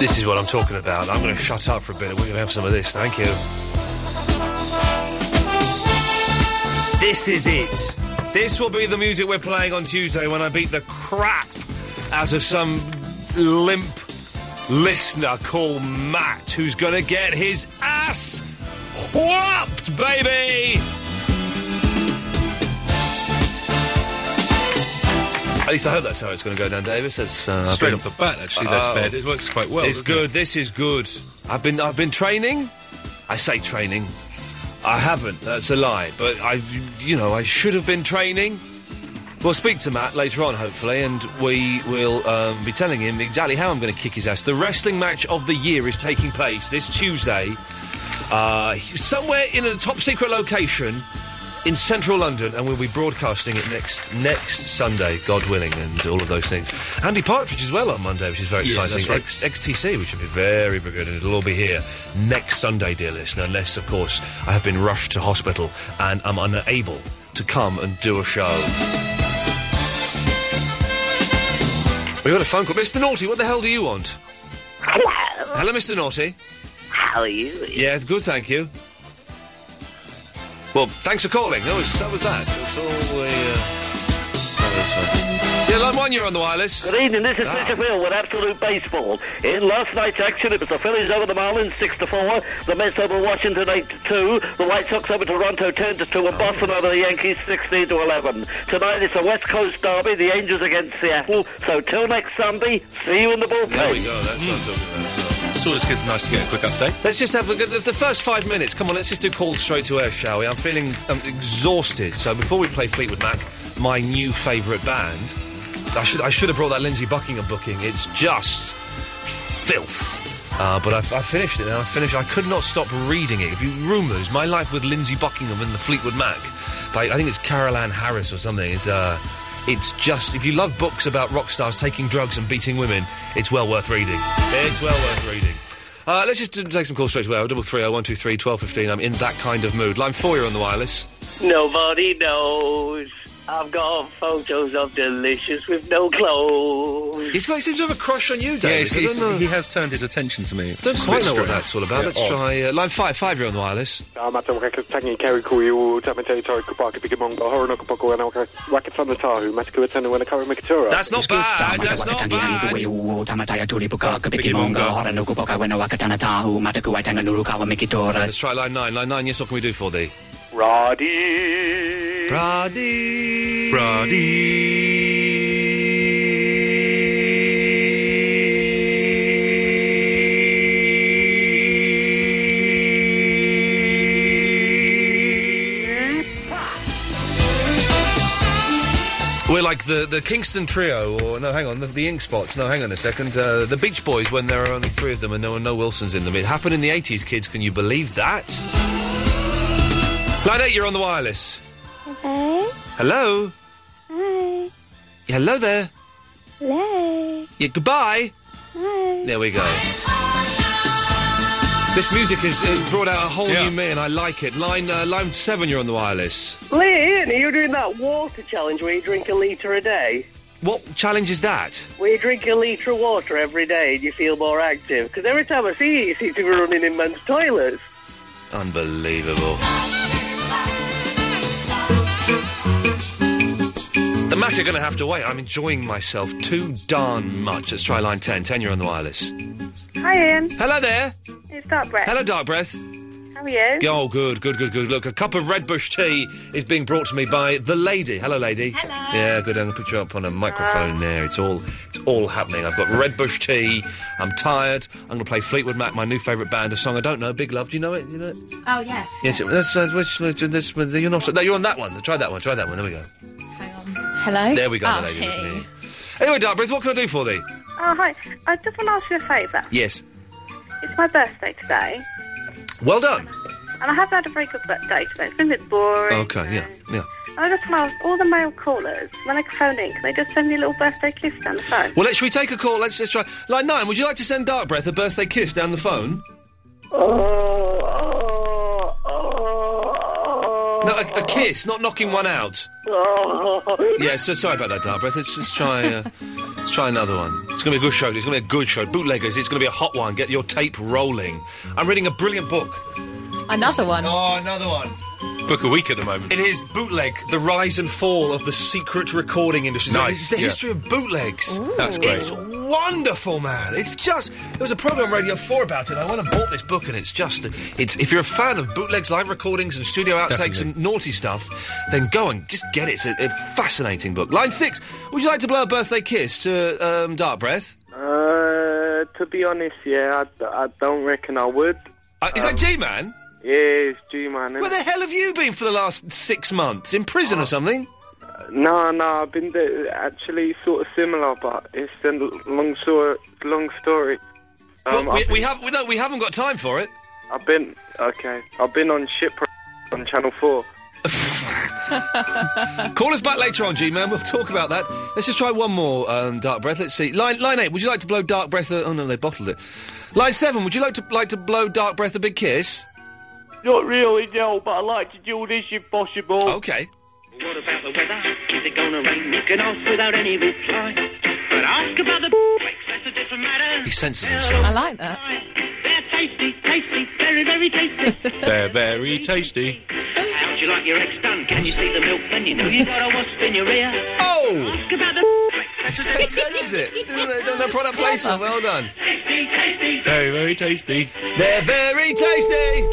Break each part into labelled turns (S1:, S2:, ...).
S1: This is what I'm talking about. I'm going to shut up for a bit. We're going to have some of this. Thank you. This is it. This will be the music we're playing on Tuesday when I beat the crap out of some limp listener called Matt, who's going to get his ass whopped, baby. At least I hope that's how it's going to go down, Davis. That's uh, I've
S2: Straight
S1: been-
S2: off the bat, actually, that's
S1: Oh.
S2: bad. It works quite well.
S1: It's
S2: doesn't it?
S1: good. This is good. I've been I've been training. I say training. I haven't. That's a lie. But I, you know, I should have been training. We'll speak to Matt later on, hopefully, and we will um, be telling him exactly how I'm going to kick his ass. The wrestling match of the year is taking place this Tuesday, uh, somewhere in a top secret location in central London, and we'll be broadcasting it next next Sunday, God willing, and all of those things. Andy Partridge as well on Monday, which is very
S2: Yeah,
S1: exciting.
S2: that's right.
S1: X- XTC, which will be very, very good, and it'll all be here next Sunday, dear listener, unless, of course, I have been rushed to hospital and I'm unable to come and do a show. We got a phone call. Mr. Naughty, what the hell do you want? Hello. Hello, Mr. Naughty. How are you? Yeah, good, thank you. Well, thanks for calling. That was that was that. That's all we. Uh, that was, uh, yeah, line one, you're on the wireless.
S3: Good evening, this is
S1: Ah.
S3: Mr. Bill with Absolute Baseball. In last night's action, it was the Phillies over the Marlins 6 to 4, the Mets over Washington 8 to 2, the White Sox over Toronto 10 to 2,
S1: Oh,
S3: and Boston over the Yankees 16 to 11. Tonight it's the West Coast Derby, the Angels against Seattle. So till next Sunday, see you in the bullpen.
S2: There we go. That's what I'm talking about. So, it's always good, nice to get a quick update.
S1: Let's just have a good, the first five minutes. Come on, let's just do calls straight to air, shall we? I'm feeling I'm exhausted. So before we play Fleetwood Mac, my new favourite band, I should I should have brought that Lindsay Buckingham booking. It's just filth. Uh, but I, I finished it and I finished. I could not stop reading it. If you rumours, my life with Lindsay Buckingham and the Fleetwood Mac. By, I think it's Carol Ann Harris or something. It's uh, it's just if you love books about rock stars taking drugs and beating women, it's well worth reading. It's well worth reading. Uh, let's just uh, take some calls straight away. Double three oh one two three twelve fifteen. I'm in that kind of mood. Line four, you're on the wireless.
S4: Nobody knows. I've got photos of delicious with no clothes.
S1: He's got, he seems to have a crush on you,
S2: Yeah,
S1: David.
S2: he's, he's,
S1: I don't know.
S2: he has turned his attention to me.
S1: don't
S2: It's a
S1: quite
S2: bit
S1: know what
S2: strange.
S1: that's all about.
S2: Yeah,
S1: let's
S2: odd.
S1: try uh, line five. Five, you're on the wireless.
S5: Ah, mata o reka tangi kari kui o tamatei tau kupaka pika monga horo no kupaka wana waka waka tana tahu mata kua tana wana kara makatura.
S1: That's not bad. That's not bad. Let's try line nine. Line nine. Yes, what can we do for thee?
S3: Roddy.
S1: Brady. We're like the, the Kingston Trio, or no, hang on, the, the Ink Spots. No, hang on a second. Uh, the Beach Boys, when there are only three of them and there were no Wilsons in them. It happened in the 80s, kids. Can you believe that? Line 8, you're on the wireless.
S6: Hello.
S1: Hello?
S6: Hi.
S1: Yeah, hello there.
S6: Hello.
S1: Yeah, goodbye.
S6: Hi.
S1: There we go. This music has uh, brought out a whole new me, and I like it. Line uh, line seven, you're on the wireless.
S4: Lee, Ian, are you doing that water challenge where you drink a litre a day?
S1: What challenge is that?
S4: Where you drink a litre of water every day and you feel more active? Because every time I see you, you seem to be running in men's toilets.
S1: Unbelievable. The Mac are going to have to wait. I'm enjoying myself too darn much. Let's try line 10. 10, you're on the wireless.
S6: Hi, Ian.
S1: Hello there.
S6: It's Dark Brett.
S1: Hello, Dark Breath.
S6: How are you?
S1: Oh, good, good, good, good. Look, a cup of red bush tea is being brought to me by the lady. Hello, lady. Hello. Yeah, good. I'm gonna put you up on a microphone there. It's all, it's all happening. I've got red bush tea. I'm tired. I'm gonna play Fleetwood Mac, my new favourite band. A song I don't know. Big Love. Do you know it? You know it?
S7: Oh, yes.
S1: Yes. It, that's uh, which, which, this, you're not. No, you're on that one. Try that one. Try that one. There we go.
S7: Hello?
S1: There we go,
S8: Ah,
S7: Oh,
S1: the lady.
S7: hey.
S1: Anyway, Dartbreath, what can I do for thee?
S6: Oh, hi. I just want to ask you a favour.
S1: Yes.
S6: It's my birthday today,
S1: Well done.
S6: and I haven't had a very good birthday today. It's been a bit boring.
S1: Okay. Yeah. Yeah.
S9: Oh.
S6: And I just want to ask all the male callers, when I phone in, can they just send me a little birthday kiss down the phone?
S1: Well, let's, shall we take a call? Let's just try. Line nine. Would you like to send Dartbreath a birthday kiss down the phone?
S4: Oh, oh, oh,
S1: No, a, a kiss, not knocking one out. Yeah, so sorry about that, Darbreath. Let's, let's try. Uh, let's try another one. It's going to be a good show. It's going to be a good show. Bootleggers. It's going to be a hot one. Get your tape rolling. I'm reading a brilliant book.
S7: Another one.
S1: Oh, another one. Book a week at the moment. It is bootleg: the rise and fall of the secret recording industry. So
S2: Nice,
S1: It's the
S2: yeah.
S1: history of bootlegs.
S2: That's great.
S1: It's wonderful, man. It's just there was a program on Radio Four about it. and I went and bought this book, and it's just it's if you're a fan of bootlegs, live recordings, and studio outtakes, and naughty stuff, then go and just get it. It's a, a fascinating book. Line six. Would you like to blow a birthday kiss to um, Dark Breath?
S10: Uh, to be honest, yeah, I, I don't reckon I would. Um,
S1: Uh, is that G Man?
S10: Yeah, it's G Man.
S1: Where the hell have you been for the last six months? In
S10: Uh,
S1: prison or something?
S10: No, no, I've been there, actually sort of similar, but it's a l- long story. Long story. Um,
S1: well, we,
S10: I've,
S1: we have we, no, we haven't got time for it.
S10: I've been okay. I've been on shipwreck on Channel Four.
S1: Call us back later on, G Man. We'll talk about that. Let's just try one more um, dark breath. Let's see. Line, line eight. Would you like to blow dark breath? A, oh no, they bottled it. Line seven. Would you like to like to blow dark breath a big kiss?
S11: Not really, no, but I'd like to do this if possible.
S1: Okay.
S11: What about the weather? Is it gonna rain? You can ask without any reply. But ask about the breaks, that's a different matter.
S1: He senses
S11: himself.
S7: I like that.
S11: They're tasty, tasty, very, very tasty.
S2: They're very tasty.
S11: How'd you like your eggs done? Can you see the milk? Then you know you got a wasp in your ear.
S1: Oh!
S11: Ask about the breaks, that's a
S1: He
S11: different
S1: senses it. Done their product placement. Well done.
S11: Tasty, tasty.
S2: Very, very tasty.
S1: They're very tasty.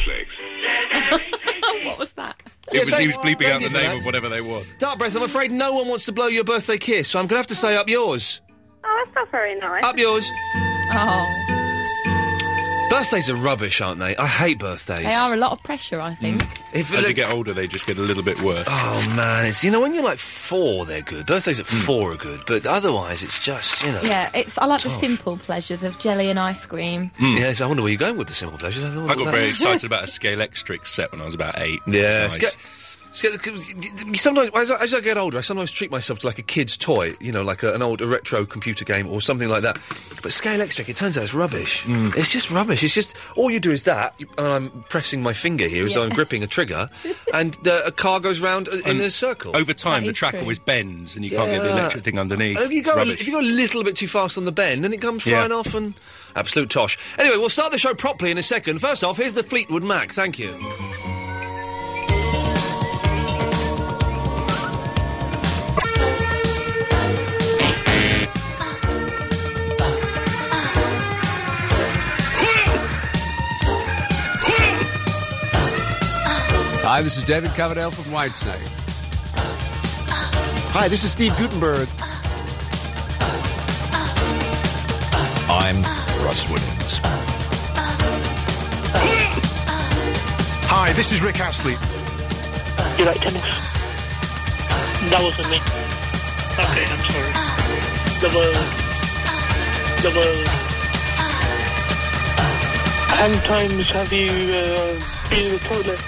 S7: what was that?
S1: Yeah,
S2: it was, he was
S1: thank-
S2: bleeping
S1: thank
S2: out
S1: you
S2: the
S1: for
S2: name
S1: that.
S2: of whatever they want.
S1: Dark breath. I'm afraid no one wants to blow your birthday kiss, so I'm gonna have to say up yours.
S6: Oh, that's not very nice.
S1: Up yours.
S7: Oh,
S1: Birthdays are rubbish, aren't they? I hate birthdays.
S7: they are a lot of pressure, I think.
S1: If
S2: As they get older, they just get a little bit worse.
S1: Oh man, it's you know when you're like four, they're good. Birthdays
S2: Hmm.
S1: at four are good, but otherwise it's just you know.
S7: Yeah, it's. I like the
S1: Tough.
S7: simple pleasures of jelly and ice cream.
S1: Yes, I wonder where you're going with the simple pleasures. I, thought,
S2: Hmm. I
S1: well,
S2: got
S1: that's-
S2: very excited about a Scalextric set when I was about eight.
S1: Yeah,
S2: Nice.
S1: sca- sca- sometimes as I, as I get older, I sometimes treat myself to like a kid's toy, you know, like a, an old retro computer game or something like that. But Scale Electric, it turns out it's rubbish.
S2: Hmm.
S1: It's just rubbish. It's just all you do is that, you- and I'm pressing my finger here as though I'm gripping a trigger, and uh, a car goes round uh, in
S2: And
S1: a circle.
S2: Over time,
S7: That
S2: the
S7: is
S2: track
S7: true.
S2: always bends, and you can't get the
S1: Yeah.
S2: electric thing underneath.
S1: And if you
S2: It's
S1: go, a li-
S2: rubbish.
S1: if you go a little bit too fast on the bend, then it comes
S2: Yeah.
S1: flying off and absolute tosh. Anyway, we'll start the show properly in a second. First off, here's the Fleetwood Mac. Thank you.
S12: Hi, this is David Coverdale from Whitesnake. Hi, this is Steve Gutenberg.
S13: I'm Russ Williams. Hi, this is Rick Astley.
S4: You like tennis? That wasn't me. Okay, I'm sorry. The world. The world. How many times have you uh, been in the toilet?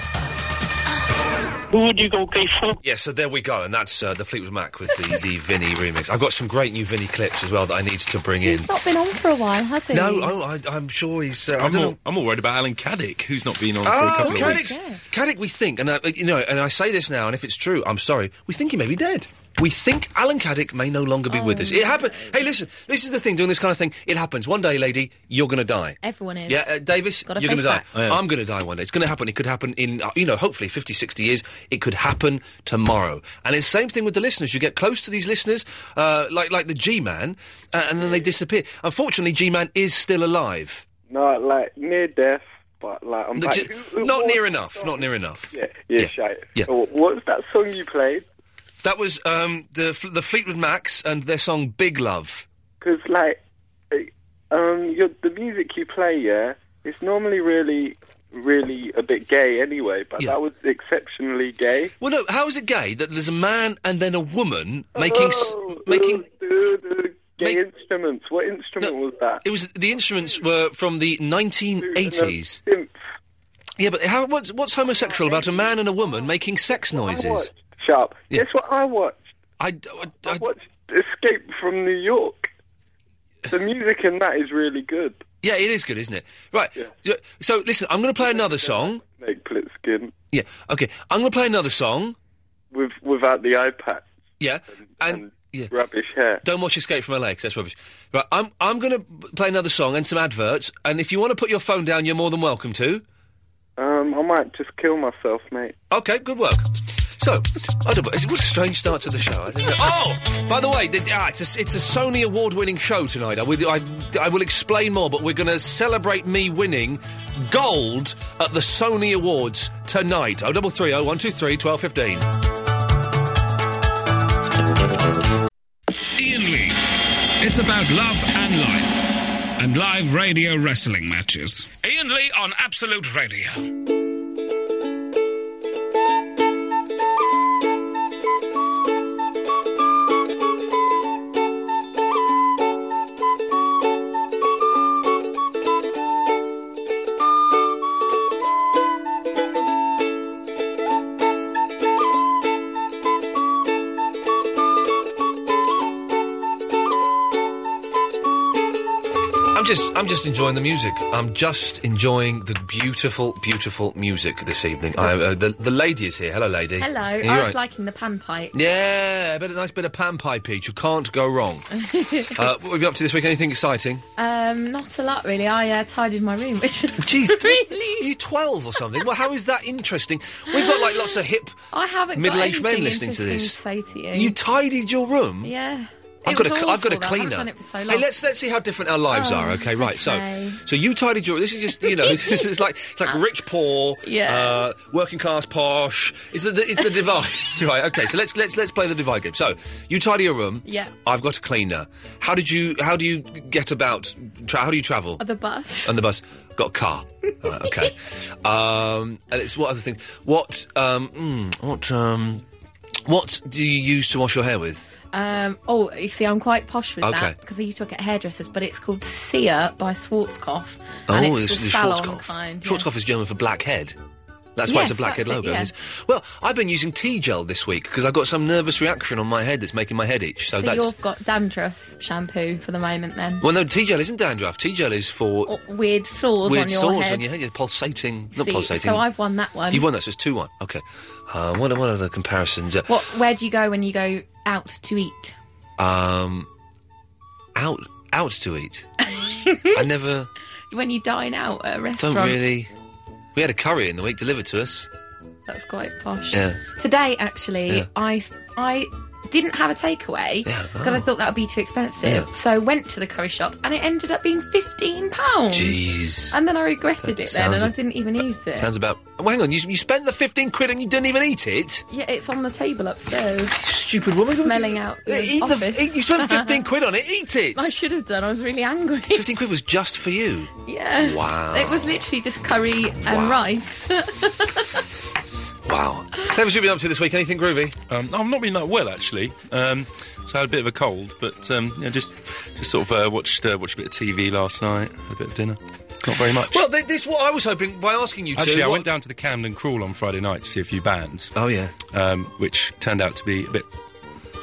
S4: Who would you go gay for?
S1: Yeah, so there we go, and that's uh, the Fleetwood Mac with the, the Vinny remix. I've got some great new Vinny clips as well that I need to bring in.
S7: It's not been on for a while, has it?
S1: No, oh, I, I'm sure he's. Uh, I
S2: I'm,
S1: don't
S2: all,
S1: know.
S2: I'm all worried about Alan Caddick, who's not been on for a
S1: Oh,
S2: couple of
S1: Caddick,
S2: weeks.
S1: Caddick, we think, and I, uh, you know, and I say this now, and if it's true, I'm sorry. We think he may be dead. We think Alan Caddick may no longer be with us. It happened. Hey, listen, this is the thing. Doing this kind of thing, it happens. One day, lady, you're going to die.
S7: Everyone is.
S1: Yeah, uh, Davis,
S7: Gotta
S1: you're going to
S7: face
S1: die.
S7: back.
S1: I'm going to die one day. It's going to happen. It could happen in, uh, you know, hopefully 50, 60 years. It could happen tomorrow. And it's the same thing with the listeners. You get close to these listeners, uh, like like the G Man, uh, and then they disappear. Unfortunately, G Man is still alive.
S10: No, like near death, but like I'm
S1: No,
S10: back.
S1: ju-
S10: Who- who-
S1: not
S10: what-
S1: near enough. Not near enough.
S10: Yeah, yeah, shite.
S1: yeah.
S10: Oh, What's that song you played?
S1: That was um, the F- the Fleetwood Macs and their song Big Love.
S10: Because like,
S4: eh,
S10: it- um, your, the music you play, yeah, it's normally really, really a bit gay anyway. But
S1: Yeah.
S10: that was exceptionally gay.
S1: Well, no, how is it gay that there's a man and then a woman making s-
S10: Oh,
S1: making
S10: ooh, ooh, ooh, gay
S1: make-
S10: instruments. What instrument was that?
S1: It was the instruments were from the 1980s.
S10: Synth.
S1: Yeah, but how, what's what's homosexual about a man and a woman making sex noises?
S10: Sharp.
S1: Yeah.
S10: Guess what I watched?
S1: I, d- I d- I-
S10: I watched Escape from New York. The music in that is really good.
S1: Yeah, it is good, isn't it? Right. So, so listen, I'm going to play another song.
S10: Snake Plissken
S1: Yeah. Okay. I'm going to play another song.
S10: with without the iPad.
S1: Yeah. And, yeah.
S10: rubbish hair.
S1: Don't watch Escape from LA 'cause that's rubbish. Right. I'm I'm going to play another song and some adverts. And if you want to put your phone down, you're more than welcome to.
S10: Um, I might just kill myself, mate.
S1: Okay, good work. So, I don't, it's- what a strange start to the show. I don't know. Oh, by the way, the, ah, it's, a, it's a Sony award-winning show tonight. I will, I, I will explain more, but we're going to celebrate me winning gold at the Sony Awards tonight. Oh, double three, oh, one, two, three, twelve, fifteen.
S14: Ian Lee. It's about love and life. And live radio wrestling matches. Ian Lee on Absolute Radio.
S1: I'm just, I'm just enjoying the music. I'm just enjoying the beautiful, beautiful music this evening. I, uh, the, the lady is here. Hello, lady.
S7: Hello.
S1: Are
S7: I was
S1: you right?
S7: liking the pan pipe.
S1: Yeah, a, bit, a nice bit of pan pie peach. You can't go wrong. uh, what have you up to this week? Anything exciting?
S7: um, not a lot really. I uh, tidied my room, which is
S1: Jeez,
S7: really.
S1: You twelve or something? well, how is that interesting? We've got like lots of hip.
S7: I haven't got
S1: middle-aged men
S7: anything
S1: listening to this.
S7: interesting to say to you.
S1: You tidied your room.
S7: yeah.
S1: I've
S7: It
S1: got, a,
S7: was
S1: cl- I've got a
S7: awful, though. I haven't
S1: cleaner.
S7: done it for so
S1: Hey,
S7: long.
S1: let's let's see how different our lives
S7: Oh,
S1: are. Okay, right.
S7: okay.
S1: So, so you tidied your. This is just you know. This is it's like it's like rich poor.
S7: Yeah.
S1: Uh, working class posh. Is the, the is the divide right? Okay. So let's let's let's play the divide game. So you tidy your room.
S7: Yeah.
S1: I've got a cleaner. How did you? How do you get about? Tra- how do you travel?
S7: On the bus.
S1: On the bus. Got a car. Right, okay. um, and it's what other things? What um, mm, what um, what do you use to wash your hair with?
S7: Um, oh, you see, I'm quite posh with
S1: Okay.
S7: that because I used to work at hairdressers, but it's called Sia by Schwarzkopf. and
S1: Oh,
S7: it's
S1: this
S7: the
S1: is
S7: salon
S1: Schwarzkopf.
S7: kind. yeah.
S1: Schwarzkopf is German for blackhead. That's why it's a
S7: Yes,
S1: blackhead
S7: that's it,
S1: logo.
S7: yeah.
S1: It's- Well, I've been using tea gel this week because I've got some nervous reaction on my head that's making my head itch. So,
S7: So,
S1: Oh, that's.
S7: you've got dandruff shampoo for the moment, then.
S1: Well, no, tea gel isn't dandruff. Tea gel is for
S7: Or weird sores
S1: weird
S7: on your
S1: sores
S7: head.
S1: on your head. You're pulsating. Not
S7: See,
S1: pulsating.
S7: So I've won that one.
S1: You've won that, so it's 2 1. Okay. Uh, what, are- what are the comparisons? Uh,
S7: What? Where do you go when you go out to eat?
S1: Um, out, out to eat. I never.
S7: When you dine out at a restaurant?
S1: Don't really. We had a curry in the week delivered to us.
S7: That's quite posh.
S1: Yeah.
S7: Today, actually,
S1: Yeah.
S7: I s I I didn't have a takeaway because I thought that would be too expensive.
S1: Oh. Yeah.
S7: So I went to the curry shop and it ended up being fifteen pounds.
S1: Jeez.
S7: And then I regretted
S1: That
S7: it then,
S1: sounds
S7: and I
S1: a-
S7: didn't even eat it.
S1: Sounds about. Well, hang on. You, you spent the 15 quid and you didn't even eat it?
S7: Yeah, it's on the table upstairs.
S1: Stupid woman.
S7: Smelling out. The
S1: Eat the-
S7: office.
S1: eat- you spent 15 quid on it. Eat it.
S7: I should have done. I was really angry.
S1: 15 quid was just for you.
S7: Yeah.
S1: Wow.
S7: It was literally just curry and rice.
S1: Wow. Tavis, you've been up to this week. Anything groovy?
S2: Um, no, I've not been that well actually. Um, so I had a bit of a cold, but um, yeah, just just sort of uh, watched uh, watched a bit of TV last night, had a bit of dinner. Not very much.
S1: Well, th- this what I was hoping by asking you
S2: Actually,
S1: to.
S2: I
S1: what-
S2: went down to the Camden Crawl on Friday night to see a few bands.
S1: Oh yeah,
S2: um, which turned out to be a bit,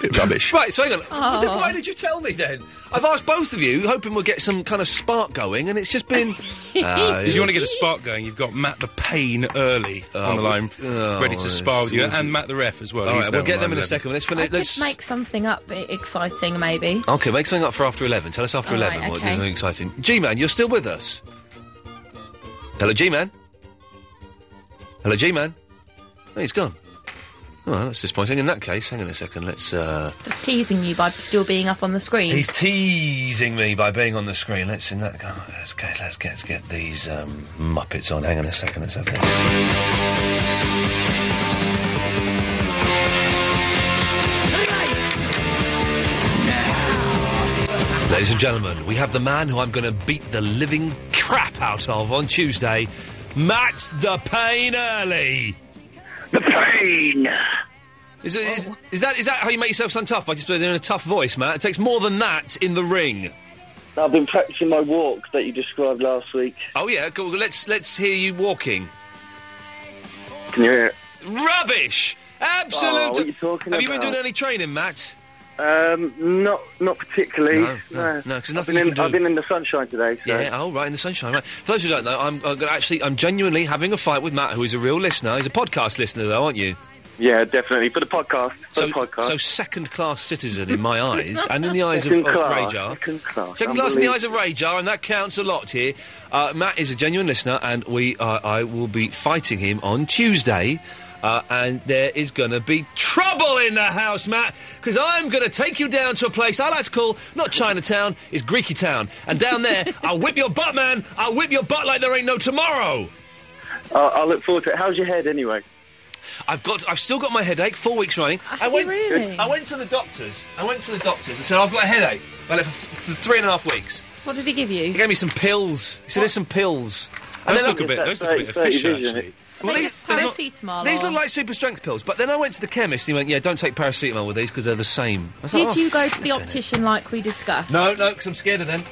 S2: bit rubbish.
S1: Right, so hang on.
S7: Oh.
S1: Then Why did you tell me then? I've asked both of you, hoping we'll get some kind of spark going, and it's just been. Uh,
S2: if you want to get a spark going, you've got Matt the Pain early on the
S1: we-
S2: line,
S1: oh,
S2: ready to spar with you,
S1: it's-
S2: and Matt the Ref as well.
S1: All
S2: He's
S1: right,
S2: there
S1: we'll get
S2: on
S1: them in
S2: line
S1: a
S2: 11.
S1: second. Let's
S7: I
S1: finish.
S7: could
S1: Let's.
S7: make something up e- exciting, maybe.
S1: Okay, make something up for after eleven. Tell us after
S7: All right,
S1: eleven. What
S7: okay.
S1: something exciting? G man, you're still with us. Hello, G man. Hello, G man. Oh, he's gone. Oh, well, that's disappointing. In that case, hang on a second. Let's. uh
S7: Just teasing you by still being up on the screen.
S1: He's teasing me by being on the screen. Let's in that. oh, Let's get let's get, let's get these um, Muppets on. Hang on a second. Let's have this. Ladies and gentlemen, we have the man who I'm going to beat the living crap out of on Tuesday, Matt the Pain Early. The Pain. Is, it- is, is that is that how you make yourself sound tough? By just doing a tough voice, Matt. It takes more than that in the ring.
S15: I've been practicing my walk that you described last week.
S1: Oh yeah, cool. Let's let's hear you walking.
S15: Can you hear it?
S1: Rubbish. Absolute.
S15: Oh, what are you talking
S1: Have you been
S15: about?
S1: doing any training, Matt?
S15: Um, not not particularly.
S1: No, no, no, 'cause
S15: I've been
S1: nothing you
S15: in,
S1: can do.
S15: I've been in the sunshine today. So.
S1: Yeah, oh, right, in the sunshine. Right. For those who don't know, I'm, I'm gonna actually, I'm genuinely having a fight with Matt, who is a real listener. He's a podcast listener, though, aren't you?
S15: Yeah, definitely for the podcast. For
S1: So,
S15: the podcast.
S1: so second-class citizen in my eyes, and in the eyes of, of
S15: Second class,
S1: Rajar.
S15: Second class.
S1: Second class in the eyes
S15: Unbelievable.
S1: of Radar, and that counts a lot here. Uh, Matt is a genuine listener, and we are, I will be fighting him on Tuesday. Uh, and there is going to be trouble in the house, Matt, because I'm going to take you down to a place I like to call not Chinatown, it's Greeky Town. And down there, I'll whip your butt, man. I'll whip your butt like there ain't no tomorrow.
S15: I- I look forward to it. How's your head Uh, anyway?
S1: I've got, I've still got my headache. Four weeks running. I went, I went to the doctors. I went to the doctors and said I've got a headache. Well, for, for three and a half weeks.
S7: What did he give you?
S1: He gave me some pills. He said, "There's some pills."
S2: Those look a bit- those look a bit official, actually.
S1: Well,
S7: They
S1: these,
S7: just
S1: these-
S7: paracetamol
S1: these
S7: or-
S1: look like super strength pills. But then I went to the chemist and he went, "Yeah, don't take paracetamol with these because they're the same." I was
S7: Did
S1: like, "Oh,
S7: you
S1: f-
S7: go to the optician like we discussed?
S1: No, no, because I'm scared of them.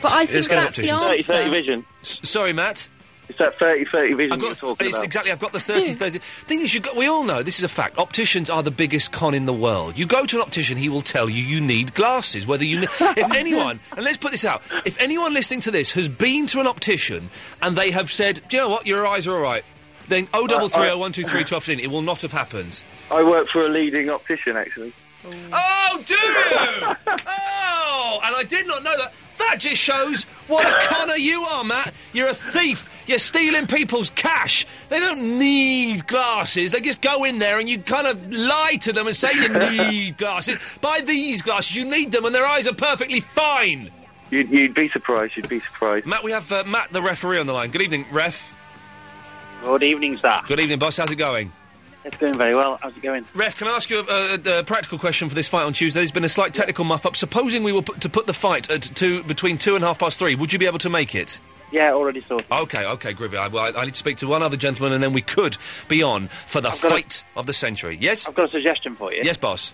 S7: But I
S1: Let's
S7: think
S1: go to
S7: that's the
S1: opticians.
S7: answer.
S15: vision.
S1: sorry, Matt.
S15: It's that 30-30 vision
S1: I've got
S15: you're talking
S1: it's
S15: about. Hmm.
S1: exactly. I've got the 30 30. Thing is, you go, we all know this is a fact. Opticians are the biggest con in the world. You go to an optician, he will tell you you need glasses. Whether you, ne- if anyone, and let's put this out, if anyone listening to this has been to an optician and they have said, "Do you know what? Your eyes are all right," then oh double three oh one two three twelve fifteen. It will not have happened.
S15: I work for a leading optician, actually.
S1: Oh, do you? oh, and I did not know that. That just shows what a conner you are, Matt. You're a thief. You're stealing people's cash. They don't need glasses. They just go in there and you kind of lie to them and say you need glasses. Buy these glasses. You need them, and their eyes are perfectly fine.
S15: You'd, you'd be surprised. You'd be surprised.
S1: Matt, we have uh, Matt, the referee, on the line. Good evening, ref.
S16: Good evening, sir.
S1: Good evening, boss. How's it going?
S16: It's going very well. How's it going?
S1: Ref, can I ask you a, a, a practical question for this fight on Tuesday? There's been a slight technical muff-up. Supposing we were put, to put the fight at two between two and half past three, would you be able to make it?
S16: Yeah, already sorted.
S1: Okay, okay, Groovy. I, well, I, I need to speak to one other gentleman, and then we could be on for the
S16: got a-
S1: fight of the century. Yes.
S16: I've got a suggestion for you.
S1: Yes, boss.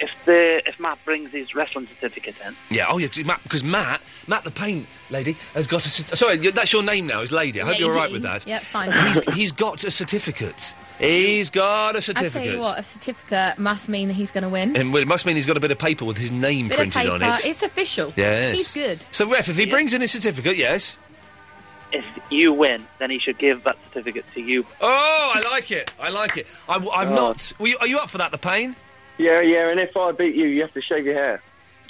S16: If the if Matt brings his wrestling certificate in,
S1: Yeah. Oh, yeah. Because Matt, 'cause Matt, Matt the paint lady has got a. cert- Sorry, y- that's your name now, is lady. I hope you're all right with that.
S7: Yeah, fine.
S1: He's, he's got a certificate. He's got a
S7: I
S1: certificate.
S7: tell you what, a certificate must mean that he's going to win.
S1: And, well, it must mean he's got a bit of paper with his name
S7: Bit of
S1: printed
S7: paper.
S1: on it.
S7: It's official.
S1: Yes.
S7: He's good.
S1: So, ref, if he brings in his certificate, yes.
S16: if you win, then he should give that certificate to you.
S1: Oh, I like it. I like it. I, am
S16: Oh.
S1: not. Were you, are you up for that? The pain.
S15: Yeah, yeah. And if I beat you, you have to shave your hair.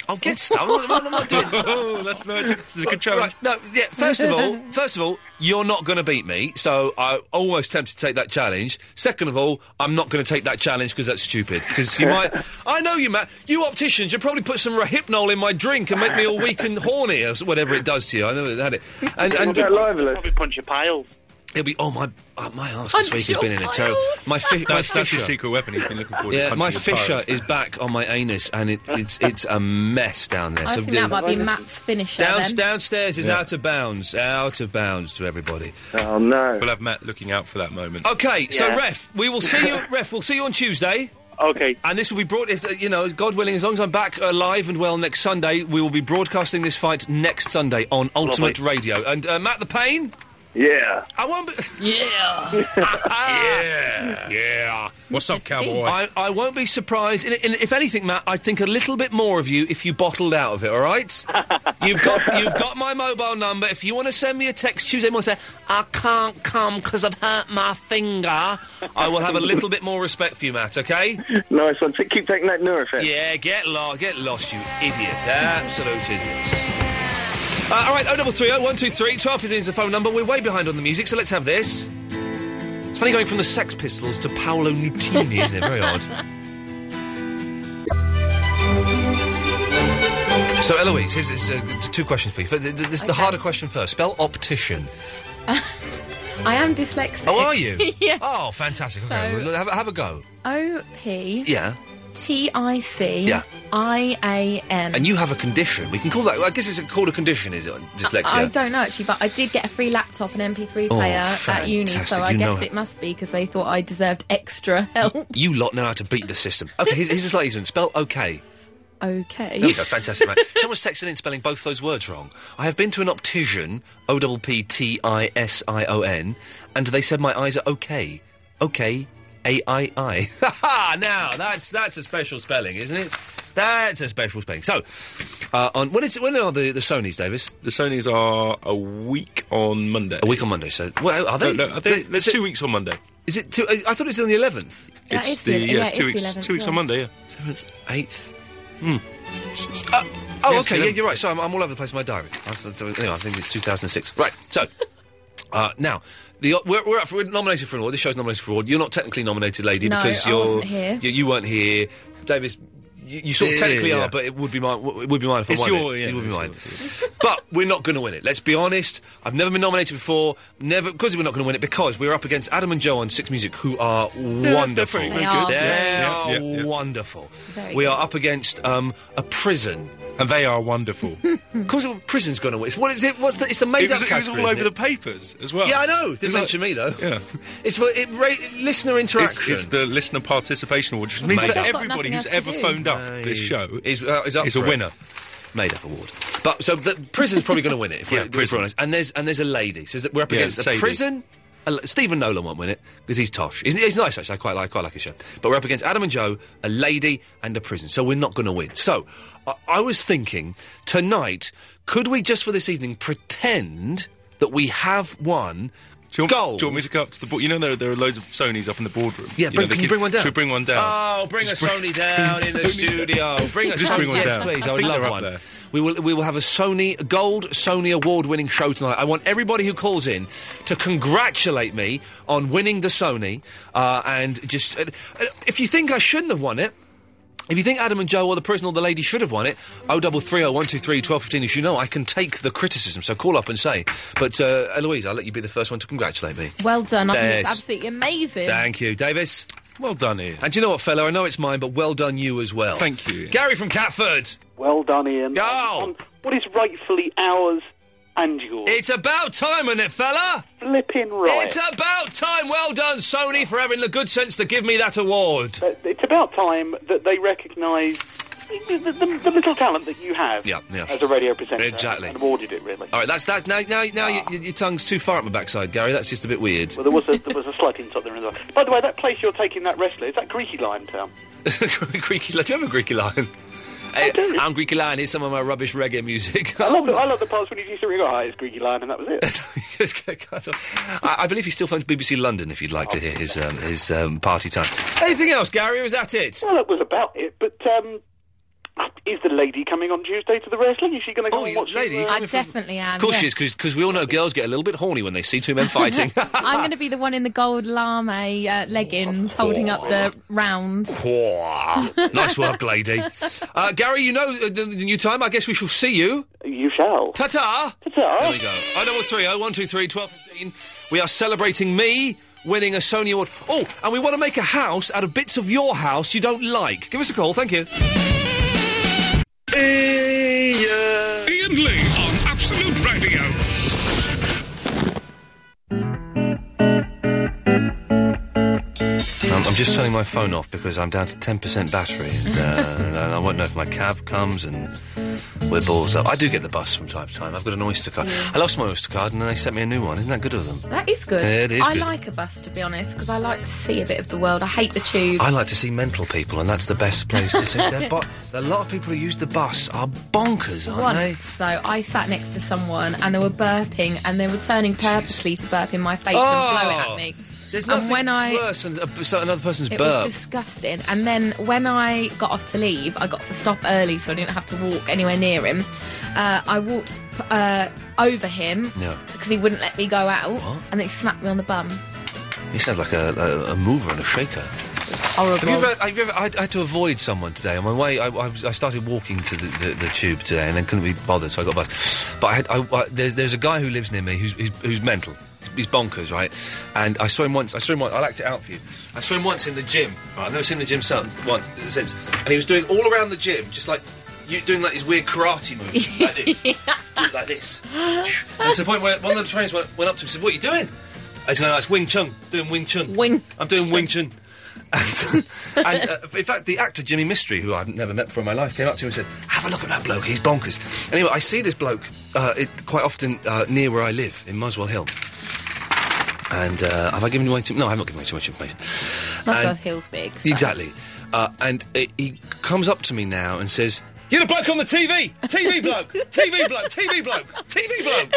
S1: I'll get stuff. What, what am I doing? oh, that's no, it's a, good challenge. no, yeah. First of all, first of all, you're not going to beat me, so I'm almost tempted to take that challenge. Second of all, I'm not going to take that challenge because that's stupid. Because you might. I know you, Matt. You opticians, you probably put some rehypnol in my drink and make me all weak and horny or s- whatever it does to you. I never had it. And, and
S16: Probably punch your piles.
S1: It'll be oh my uh, my ass this
S16: Punch
S1: week has
S16: your
S1: been in a terrible. My, fi- my
S2: That's, that's
S1: fisher.
S2: his secret weapon. He's been looking forward to
S1: Yeah,
S2: punching
S1: my
S2: your
S1: fisher
S2: piles.
S1: is back on my anus, and it, it's it's a mess down there.
S7: I
S1: So
S7: think that
S1: do-
S7: might be Matt's finisher.
S1: Down,
S7: then.
S1: downstairs is
S2: Yeah.
S1: out of bounds. Out of bounds to everybody.
S15: Oh no!
S2: We'll have Matt looking out for that moment.
S1: Okay, so
S2: Yeah.
S1: ref, we will see you. Ref, we'll see you on Tuesday.
S16: Okay.
S1: And this will be brought if uh, you know, God willing, as long as I'm back alive and well next Sunday, we will be broadcasting this fight next Sunday on Ultimate Radio. And uh, Matt the Pain.
S15: Yeah.
S1: I won't. Be-
S7: yeah.
S1: yeah. Yeah.
S2: What's up, cowboy?
S1: I, I won't be surprised. And, and if anything, Matt, I think a little bit more of you if you bottled out of it. All right? you've got you've got my mobile number. If you want to send me a text Tuesday morning, say I can't come because I've hurt my finger. I will have a little bit more respect for you, Matt. Okay?
S15: Nice one. T- keep taking that Nurofen.
S1: Yeah. Get lost. Get lost, you idiot. Absolute idiots. Uh, all right, 0330 123 1215 is the phone number. We're way behind on the music, so let's have this. It's funny going from the Sex Pistols to Paolo Nutini, isn't it? Very odd. So, Eloise, here's, here's uh, t- two questions for you. F- th- th- This is the harder question first. Spell optician.
S7: I am dyslexic.
S1: Oh, are you?
S7: yeah.
S1: Oh, fantastic. Okay,
S7: So-
S1: well, have, a- have a go.
S7: O P
S1: Yeah.
S7: T I C
S1: Yeah.
S7: I A N.
S1: And you have a condition. We can call that. I guess it's called a condition, is it? Dyslexia.
S7: I don't know actually, but I did get a free laptop and MP3
S1: Oh,
S7: player at uni, so
S1: fantastic.
S7: I
S1: You know
S7: guess
S1: it.
S7: it must be because they thought I deserved extra help.
S1: You lot know how to beat the system. Okay, here's, here's a slight easy one. Spell okay.
S7: okay.
S1: There we go, fantastic, right? Someone's texting in spelling both those words wrong. I have been to an optician, O double P T I S I O N, and they said my eyes are okay. Okay, A I I. Ha ha! Now, that's, that's a special spelling, isn't it? That's a special spelling. So, uh, on when is when are the, the Sonys, Davis?
S2: The Sonys are a week on Monday. A
S1: week on Monday. So, well, are they?
S2: No, no, are they- it's two weeks on Monday.
S1: Is it two? I I thought it was on the eleventh.
S2: That It's is the- the- yeah, yeah, it's two it's the weeks- 11th, two weeks yeah. on Monday. Yeah,
S1: seventh, eighth. Hmm. Uh, oh,
S2: Yeah, it's
S1: okay.
S2: the
S1: Yeah,
S2: 11th.
S1: you're right. So I'm, I'm all over the place in my diary. I, so, so, anyway, I think it's 2006. Right. So. Uh, now, the, we're, we're up for we're nominated for an award. This show's nominated for an award. You're not technically nominated, lady,
S7: No,
S1: because
S7: I
S1: you're
S7: wasn't here.
S1: You, you weren't here, Davis. You, you sort of
S2: Yeah,
S1: technically
S2: yeah.
S1: are, but it would be mine. It would be mine if
S2: It's
S1: I won
S2: your-
S1: it.
S2: yeah,
S1: it would be
S2: it's
S1: mine. but we're not going to win it. Let's be honest. I've never been nominated before. Never because we're not going to win it because we're up against Adam and Joe on Six Music, who are
S2: they're
S1: wonderful.
S2: pretty They good. are.
S1: They
S2: Yeah,
S1: are
S2: yeah, yeah.
S1: wonderful.
S2: Very
S1: we
S2: good.
S1: are up against um, a prison,
S2: and they are wonderful.
S1: of course, prison's going to win. It's- What is it? What's the, it's a made
S2: It was-
S1: up
S2: it was
S1: category.
S2: all
S1: isn't
S2: over the papers as well.
S1: Yeah, I know.
S2: It
S1: Didn't
S2: was
S1: mention
S2: like-
S1: me though.
S2: Yeah.
S1: it's for it, ra- listener
S2: It's,
S1: interaction.
S2: it's the listener participation award, which means
S1: Made
S2: that
S1: up.
S2: everybody who's ever phoned up this show
S1: is, uh, is, up
S2: is a
S1: for it.
S2: winner.
S1: Made up award. But so the prison's probably going to win it. If, we're, if we're honest, and there's and there's a lady. So is that we're up
S2: Yeah,
S1: against
S2: Sadie.
S1: the prison. a l- Stephen Nolan won't win it because he's tosh. He's, he's nice actually. I quite like quite like his show. But we're up against Adam and Joe, a lady, and a prison. So we're not going to win. So I, I was thinking tonight, could we just for this evening pretend that we have won?
S2: Do you,
S1: gold.
S2: want, do you want me to go up to the board? You know there, there are loads of Sonys up in the boardroom.
S1: Yeah,
S2: know,
S1: bring,
S2: the
S1: can you
S2: kid-
S1: bring one down?
S2: Should we bring one down?
S1: Oh, bring
S2: Just
S1: a
S2: bring-
S1: Sony down
S2: bring
S1: in the
S2: Sony
S1: studio.
S2: down.
S1: Bring a
S2: Just
S1: Sony
S2: bring one
S1: yes,
S2: down.
S1: please.
S2: I
S1: I would
S2: think
S1: love
S2: they're up
S1: one.
S2: there.
S1: We will we will have a Sony gold Sony award winning show tonight. I want everybody who calls in to congratulate me on winning the Sony. Uh, and just uh, uh, if you think I shouldn't have won it. If you think Adam and Joe or the prison or the lady should have won it, oh double three oh one two three twelve fifteen. As you know, I can take the criticism, so call up and say. But uh, Eloise, I'll let you be the first one to congratulate me.
S7: Well done. I think
S1: There's-
S7: it's absolutely amazing.
S1: Thank you, Davis. Well done, Ian. And do you know what, fella? I know it's mine, but well done you as well. Thank you. Gary from Catford.
S17: Well done, Ian. On what is rightfully ours and yours.
S1: It's about time, isn't it, fella?
S17: Flipping right.
S1: It's about time. Well done, Sony, for having the good sense to give me that award.
S17: Uh, It's about time that they recognise the, the, the, the little talent that you have
S1: Yeah, yeah.
S17: as a radio presenter.
S1: Exactly.
S17: And awarded it, really.
S1: All right, that's that. Now, now, now your- your, your tongue's too far up my backside, Gary. That's just a bit weird.
S17: Well, there was a, there was a slight insult there as well. By the way, that place you're taking that wrestler, is that Greeky Lion Town?
S1: Greeky, do you remember Greeky Lion? Hey, I'm Greeky Lion. Here's some of my rubbish reggae music.
S17: I love the, I love the parts when you used to ring, oh, hi, it's Greeky Lion, and that was it.
S1: I, I believe he still phones BBC London if you'd like to hear his um, his um, party time. Anything else, Gary? Or is that it?
S17: Well, that was about it, but um, is the lady coming on Tuesday to the wrestling? Is she going to come and watch
S1: Oh, lady,
S17: it, uh,
S7: I definitely am.
S1: Of course
S7: yeah.
S1: she is, because we all know girls get a little bit horny when they see two men fighting.
S7: I'm going to be the one in the gold lame uh,
S1: Oh,
S7: leggings holding up the round.
S1: Whoa. nice work, lady. Uh, Gary, you know uh, the, the new time. I guess we shall see you.
S17: You shall.
S1: Ta ta. There we go. Oh, double three oh one two three twelve fifteen. We are celebrating me winning a Sony award. Oh, and we want to make a house out of bits of your house you don't like. Give us a call. Thank you.
S14: Ian Lee on Absolute Radio.
S1: Um, I'm just turning my phone off because I'm down to 10% battery and, uh, and I won't know if my cab comes and we're balls up. I do get the bus from time to time. I've got an Oyster card. I lost my Oyster card and then they sent me a new one. Isn't that good of them?
S7: That is good.
S1: It is
S7: I
S1: good.
S7: like a bus, to be honest, because I like to see a bit of the world. I hate the tube.
S1: I like to see mental people and that's the best place to see them. But a lot of people who use the bus are bonkers, aren't they?
S7: Once, though, I sat next to someone and they were burping and they were turning purposely to burp in my face
S1: Oh.
S7: and blow it at me.
S1: There's
S7: And
S1: nothing
S7: when I-
S1: worse than a, so another person's
S7: It
S1: burp.
S7: was disgusting. And then when I got off to leave, I got to stop early so I didn't have to walk anywhere near him. Uh, I walked uh, over him
S1: Yeah.
S7: because he wouldn't let me go out and then he smacked me on the bum.
S1: He sounds like a, a, a mover and a shaker.
S7: Horrible.
S1: Have you ever, have you ever, I, I had to avoid someone today. On my way, I, I, was- I started walking to the, the, the tube today and then couldn't be bothered, so I got a bus. But I had, I, I, there's, there's a guy who lives near me who's, who's, who's mental. He's bonkers, right? And I saw him once. I saw him once. I'll act it out for you. I saw him once in the gym. Right, I've never seen him in the gym since. Once, since. And he was doing all around the gym, just like you doing like these weird karate moves, like this, Do it like this. And to the point where one of the trainers went, went up to him and said, What are you doing? I was going, "Oh, It's Wing Chun. Doing Wing Chun. Wing. I'm doing Wing Chun. And, and uh, in fact, the actor Jimmy Mystery, who I've never met before in my life, came up to him and said, Have a look at that bloke, he's bonkers. Anyway, I see this bloke uh, it, quite often uh, near where I live, in Muswell Hill. And uh, have I given away too No, I haven't given away too much information.
S7: Not
S1: And-
S7: worth heels big. so-
S1: Exactly. Uh, and it, he comes up to me now and says, You're the bloke on the TV! TV bloke! TV bloke! TV bloke! TV bloke!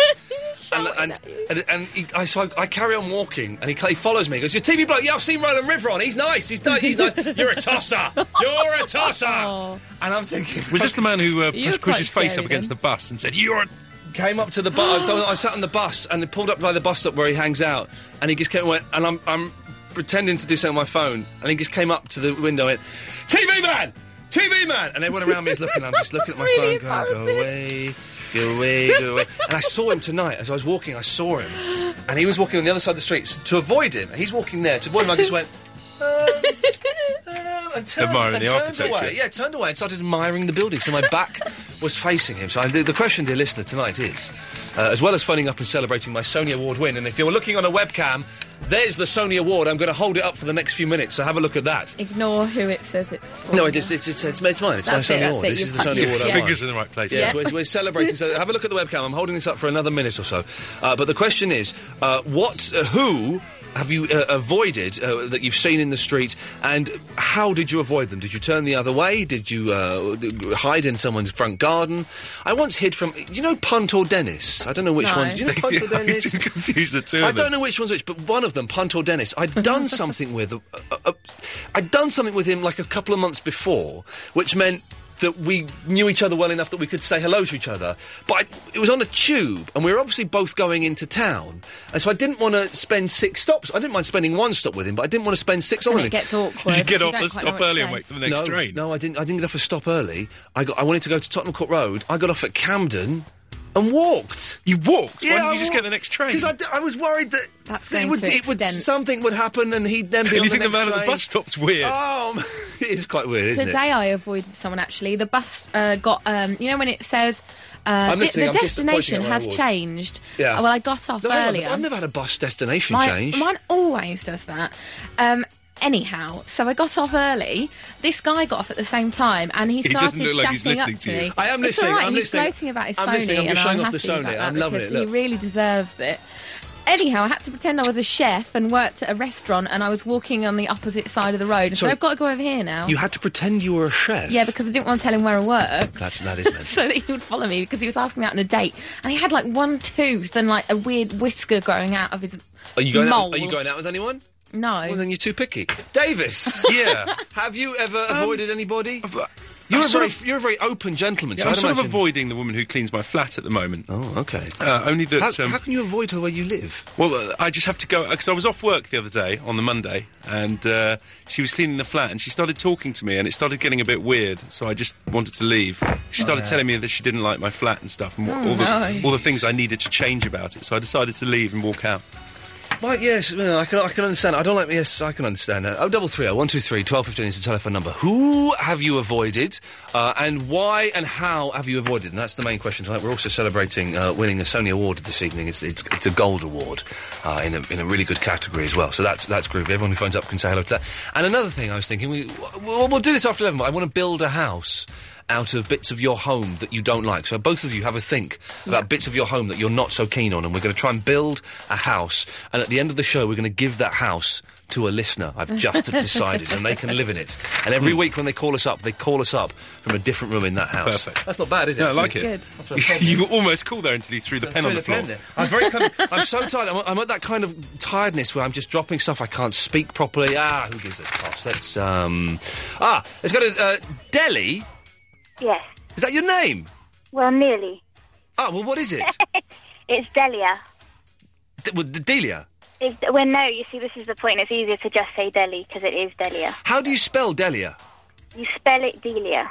S1: and and, and, and he, I, so I, I carry on walking and he, ca- he follows me. He goes, You're TV bloke? Yeah, I've seen Roland River on. He's nice. He's, ni- he's nice. You're a tosser! You're a tosser! And I'm thinking.
S2: Was this the man who uh,
S1: You were
S2: pushed, pushed his
S1: quite
S2: face
S1: scary
S2: up against
S1: then.
S2: the bus and said, "You're"? A-?
S1: Came up to the bus. so I sat on the bus and it pulled up by the bus stop where he hangs out. And he just came and went, and I'm, I'm pretending to do something on my phone. And he just came up to the window and went, TV man! TV man! And everyone around me is looking. I'm just looking at my
S11: Really
S1: phone going, go away, go away, go away. And I saw him tonight. As I was walking, I saw him. And he was walking on the other side of the street. So to avoid him, he's walking there. To avoid him, I just went, Um, and turned,
S2: Admiring
S1: and
S2: the
S1: turned
S2: architecture.
S1: away. Yeah, turned away and started admiring the building. So my back was facing him. So I, the, the question, dear listener, tonight is, uh, as well as phoning up and celebrating my Sony Award win, and if you're looking on a webcam, there's the Sony Award. I'm going to hold it up for the next few minutes. So have a look at that.
S7: Ignore who it says it's for.
S1: No, it is, it's, it's, it's, it's mine. It's
S7: That's
S1: my
S7: it,
S1: Sony
S7: that's
S1: Award.
S7: it.
S1: This
S7: You've
S1: is the Sony
S7: got-
S1: Award.
S7: Your
S1: I'm
S2: fingers
S1: on.
S2: in the right place.
S1: Yes,
S2: Yeah.
S1: we're, we're celebrating. so have a look at the webcam. I'm holding this up for another minute or so. Uh, but the question is, uh, what, uh, who have you uh, avoided uh, that you've seen in the street, and how did you avoid them? Did you turn the other way? Did you uh, d- hide in someone's front garden? I once hid from, you know, Punt or Dennis. I don't know which
S2: No.
S1: one. Do you know Punt or
S2: I
S1: Dennis?
S2: do confuse the two
S1: I
S2: of them.
S1: don't know which one's which, but one of them, Punt or Dennis, I'd done something with. Uh, uh, uh, I'd done something with him like a couple of months before, which meant that we knew each other well enough that we could say hello to each other. But I, it was on a tube, and we were obviously both going into town, and so I didn't want to spend six stops. I didn't mind spending one stop with him, but I didn't want to spend six on
S7: And
S1: him.
S7: it gets awkward.
S2: You get
S7: You don't
S2: off the
S7: quite know
S2: stop
S7: what to
S2: early and
S7: say.
S2: wait for the next
S1: no,
S2: train.
S1: No, I didn't. I didn't get off a stop early. I got. I wanted to go to Tottenham Court Road. I got off at Camden. And walked.
S2: You walked.
S1: Yeah,
S2: Why didn't
S1: I
S2: you just
S1: walked.
S2: get the next train?
S1: Because I, d- I was worried that
S7: That's
S1: it
S7: going
S1: would,
S7: to
S1: it would,
S7: extent.
S1: something would happen, and he'd then be
S2: You
S1: on
S2: think
S1: the next
S2: the man at the
S1: train.
S2: bus stop's weird?
S1: Oh, man, it is quite weird, isn't
S7: Today
S1: it?
S7: I avoided someone actually. The bus uh, got, um, you know, when it says uh,
S1: I'm
S7: the,
S1: listening,
S7: the
S1: I'm just
S7: destination
S1: pointing at my
S7: has
S1: award.
S7: changed.
S1: Yeah.
S7: Uh, Well, I got off
S1: No, hang on,
S7: earlier.
S1: I've never had a bus destination
S7: My-
S1: change.
S7: Mine always does that. Um, anyhow, so I got off early. This guy got off at the same time, and he,
S1: He doesn't
S7: started
S1: look like he's
S7: shouting
S1: listening
S7: up
S1: to
S7: to
S1: you.
S7: me.
S1: I am
S7: It's
S1: listening,
S7: All right,
S1: I'm
S7: he's
S1: listening.
S7: gloating about his
S1: I'm
S7: Sony,
S1: listening, I'm
S7: and
S1: just showing
S7: I'm
S1: off the
S7: happy about
S1: Sony,
S7: that
S1: I'm loving
S7: because
S1: it, look.
S7: He really deserves it. Anyhow, I had to pretend I was a chef and worked at a restaurant, and I was walking on the opposite side of the road. So
S1: Sorry.
S7: I've got to go over here now.
S1: You had to pretend you were a chef.
S7: yeah, because I didn't want to tell him where I work
S1: That's, that is mental.
S7: so that he would follow me because he was asking me out on a date and he had like one tooth and like a weird whisker growing out of his
S1: Are you going? Out,
S7: mole.
S1: are you going out with anyone?
S7: No.
S1: Well, then you're too picky, Davis.
S2: Yeah.
S1: Have you ever avoided anybody?
S2: I've
S1: You're a
S2: sort
S1: very,
S2: of-
S1: you're a very open gentleman.
S2: Yeah,
S1: so
S2: I'm
S1: I'd
S2: sort of
S1: imagine-
S2: avoiding the woman who cleans my flat at the moment.
S1: Oh, okay.
S2: Uh, only that.
S1: how,
S2: um,
S1: how can you avoid her where you live?
S2: Well, uh, I just have to go because I was off work the other day on the Monday, and uh, she was cleaning the flat, and she started talking to me, and it started getting a bit weird. So I just wanted to leave. She started telling me that she didn't like my flat and stuff, and what,
S1: Oh,
S2: all, the,
S1: no.
S2: all the things I needed to change about it. So I decided to leave and walk out.
S1: Right, yes, well, I can, I can understand. I don't like. Yes, I can understand that. Oh, double three, oh, one, two, three, twelve, fifteen is the telephone number. Who have you avoided, uh, and why, and how have you avoided? And that's the main question tonight. We're also celebrating uh, winning a Sony Award this evening. It's it's, it's a gold award uh, in a in a really good category as well. So that's that's groovy. Everyone who phones up can say hello to that. And another thing I was thinking, we we'll, we'll do this after eleven. But I want to build a house out of bits of your home that you don't like. So both of you have a think about bits of your home that you're not so keen on, and we're going to try and build a house. And at the end of the show, we're going to give that house to a listener. I've just decided, and they can live in it. And every
S2: Hmm.
S1: week when they call us up, they call us up from a different room in that house. Uh,
S2: Perfect.
S1: That's not bad, is it?
S2: No, I like
S1: actually?
S2: it.
S1: That's what I'm saying.
S2: you were almost cool there until you threw the pen
S1: Throw
S2: on the, floor.
S1: there. I'm very. Kind of- I'm so tired. I'm, I'm at that kind of tiredness where I'm just dropping stuff. I can't speak properly. Ah, who gives a toss? Let's um. Ah, let's go to uh, Delhi.
S18: Yes.
S1: Is that your name?
S18: Well, nearly.
S1: Ah, well, what is it?
S18: It's Delia.
S1: D- well, D- Delia.
S18: It's, well, no, you see, this is the point. It's easier to just say Delhi because it is Delia.
S1: How do you spell Delia?
S18: You spell it Delia.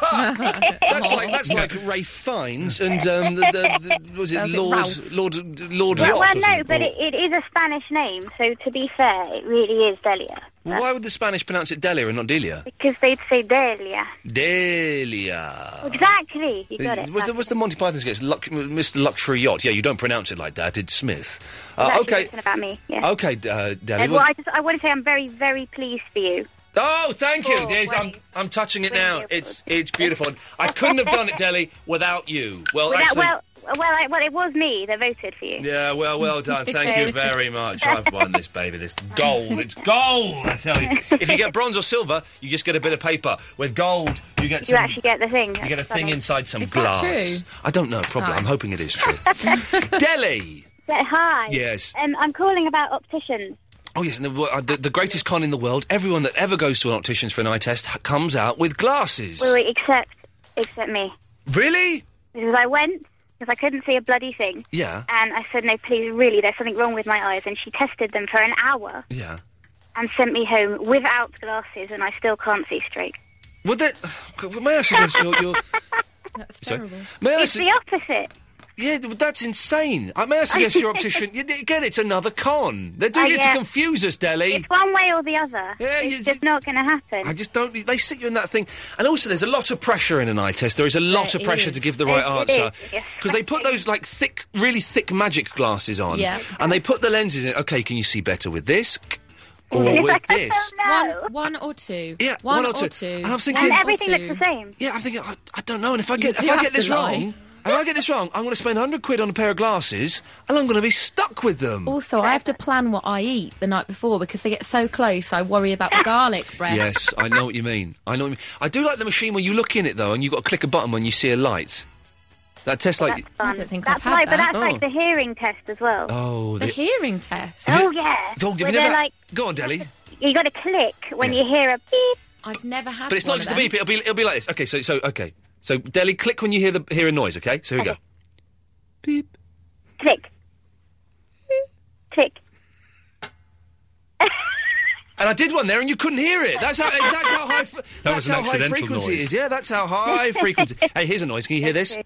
S1: That's like that's like Ray Fiennes and um, the, the, the, was it
S18: Sounds like
S1: Lord
S18: Ralph.
S1: Lord Lord
S18: well,
S1: Yacht
S18: well,
S1: or
S18: no,
S1: something?
S18: but
S1: Or-
S18: it, it is a Spanish name, so to be fair, it really is Delia
S1: Why would the Spanish pronounce it Delia and not Delia?
S18: because they'd say Delia.
S1: Delia.
S18: Exactly, you got it.
S1: Ah. What's the, what's the Monty Python sketch? Lux, Mr. Luxury Yacht. Yeah, you don't pronounce it like that. It's Smith.
S18: That's
S1: Uh,
S18: actually
S1: okay.
S18: written about me. Yeah.
S1: Okay, uh, Delia.
S18: Uh, well, I just I want to say I'm very very pleased for you.
S1: Oh, thank you. Yes, I'm, I'm touching it now. It's it's beautiful. I couldn't have done it, Delhi, without you. Well,
S18: Without-
S1: actually,
S18: well,
S19: well, I, well, it was me that voted for you.
S1: Yeah, well, well done. Thank you very much. I've won this, baby. This gold. It's gold, I tell you. If you get bronze or silver, you just get a bit of paper. With gold, you get
S19: You
S1: some.
S19: actually get the thing.
S1: You get a
S19: That's
S1: thing
S19: funny.
S1: inside some glass. I don't know. Probably.
S19: Oh.
S1: I'm hoping it is true. Delhi.
S19: Yeah, hi.
S1: Yes.
S19: Um, I'm calling about opticians.
S1: Oh yes, and the, wo- uh, the, the greatest con in the world. Everyone that ever goes to an optician's for an eye test h- comes out with glasses.
S19: Well, except, except me.
S1: Really?
S19: Because I went, because I couldn't see a bloody thing.
S1: Yeah.
S19: And I said, no, please, really, there's something wrong with my eyes. And she tested them for an hour
S1: Yeah.
S19: and sent me home without glasses, and I still can't see straight.
S1: Would that? May I suggest your? your
S19: That's
S1: Sorry. May I
S19: it's
S1: su-
S19: the opposite.
S1: Yeah, th- that's insane. I may I suggest your optician. y- Again, it's another con. They're doing
S19: Uh,
S1: it
S19: yeah.
S1: to confuse us, Delhi.
S19: It's one way or the other. Yeah, it's just not going to happen.
S1: I just don't. They sit you in that thing, and also there's a lot of pressure in an eye test. There is a lot
S19: There
S1: of pressure
S19: is.
S1: to give the right
S19: There
S1: answer
S19: is, yes.
S1: because they put those like thick, really thick magic glasses on,
S7: Yeah.
S1: and they put the lenses in. Okay, can you see better with this or with this?
S7: One, one or two.
S1: Yeah,
S7: one,
S1: one or two. And I'm thinking- And everything looks the
S19: same.
S1: Yeah, I'm thinking. I, I don't know. And if I
S7: You
S1: get if
S7: do
S1: I
S7: have
S1: get this
S7: to lie.
S1: wrong, if I get this wrong, I'm going to spend hundred quid on a pair of glasses, and I'm going to be stuck with them.
S7: Also, I have to plan what I eat the night before because they get so close. I worry about the garlic bread.
S1: Yes, I know what you mean. I know. What you mean. I do like the machine where you look in it though, and you've got to click a button when you see a light. That test, like,
S19: I
S7: don't think
S19: that's
S7: I've had
S19: right, but
S7: that.
S19: that's like
S1: Oh.
S19: the hearing test as well.
S1: oh,
S7: The
S1: the-
S7: hearing test.
S19: Oh, yeah.
S1: Oh, have you
S19: Where
S1: never-
S19: they're like,
S1: go on, Delhi.
S19: you got to click when you hear a beep.
S7: I've never had
S1: But it's not just the beep. It'll be it'll be like this. Okay, so so okay, so Delhi, click when you hear the hear a noise. Okay, so here we go.
S19: Click. Click.
S1: And I did one there, and you couldn't hear it. That's how that's how high. fre-
S20: That
S1: that's
S20: was an
S1: how high
S20: accidental
S1: frequency it
S20: noise.
S1: is. Yeah, that's how high frequency. hey, here's a noise. Can you hear this?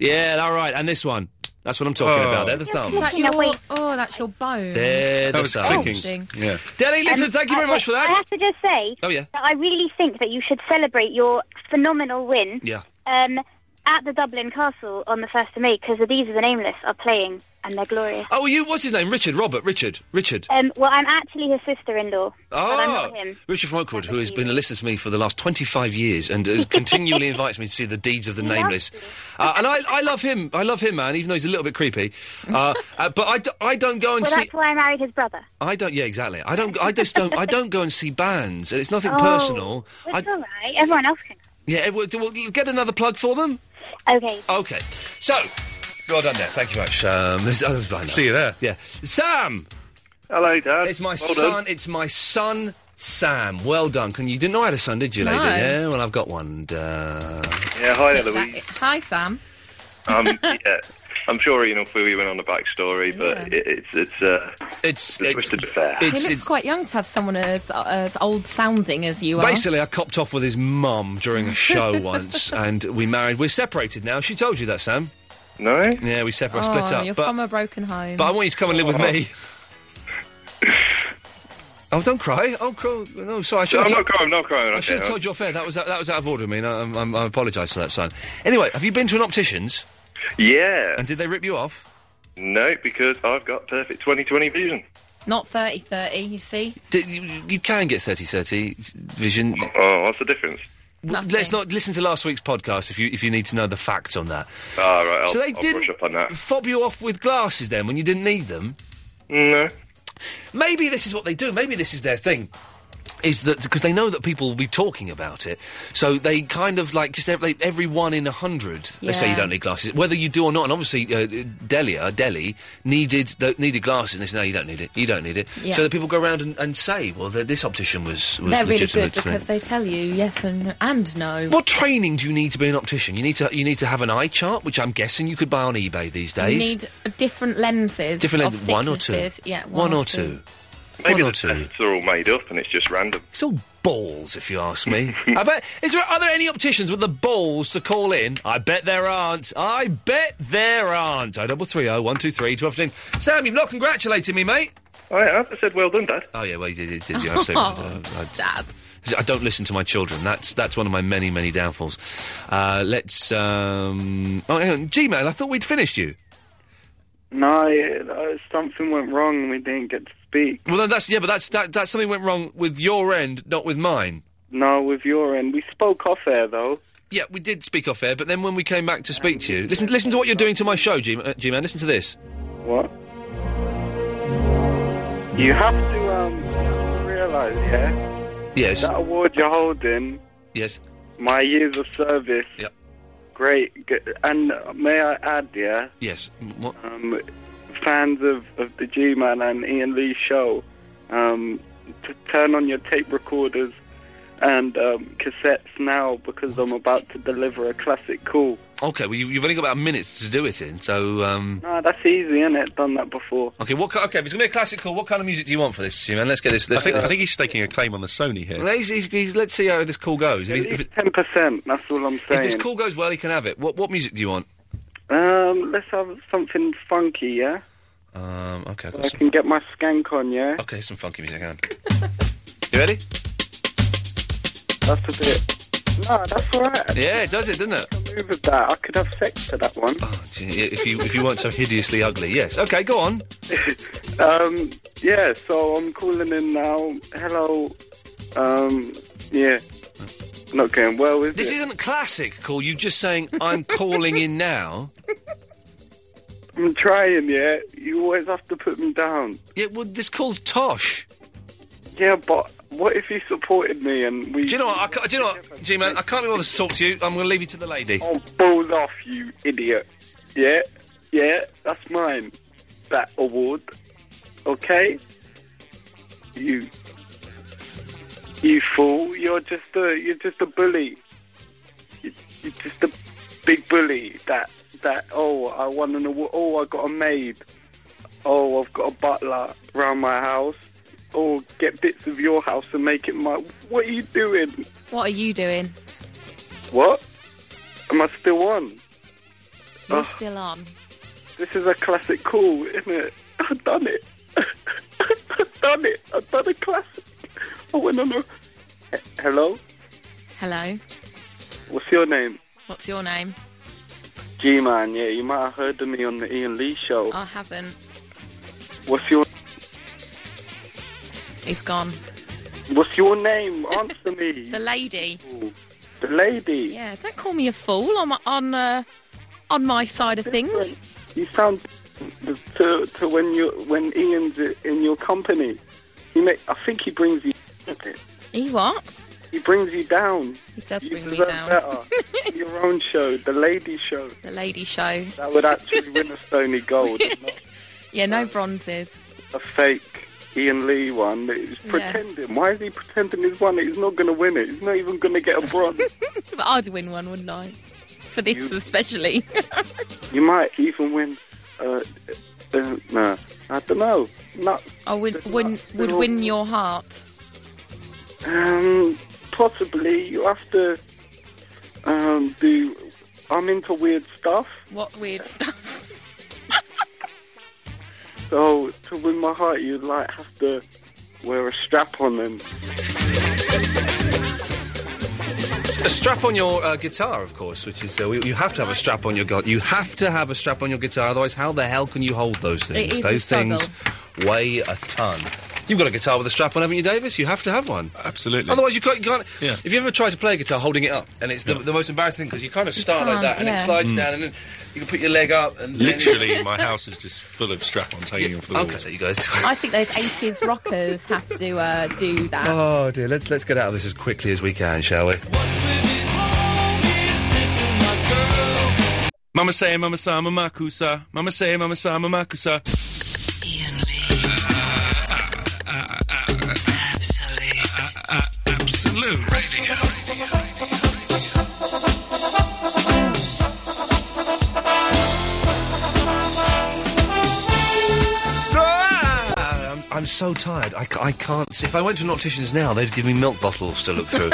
S1: Yeah, all right. And this one. That's what I'm talking
S20: Oh.
S1: about. They're the
S7: Is
S1: thumb.
S7: that your, oh, that's your bone.
S1: They're the thumb. Yeah. Delhi, listen.
S19: Um,
S1: thank you very
S19: I-
S1: much for
S19: I
S1: that.
S19: have to just say
S1: Oh, yeah.
S19: that I really think that you should celebrate your phenomenal win
S1: Yeah.
S19: um, at the Dublin Castle on the 1st of May because These Are the Nameless are playing and they're glorious.
S1: Oh, you. What's his name? Richard. Robert. Richard. Richard.
S19: Um, well, I'm actually his sister in law, but I'm
S1: Oh,
S19: not him.
S1: Richard from Oakwood, who has been a listener to me for the last 25 years and has continually invites me to see the deeds of the nameless. Uh, and I, I love him. I love him, man, even though he's a little bit creepy. Uh, uh, but I, d- I don't go and
S19: Well,
S1: see.
S19: that's why I married his brother.
S1: I don't. Yeah, exactly. I don't. I just don't. I don't go and see bands, and it's nothing
S19: Oh,
S1: personal.
S19: It's
S1: I,
S19: all right. Everyone else can.
S1: yeah. eh, We'll, we'll get another plug for them.
S19: Okay.
S1: Okay. So, well done there. Thank you very much. Um, this- oh, I know.
S20: See you there.
S1: Yeah. Sam.
S6: Hello, Dad.
S1: It's my son. It's my son, Sam. Well done. Can you didn't know I had a son, did you, lady?
S7: No.
S1: Yeah. Well, I've got one. Duh.
S6: Yeah, hi,
S7: That-
S6: Eloise.
S7: Hi, Sam.
S6: um, yeah, I'm sure Ian will fill you in on the backstory, but it, it's it's uh,
S1: it's
S6: a twisted affair.
S7: he looks quite young to have someone as as old sounding as you are.
S1: Basically, I copped off with his mum during a show once, and we married. We're separated now. She told you that, Sam.
S6: No.
S1: Yeah, we separ-
S7: oh,
S1: split up.
S7: You're
S1: But,
S7: from a broken home.
S1: but I want you to come and live with me. oh, don't cry. Oh, cry. No, sorry. I
S6: No,
S1: should.
S6: I'm not crying. I'm not crying.
S1: I should have told you off air. That was that was out of order. I mean, I, I, I apologise for that, son. Anyway, have you been to an optician's?
S6: Yeah.
S1: And did they rip you off?
S6: No, because I've got perfect 20/20 vision.
S7: Not 30 30, you see?
S1: Did, you, you can get 30-30 vision.
S6: Oh, what's the difference?
S1: W- Let's not listen to last week's podcast if you if you need to know the facts on that.
S6: Ah, right. I'll,
S1: so they
S6: I'll
S1: didn't
S6: brush up on that.
S1: fob you off with glasses then when you didn't need them.
S6: No.
S1: Maybe this is what they do. Maybe this is their thing. Is that because they know that people will be talking about it, so they kind of like just every, every one in a hundred. They say you
S20: Yeah.
S1: don't need glasses, whether you do or not. And obviously, uh, Delia, Delhi needed th- needed glasses. And they say, no, you don't need it. You don't need it.
S7: Yeah.
S1: So the people go around and, and say, well, th- this optician was was
S7: They're really good
S1: legitimate. to me.
S7: because they tell you yes and and no.
S1: What training do you need to be an optician? You need to you need to have an eye chart, which I'm guessing you could buy on eBay these
S7: You
S1: days.
S7: need different lenses.
S1: Different
S7: of
S1: length, one or two.
S7: thicknesses. Yeah,
S1: one, or two.
S6: Maybe
S1: One or
S6: the tests are all made up and it's just random.
S1: It's all balls, if you ask me. I bet. Is there are there any opticians with the balls to call in? I bet there aren't. I bet there aren't. I double three oh one two three twelve fifteen. Sam, you've not congratulated me, mate.
S6: I have. I said well done, Dad.
S1: Oh yeah, well you did. did, did you absolutely? I- I- I don't listen to my children. That's that's one of my many many downfalls. Uh, let's. Um, oh, hang on. Gmail. I thought we'd finished you.
S10: No, uh, something went wrong and we didn't get to speak.
S1: Well, no, that's yeah, but that's that, that something went wrong with your end, not with mine.
S10: No, with your end. We spoke off air, though.
S1: yeah, we did speak off air, but then when we came back to speak to you, listen, listen to what you're doing to my show, G, uh, G-Man. Listen to this.
S10: What? You have to um, realise, yeah?
S1: Yes.
S10: That award you're holding.
S1: Yes.
S10: My years of service.
S1: Yep.
S10: Great. g- And may I add, yeah?
S1: Yes. What?
S10: Um, fans of, of the G Man and Ian Lee's show, um, to turn on your tape recorders and um, cassettes now because I'm about to deliver a classic call.
S1: Okay, well, you, you've only got about a minute to do it in, so. Um,
S10: No, that's easy, is it? Done that before.
S1: okay, what? ki- Okay, if it's gonna be a classic call. What kind of music do you want for this, G-Man? Let's get this.
S2: I
S1: Let's
S2: think,
S1: get
S2: I
S1: this.
S2: think he's staking a claim on the Sony here.
S1: Well, he's- he's- he's- let's see how this call goes. If, he's- if it-
S10: Ten percent. That's all I'm
S1: if
S10: saying.
S1: this call goes well, he can have it. What what music do you want?
S10: Um, let's have something funky, yeah.
S1: Um, okay,
S10: So
S1: I've got
S10: I
S1: some-
S10: can get my skank on, yeah.
S1: okay, here's some funky music. Hang on. you ready?
S10: That's a
S1: Oh.
S10: bit. No, that's alright.
S1: Yeah, it does it, doesn't it?
S10: Move with that. I could have sex to that one.
S1: Gee, If you if you weren't so hideously ugly, yes. Okay, go on.
S10: um, yeah. So I'm calling in now. Hello. Um, yeah. Not going well with
S1: This isn't classic call. You just saying I'm calling in now.
S10: I'm trying, yeah. You always have to put me down.
S1: Yeah, well, this call's Tosh.
S10: Yeah, but what if you supported me and we?
S1: Do you know what? I ca- do you know what, G-Man? I can't be bothered to talk to you. I'm going to leave you to the lady.
S10: Oh, balls off, you idiot. Yeah, yeah, that's mine. That award. Okay? You. You fool. You're just a. You're just a bully. You, you're just a big bully. That. That. Oh, I won an award. Oh, I got a maid. Oh, I've got a butler round my house. Oh, get bits of your house and make it my. What are you doing?
S7: What are you doing?
S10: What? Am I still on?
S7: You're
S1: Ah.
S10: Ugh.
S7: still on.
S10: This is a classic call, isn't it? I've done it. I've done it. I've done a classic. I went on a... H- Hello?
S7: Hello.
S10: What's your name?
S7: What's your name?
S10: G-Man, yeah. You might have heard of me on the Ian Lee show.
S7: I haven't.
S10: What's your...
S7: He's gone.
S10: What's your name? Answer me.
S7: The lady.
S10: The lady.
S7: Yeah, don't call me a fool on my, on uh, on my side of things.
S10: You sound to, to when you when Ian's in your company. He make, I think he brings you.
S7: He what?
S10: He brings you down.
S7: He does
S10: You
S7: bring me
S10: deserve
S7: down.
S10: better. your own show, the lady show.
S7: The lady show.
S10: That would actually win a Stony Gold, not
S7: Yeah, no bronzes.
S10: a fake Ian Lee one. He's
S7: Yeah.
S10: pretending. Why is he pretending he's won it? He's not going to win it. He's not even going to get a bronze.
S7: But I'd win one, wouldn't I? For this especially.
S10: you might even win. Uh, uh, no, I don't know. Not
S7: I would would would win your heart.
S10: Um, possibly you have to um, do. I'm into weird stuff,
S7: What weird stuff?
S10: so to win my heart, you like have to wear a strap on them.
S1: A strap on your uh, guitar, of course, which is uh, we- you have to have a strap on your guitar. You have to have a strap on your guitar, otherwise, how the hell can you hold those things?
S7: It is a
S1: those things weigh a ton. You've got a guitar with a strap on, haven't you, Davis? You have to have one.
S2: Absolutely.
S1: Otherwise, you can't. You can't
S2: Yeah.
S1: If you ever try to play a guitar holding it up, and it's the, the most embarrassing because you kind of start like
S2: can't,
S1: that, and it
S2: yeah.
S1: slides
S2: Mm.
S1: down, and then you can put your leg up, and
S2: Literally, my house is just full of strap-ons hanging off the walls.
S1: Okay, there you guys.
S7: I think those eighties rockers have to uh, do that.
S1: Oh dear, let's let's get out of this as quickly as we can, shall we?
S2: Mama say, mama sa, mama kusa. Mama say, mama sa, mama kusa.
S14: Absolute Radio.
S1: Ah, I'm, I'm so tired. I, ca- I can't see. If I went to an optician's now, they'd give me milk bottles to look through.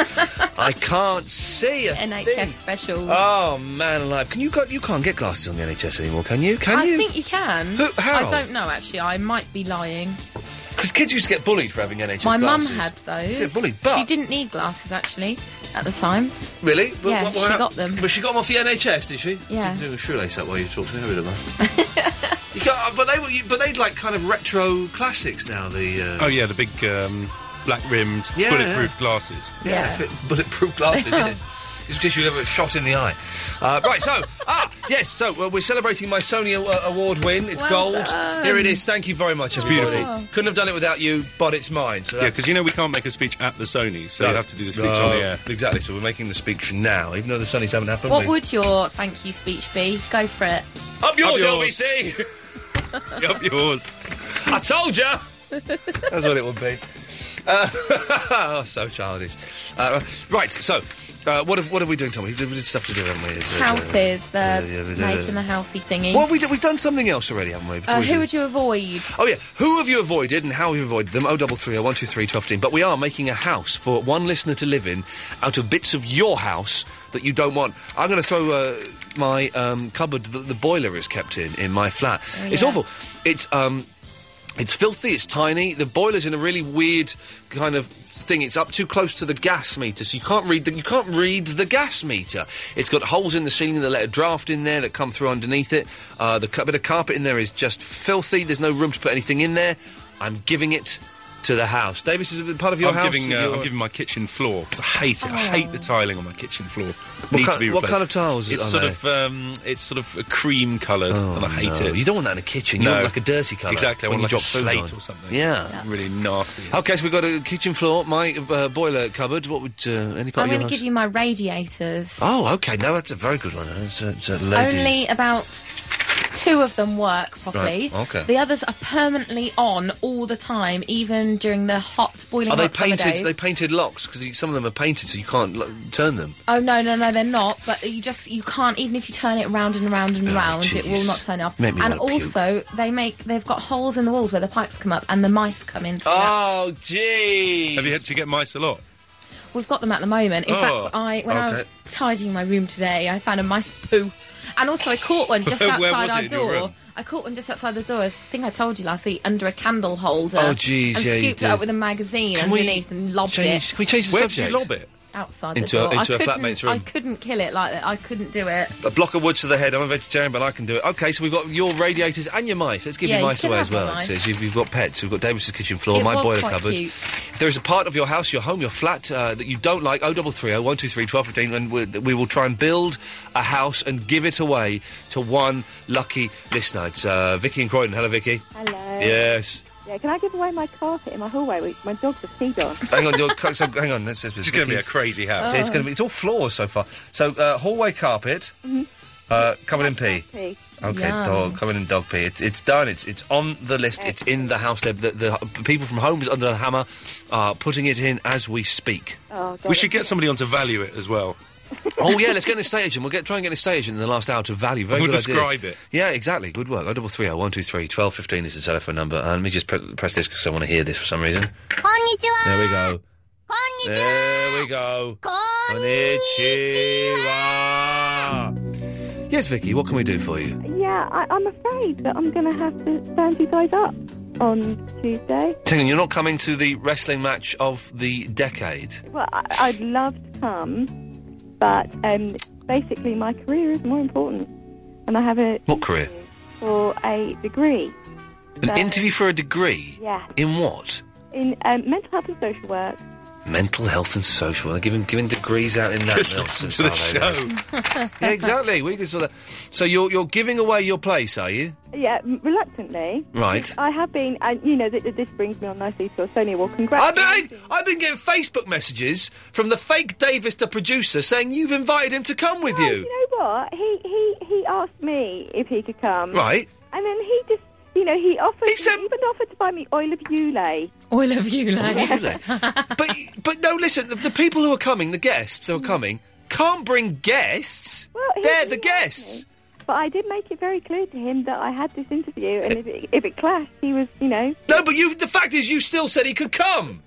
S1: I can't see a
S7: NHS
S1: thing.
S7: specials.
S1: Oh man, alive! Can you got you can't get glasses on the NHS anymore, can you? Can
S7: I
S1: you?
S7: think you can.
S1: Who- how?
S7: I don't know actually. I might be lying.
S1: Because kids used to get bullied for having NHS
S7: My mum
S1: glasses.
S7: had those.
S1: She got bullied, but
S7: she didn't need glasses actually at the time.
S1: really, But
S7: Yeah,
S1: what-
S7: she
S1: what hap-
S7: got them.
S1: But she got them off the NHS, did she?
S7: Yeah.
S1: Didn't do a shoelace up while you talked to me, I really don't like. you can't, but they were, you, but they'd like kind of retro classics now. The uh,
S2: Oh, yeah, the big um, black-rimmed,
S1: Yeah,
S2: bulletproof
S1: yeah.
S2: glasses.
S1: Yeah, fit- bulletproof glasses. yes. Just in case you ever shot in the eye. Uh, right, so, ah, yes, so well, we're celebrating my Sony a- Award win. It's
S2: Well
S1: gold.
S2: done.
S1: Here it is. Thank you very much,
S2: It's
S1: everybody.
S2: beautiful.
S1: Couldn't have done it without you, but it's mine. So
S2: Yeah,
S1: that's...
S2: because you know we can't make a speech at the Sony, so
S1: No.
S2: you have to do the speech
S1: No,
S2: on the air.
S1: Exactly, so we're making the speech now, even though the Sonys haven't happened.
S7: What
S1: we-
S7: would your thank you speech be? Go for it.
S1: Up yours,
S7: Up yours.
S1: LBC! Up yours. I told ya! That's what it would be. Uh, oh, so childish. Uh, right, so, uh, what, have, what are we doing, Tommy? We did we did stuff to do, haven't we? It's, uh,
S7: Houses, the
S1: yeah, yeah, yeah.
S7: making the housey thingy.
S1: What have we done? We've done something else already, haven't we? before
S7: uh,
S1: we
S7: who
S1: did-
S7: would you avoid?
S1: Oh yeah, who have you avoided and how have you avoided them? Oh double three, oh one two three, twelve fifteen. But we are making a house for one listener to live in out of bits of your house that you don't want. I'm going to throw uh, my um, cupboard that the boiler is kept in in my flat.
S9: Oh,
S1: It's
S9: yeah.
S1: awful. It's um. It's filthy, it's tiny. The boiler's in a really weird kind of thing. It's up too close to the gas meter, so you can't read the you can't read the gas meter. It's got holes in the ceiling that let a draft in there that come through underneath it. Uh, the ca- bit of carpet in there is just filthy. There's no room to put anything in there. I'm giving it to the house. Davis is it part of your
S2: I'm
S1: house.
S2: giving uh,
S1: Your-
S2: I'm giving my kitchen floor because I hate it. I
S1: Oh.
S2: hate the tiling on my kitchen floor.
S1: What
S2: Need
S1: ki-
S2: to be
S1: what
S2: replaced.
S1: kind of tiles
S2: It's
S1: are
S2: sort
S1: they? Oh,
S2: of um, it's sort of a cream coloured, and I hate
S1: no.
S2: it.
S1: You don't want that in a kitchen. You want like a dirty colour
S2: Exactly. I
S1: when
S2: want
S1: you drop
S2: like a
S1: food
S2: slate
S1: on.
S2: or something.
S1: Yeah.
S2: Really nasty.
S1: Okay, so we've got a kitchen floor, my uh, boiler cupboard. What would uh, any part
S7: I'm
S1: of your
S7: going to
S1: house?
S7: give you my radiators.
S1: Oh, okay. No, that's a very good one. It's a, it's a ladies.
S7: Only about two of them work properly.
S1: Right, okay.
S7: The others are permanently on all the time, even during the hot boiling.
S1: Are Oh, they
S7: hot summer
S1: painted?
S7: days.
S1: They painted locks because some of them are painted, so you can't lo- turn them.
S7: Oh no no no they're not but you just you can't even if you turn it round and round and round it will
S1: Ah, jeez.
S7: not turn off
S1: Make me
S7: and
S1: wanna puke.
S7: also they make they've got holes in the walls where the pipes come up and the mice come in through that.
S1: Oh, gee.
S2: Have you had to get mice a lot?
S7: We've got them at the moment. In
S2: Oh,
S7: fact, I when I was
S2: okay.
S7: tidying my room today, I found a mice poo, and also I caught one just
S1: Where-
S7: outside
S1: where was
S7: our
S1: it in your
S7: door.
S1: room?
S7: I caught one just outside the door. I think I told you last week under a candle holder.
S1: Oh, jeez,
S7: and
S1: yeah, you
S7: scooped it
S1: did.
S7: up with a magazine
S1: Can we
S7: underneath and lobbed
S1: Change,
S7: it.
S1: can we change the
S2: Where did you
S1: subject?
S2: lob it?
S7: Outside
S1: Into
S7: the
S1: a-
S7: door.
S1: into
S7: I
S1: a
S7: couldn't-
S1: flatmate's room.
S7: I couldn't kill it like that. I couldn't do it.
S1: A block of wood to the head. I'm a vegetarian, but I can do it. Okay, so we've got your radiators and your mice. Let's give
S7: Yeah,
S1: you
S7: you
S1: mice
S7: can
S1: away
S7: have
S1: as well.
S7: my
S1: It
S7: mice.
S1: says you've, you've got pets. We've got Davis's kitchen floor,
S7: It
S1: my
S7: was
S1: boiler
S7: quite
S1: cupboard.
S7: cute.
S1: If there is a part of your house, your home, your flat uh, that you don't like, 0330 123 1215, and we, we will try and build a house and give it away to one lucky listener. It's uh, Vicky and Croydon. Hello, Vicky.
S8: Hello.
S1: Yes.
S8: Yeah, can I give away my carpet in my hallway? which My dogs have peed on.
S1: hang on, your cu- so, hang on. That's, that's,
S2: It's gonna be a crazy house.
S1: It's
S8: Oh.
S1: going to be. It's all floors so far. So uh, hallway carpet
S8: Mhm.
S1: uh, covered in pee.
S8: Pee.
S1: Okay, dog covered in dog pee. It's it's done. It's it's on the list. It's in the house. The, the, the people from Homes Under the Hammer are putting it in as we speak.
S8: Oh, God.
S2: We should get somebody on to value it as well.
S1: oh yeah, let's get an estate agent. We'll get try and get an estate agent in the last hour to value. Very
S2: We'll
S1: good
S2: describe
S1: idea.
S2: it.
S1: Yeah, exactly. Good work. Oh, double three oh one two three twelve fifteen is the telephone number. And let me just pre- press this because I want to hear this for some reason. There we go. There we go. Konnichiwa. Yes, Vicky. What can we do for you?
S8: Yeah, I, I'm afraid that I'm going to have to stand you guys up on Tuesday.
S1: Tingan, you're not coming to the wrestling match of the decade.
S8: Well, I, I'd love to come, but um, basically my career is more important, and I have it
S1: What career?
S8: for a degree.
S1: An
S8: So-
S1: interview for a degree?
S8: Yeah,
S1: In what?
S8: in um, mental health and social work.
S1: Mental health and social. They're giving, giving degrees out in that
S2: Just listen
S1: nonsense.
S2: to the
S1: are they,
S2: show.
S1: yeah, exactly. We can sort that. So you're you're giving away your place, are you?
S8: Yeah, m- reluctantly.
S1: Right.
S8: I have been, and you know, th- th- this brings me on nicely to a Sony Award.
S1: I've
S8: Congrats.
S1: been, I've- I've been getting Facebook messages from the fake Davis, the producer, saying you've invited him to come with
S8: No,
S1: you.
S8: You know what? He, he, he asked me if he could come.
S1: Right.
S8: And then he just, you know, he offered, he, even offered to buy me oil of Yule.
S7: Oil of you,
S1: But no, listen. The, the people who are coming, the guests
S7: Mm.
S1: who are coming, can't bring guests.
S8: he-
S1: They're the
S8: he
S1: guests.
S8: But I did make it very clear to him that I had this interview, and if it, if it clashed, he was, you know.
S1: No, but you. The fact is, you still said he could come.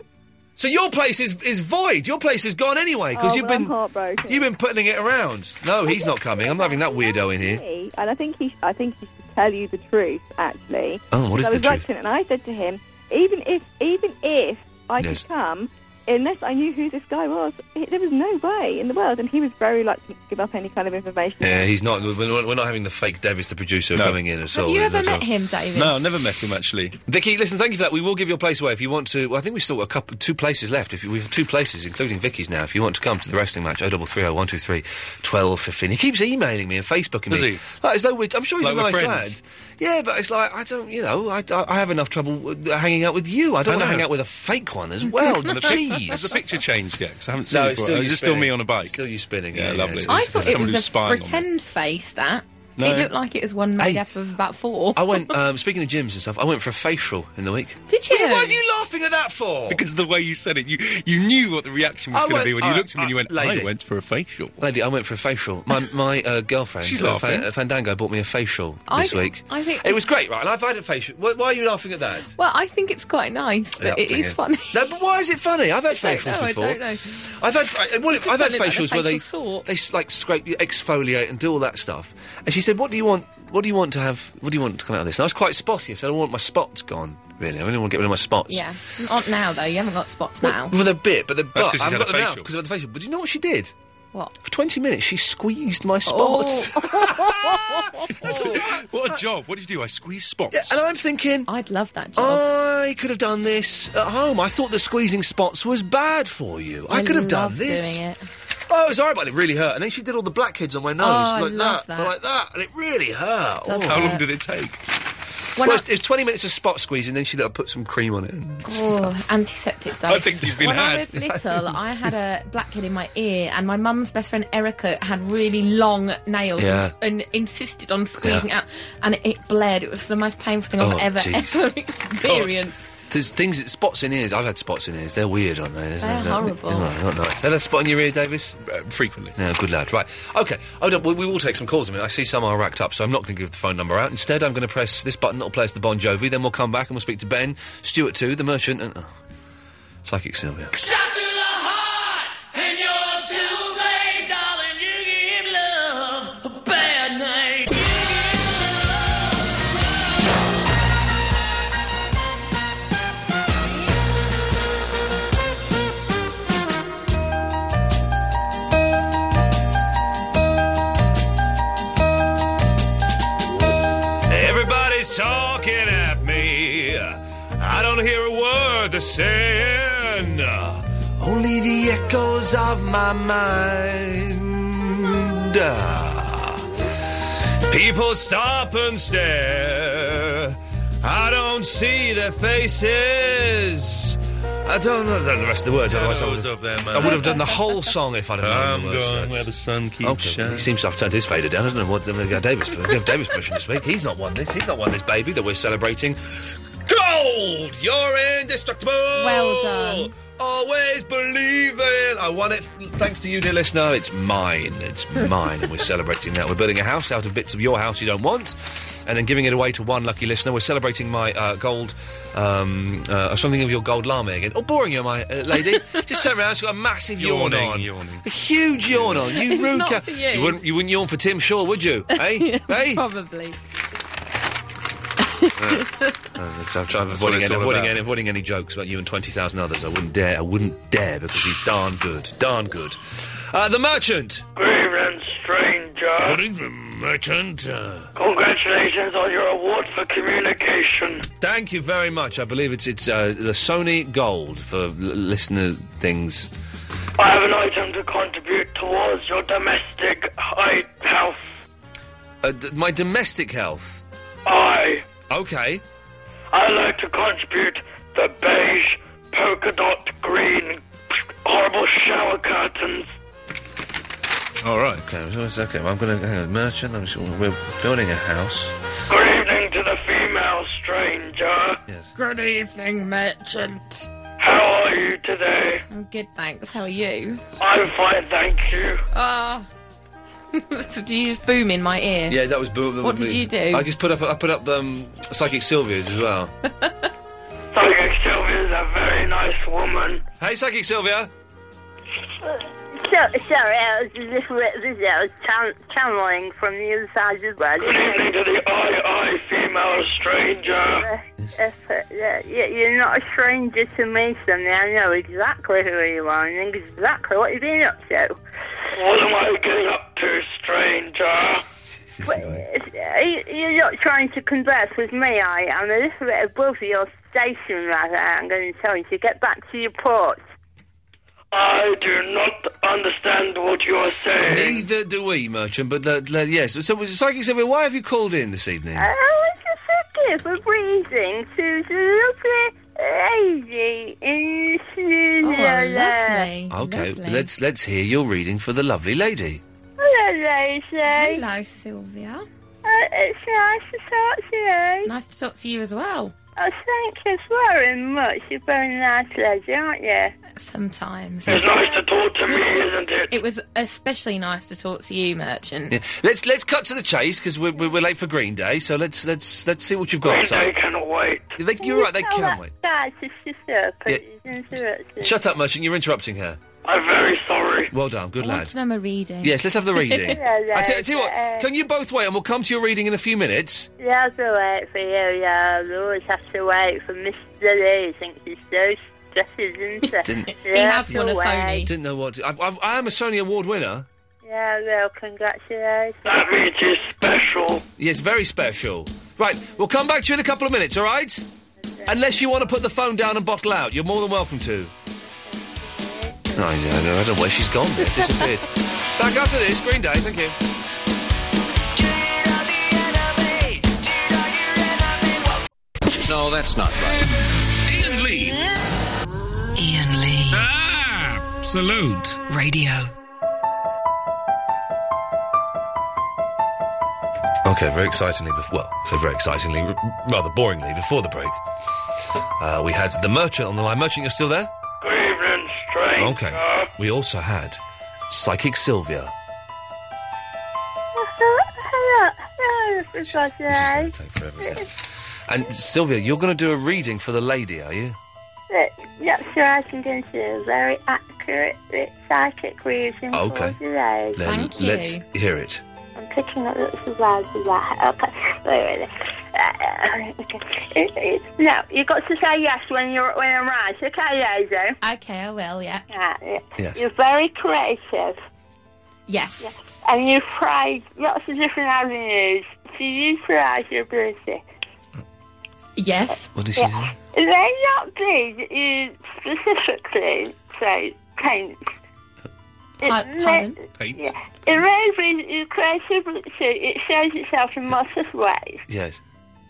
S1: So your place is is void. Your place is gone anyway because
S8: oh,
S1: you've
S8: well,
S1: been
S8: I'm heartbroken.
S1: you've been putting it around. No, he's not coming. I'm not having that weirdo in here.
S8: He- And I think he, I think he should tell you the truth. Actually,
S1: Oh, what is
S8: I
S1: the
S8: was
S1: truth?
S8: reluctant, and I said to him, even if, even if I
S1: Yes.
S8: could come, unless I knew who this guy was, it, there was no way in the world. And he was very reluctant to give up any kind of information.
S1: Yeah, he's not. We're not we're not having the fake Devis, the producer, coming in at all.
S7: Have you ever
S1: That's all.
S7: met him, David?
S1: No, I never met him actually. Vicky, listen, thank you for that. We will give your place away if you want to. Well, I think we still got a couple, two places left. If you, we have two places, including Vicky's now. If you want to come to the wrestling match, oh double three oh one two three twelve fifteen. He keeps emailing me and Facebooking
S2: Does
S1: me.
S2: he?
S1: Like, as though we're, I'm sure he's
S2: Like
S1: a
S2: we're
S1: nice
S2: friends?
S1: lad. Yeah, but it's like I don't. You know, I, I, I have enough trouble uh, hanging out with you. I don't
S2: I
S1: want to
S2: know.
S1: hang out with a fake one as well.
S2: And the pic- Has the
S1: Jeez.
S2: picture changed yet? 'Cause I haven't seen
S1: No,
S2: it
S1: it's
S2: before.
S1: still
S2: Oh,
S1: you
S2: is it still
S1: spinning.
S2: me on a bike?
S1: Still you spinning.
S2: Yeah,
S1: yeah,
S2: lovely.
S1: it's-
S7: I thought it
S2: Someone who's
S7: was a
S2: spying on me.
S7: pretend face. That
S1: No.
S7: it looked like it was one made
S1: Hey.
S7: up of about four.
S1: I went. Um, speaking of gyms and stuff, I went for a facial in the week.
S7: Did you?
S1: Why are you laughing at that for?
S2: Because the way you said it, you, you knew what the reaction
S1: I
S2: was going to
S1: went-
S2: be when you
S1: I-
S2: looked at me and you went,
S1: lady.
S2: I went for a facial.
S1: Lady, I went for a facial. My my uh, girlfriend,
S2: She's
S1: uh,
S2: laughing.
S1: Fa- Fandango, bought me a facial
S7: I-
S1: this week.
S7: I think-
S1: it was great, right? And I've had a facial. Why, why are you laughing at that?
S7: Well, I think it's quite nice, but
S1: Yeah,
S7: it is
S1: yeah.
S7: funny.
S1: No, but why is it funny? I've Oh, had
S7: I don't
S1: facials
S7: know, oh, I
S1: before.
S7: don't know.
S1: I've had fa- well,
S7: Just
S1: I've had
S7: something like the
S1: facials where they
S7: facial sort.
S1: they s- like scrape you, exfoliate, and do all that stuff. And she said, "What do you want? What do you want to have? What do you want to come out of this?" And I was quite spotty. I said, "I want my spots gone. Really, I really want to get rid of my spots."
S7: Yeah, not now though. You haven't got spots now.
S1: With a bit, but the
S2: That's
S1: but
S2: 'cause she's
S1: I've
S2: had
S1: got
S2: a
S1: them now
S2: facial.
S1: because of the facial. But do you know what she did?
S7: What?
S1: For twenty minutes, she squeezed my
S7: Oh.
S1: spots.
S2: Oh. What a job. What did you do? I squeezed spots.
S1: Yeah, and I'm thinking,
S7: I'd love that job.
S1: I could have done this at home. I thought the squeezing spots was bad for you. I, could have done
S7: love
S1: this.
S7: Doing it.
S1: Oh, it was alright, but it really hurt. And then she did all the blackheads on my nose,
S7: Oh, I
S1: like
S7: love
S1: that,
S7: that.
S1: like that, and it really hurt.
S7: does
S1: Oh.
S7: How long hurt.
S2: did it take?
S1: well, it's, it's twenty minutes of spot squeezing, then she let her put some cream on it. and-
S7: Oh, antiseptic stuff.
S1: I think you've been
S7: When I
S1: had.
S7: was little, I had a blackhead in my ear, and my mum's best friend Erica had really long nails
S1: Yeah.
S7: and, and insisted on squeezing out, and it bled. It was the most painful thing
S1: Oh,
S7: I've ever,
S1: jeez.
S7: ever experienced.
S1: There's things that spots in ears. I've had spots in ears. They're weird, aren't they? uh,
S7: They're horrible.
S1: They're not nice. Had a spot in your ear, Davis? Uh,
S2: frequently.
S1: No, good lad. Right. Okay. Oh, no, we, we will take some calls. I mean, I see some are racked up, so I'm not going to give the phone number out. Instead, I'm going to press this button that'll play us the Bon Jovi. Then we'll come back and we'll speak to Ben, Stuart too, the merchant, and oh, Psychic Sylvia. Everybody's talking at me. I don't hear a word they're saying. Only the echoes of my mind. People stop and stare. I don't see their faces. I don't know the rest of the words. Otherwise, I would
S2: Shadows
S1: have,
S2: of their
S1: I would have done the whole song if I'd have known
S2: I'm
S1: the words.
S2: going
S1: That's-
S2: where the sun keeps
S1: Okay,
S2: shining.
S1: He seems to have turned his fader down. I don't know what the guy Davis. we have Davis permission to speak. He's not won this. He's not won this baby that we're celebrating. Gold! You're indestructible!
S7: Well done.
S1: Always believe in. I won it thanks to you, dear listener. It's mine. It's mine. and we're celebrating that. We're building a house out of bits of your house you don't want and then giving it away to one lucky listener. We're celebrating my uh, gold, um, uh, something of your gold llama again. Oh, boring you, my uh, lady. Just turn around. She's got a massive
S2: Yawning,
S1: yawn on.
S2: yawning.
S1: A huge yawn on. You
S7: It's
S1: rude
S7: not
S1: ca-
S7: for you.
S1: wouldn't, you wouldn't yawn for Tim Shaw, would you? Eh? eh?
S7: Probably.
S1: Uh, so I'm trying
S2: That's what
S1: avoiding,
S2: it's
S1: any,
S2: all
S1: avoiding,
S2: about.
S1: any, avoiding any jokes about you and 20,000 others. I wouldn't dare. I wouldn't dare because he's darn good. Darn good. Uh, the merchant.
S9: Grievance, stranger.
S1: Good evening, merchant. Uh,
S9: Congratulations on your award for communication.
S1: Thank you very much. I believe it's it's uh, the Sony Gold for l- listener things.
S9: I have an item to contribute towards your domestic high health.
S1: Uh, d- my domestic health.
S9: I.
S1: Okay.
S9: I'd like to contribute the beige polka dot green horrible shower curtains.
S1: All right. Okay. so it's Okay. I'm going to hang on. Merchant. I'm just, we're building a house.
S9: Good evening to the female stranger.
S7: Good evening, merchant.
S9: How are you today?
S7: I'm good, thanks. How are you?
S9: I'm fine, thank you.
S7: Ah. so do you just boom in my ear?
S1: Yeah, that was. Bu-
S7: What did you do?
S1: I just put up. I put up um, psychic Sylvia's as well.
S9: Psychic Sylvia is a very nice woman.
S1: hey, psychic Sylvia.
S20: So, sorry, I was just a bit busy. I was chan- channeling from the other side of the world.
S9: Good evening to the I I female stranger.
S1: is.
S20: If, uh, yeah, yeah, you're not a stranger to me, Sonny. I know exactly who you are and exactly what you've been up to.
S9: What am I getting up to, stranger?
S20: But, uh, you- you're not trying to converse with me, are you? I'm a little bit above your station, rather. I'm going to tell you to get back to your port.
S9: I do not understand what you are saying.
S1: Neither do we, merchant. But uh, le- yes, so was psychic Sylvia, why have you called in this evening?
S20: I was just looking for breathing to the lovely lady in the studio there.
S1: okay, let's let's hear your reading for the lovely lady.
S20: Hello, Lucy.
S7: Hello, Sylvia.
S20: it's nice to talk to you.
S7: Nice to talk to you as well.
S20: Oh, thank you very much. You're a very nice lady, aren't you?
S7: Sometimes.
S20: It's nice
S9: to talk to me, isn't it?
S7: It was especially nice to talk to you, merchant.
S1: Yeah, Let's let's cut to the chase because we're, we're we're late for Green Day. So let's let's let's see what you've got.
S9: Green
S1: so.
S9: Day cannot wait.
S1: They, you're right. They can wait.
S20: Guys, it's just up.
S1: Yeah.
S20: Yeah.
S1: Shut up, merchant. You're interrupting her.
S9: I'm very sorry.
S1: Well done. Good
S7: I want
S1: lad.
S7: to know my reading.
S1: Yes, let's have the reading.
S20: Hello,
S1: I tell I tell you what.
S20: Jay.
S1: Can you both wait, and we'll come to your reading in a few minutes.
S20: You have to wait for you, yeah. You always have to wait for Mr. Lee. Thinks he's so stresses, isn't he?
S1: Didn't-
S20: You have to wait.
S1: Didn't know what. I've, I've, I am a Sony Award winner.
S20: Yeah, well, congratulations.
S1: Yes, very special. Right, we'll come back to you in a couple of minutes, all right? Unless you want to put the phone down and bottle out, you're more than welcome to.
S16: Oh,
S1: I don't know, I don't know where she's gone. It disappeared. back after this, Green Day, thank you.
S13: No, that's not right.
S14: Ian Lee.
S5: Ian Lee.
S14: Ah, salute.
S5: Radio.
S1: Okay, very excitingly, bef- well, so very excitingly, r- rather boringly, before the break, uh, we had the merchant on the line. Merchant, you're still there?
S9: Good evening, stranger.
S1: Okay. We also had Psychic Sylvia.
S20: Hello, hello, Mr. Lee.
S1: And Sylvia, you're going to do a reading for the lady, are you?
S20: Look, Not sure I can get into a very accurate re- psychic reading
S1: Okay.
S20: for today.
S1: Then let's hear it.
S20: I'm picking up lots of words with that. Okay, wait, wait. wait. Uh, okay. It- it- No, you've got to say yes when you're when I'm right. Okay, Daisy.
S7: Okay, I will. Yeah.
S1: Yes.
S20: You're very creative.
S7: Yes.
S20: And you've tried lots of different avenues to utilise your ability.
S7: Yes.
S1: What did
S20: she yeah. say? They're not things that you specifically say paint. It may-
S1: Paint.
S20: Yeah. It may be your creativity, it shows itself in lots of ways.
S1: Yes.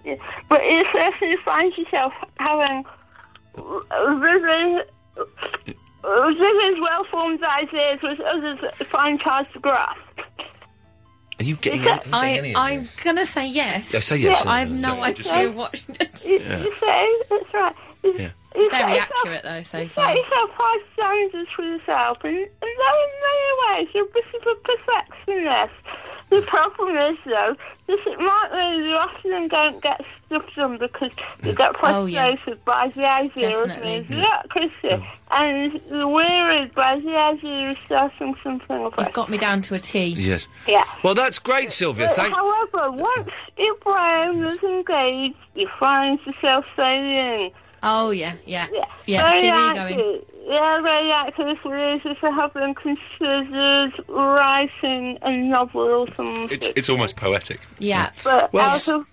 S20: Yeah. But you certainly find yourself having vivid, vivid well formed ideas which others find hard to grasp.
S1: Are you getting,
S7: I,
S1: any of
S7: I'm gonna say yes.
S1: Yeah, say yes,
S7: I
S1: Sylvia.
S7: have no
S1: Say it. Just
S7: idea
S1: say-
S7: what.
S1: Yeah.
S20: You say that's right.
S1: Yeah.
S7: Very accurate though so far.
S20: Set yourself high standards for yourself, and, and though in many ways you're a bit of a perfectionist, the problem is though, this it might mean you often don't get stuff done because you get
S7: Oh, yeah.
S20: frustrated by the idea
S7: Definitely.
S20: of being accuracy, and you're wearied by the idea of starting something. You've
S7: got me down to a T.
S1: Yes.
S20: Yeah.
S1: Well, that's great, Sylvia.
S20: But
S1: Thank.
S20: However, once your brain is engaged, you find yourself sailing.
S7: Oh yeah, yeah, yeah.
S20: very
S7: see where you're
S20: active.
S7: going.
S20: Yeah, very active readers for having considered writing a novel or something.
S2: It's, it's almost poetic.
S7: yeah.
S20: But
S2: Well,
S20: out
S2: s-
S20: of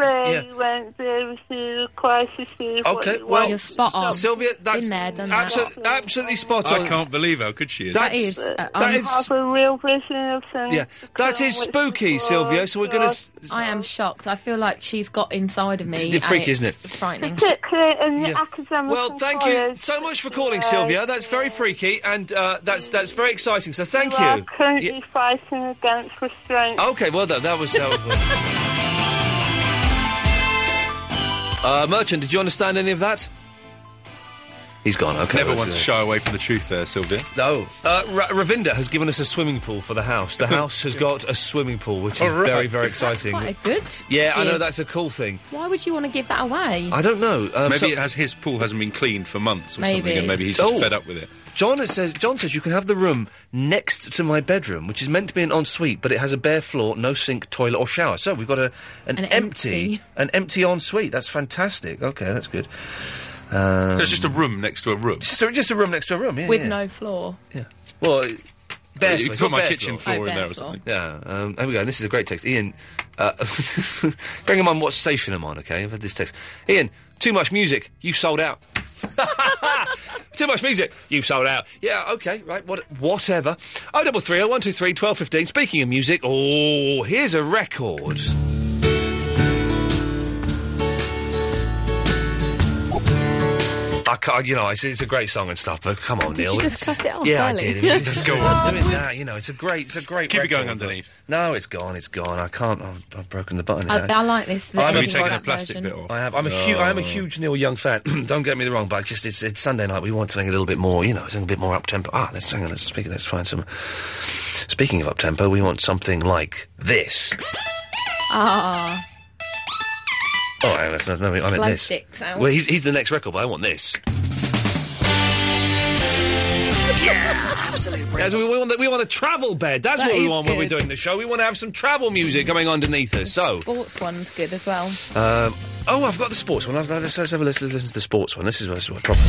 S1: yeah.
S20: brain won't be able to quite see what
S1: Okay,
S20: you
S1: well,
S20: want.
S1: Sylvia, that's abso- absolutely spot on.
S2: I can't believe how good she is.
S1: Oh, That is-
S20: But
S1: that
S20: on
S1: is-
S20: half a real vision of things.
S1: Yeah, that is spooky, Sylvia. So we're going to.
S7: I am shocked. I feel like she's got inside of me.
S1: It's a
S7: and
S1: freak, isn't
S7: it's
S1: it?
S7: Frightening.
S1: Well, thank you so much for calling, Sylvia. That's very freaky, and uh, that's that's very exciting. So thank
S20: You are
S1: you.
S20: currently fighting against restraint.
S1: Okay, well done. That was. That was uh, Merchant, did you understand any of that? He's gone. Okay.
S2: Never
S1: that's
S2: want to
S1: it.
S2: shy away from the truth there, Sylvia.
S1: No. Uh, Ra- Ravinda has given us a swimming pool for the house. The house has got a swimming pool, which is
S2: All right.
S1: very, very exciting.
S7: Quite a good.
S1: yeah, I
S7: gift.
S1: know that's a cool thing.
S7: Why would you want to give that away?
S1: I don't know. Um,
S2: maybe
S1: so-
S2: it has his pool hasn't been cleaned for months or
S7: Maybe.
S2: something, and maybe he's just
S1: Oh.
S2: fed up with it.
S1: John is- says John says you can have the room next to my bedroom, which is meant to be an ensuite, but it has a bare floor, no sink, toilet, or shower. So we've got a an, empty, an empty ensuite. That's fantastic. Okay, that's good. Um,
S2: So it's just a room next to a room.
S1: just a, just a room next to a room. Yeah,
S7: with
S1: yeah.
S7: no floor.
S1: Well, it- bare floor,
S2: You could put
S1: it's
S2: my
S1: bare
S2: kitchen
S7: floor. Oh, in bare there or floor. something.
S1: Yeah. Um, here we go. This is a great text, Ian. Uh, bearing in mind what station I'm on, okay? I've had this text. Ian, too much music. You sold out. too much music. You sold out. Yeah. Okay. Right. What? Whatever. Oh, double three. Oh, one, two, three. Twelve, fifteen. Speaking of music, oh, here's a record. I can't, you know, it's, it's a great song and stuff, but come on,
S7: Did
S1: Neil.
S7: you just
S1: it's-
S7: cut it off
S1: Yeah,
S7: early?
S1: I did. It was
S7: Just
S1: just
S7: go
S1: go
S7: on.
S1: doing that, you know. It's a great, it's a great.
S2: Keep it going
S1: record, but-
S2: underneath.
S1: No, it's gone. It's gone. I can't. I've, I've broken the button.
S7: I, I like this. the editing of that version.
S1: I have. I'm a huge. I'm a huge Neil Young fan. Don't get me the wrong, but just it's, it's Sunday night. We want something a little bit more. You know, something a bit more up tempo. Ah, let's hang on. Let's speak. Let's find some. Speaking of up tempo, we want something like this.
S7: Ah,
S1: Oh, hang on, that's not, no, I meant
S7: Glow
S1: this.
S7: sticks out.
S1: Well, he's, he's the next record, but I want this.
S5: Yeah. Absolute
S1: As we, we, want the, we want a travel bed. That's
S7: That
S1: what we
S7: is
S1: want when we're
S7: good.
S1: doing the show. We want to have some travel music going underneath us. So,
S7: sports one's good as well.
S1: Um, oh, I've got the sports one. I've, let's, let's have a listen, listen to the sports one. This is what's what problem.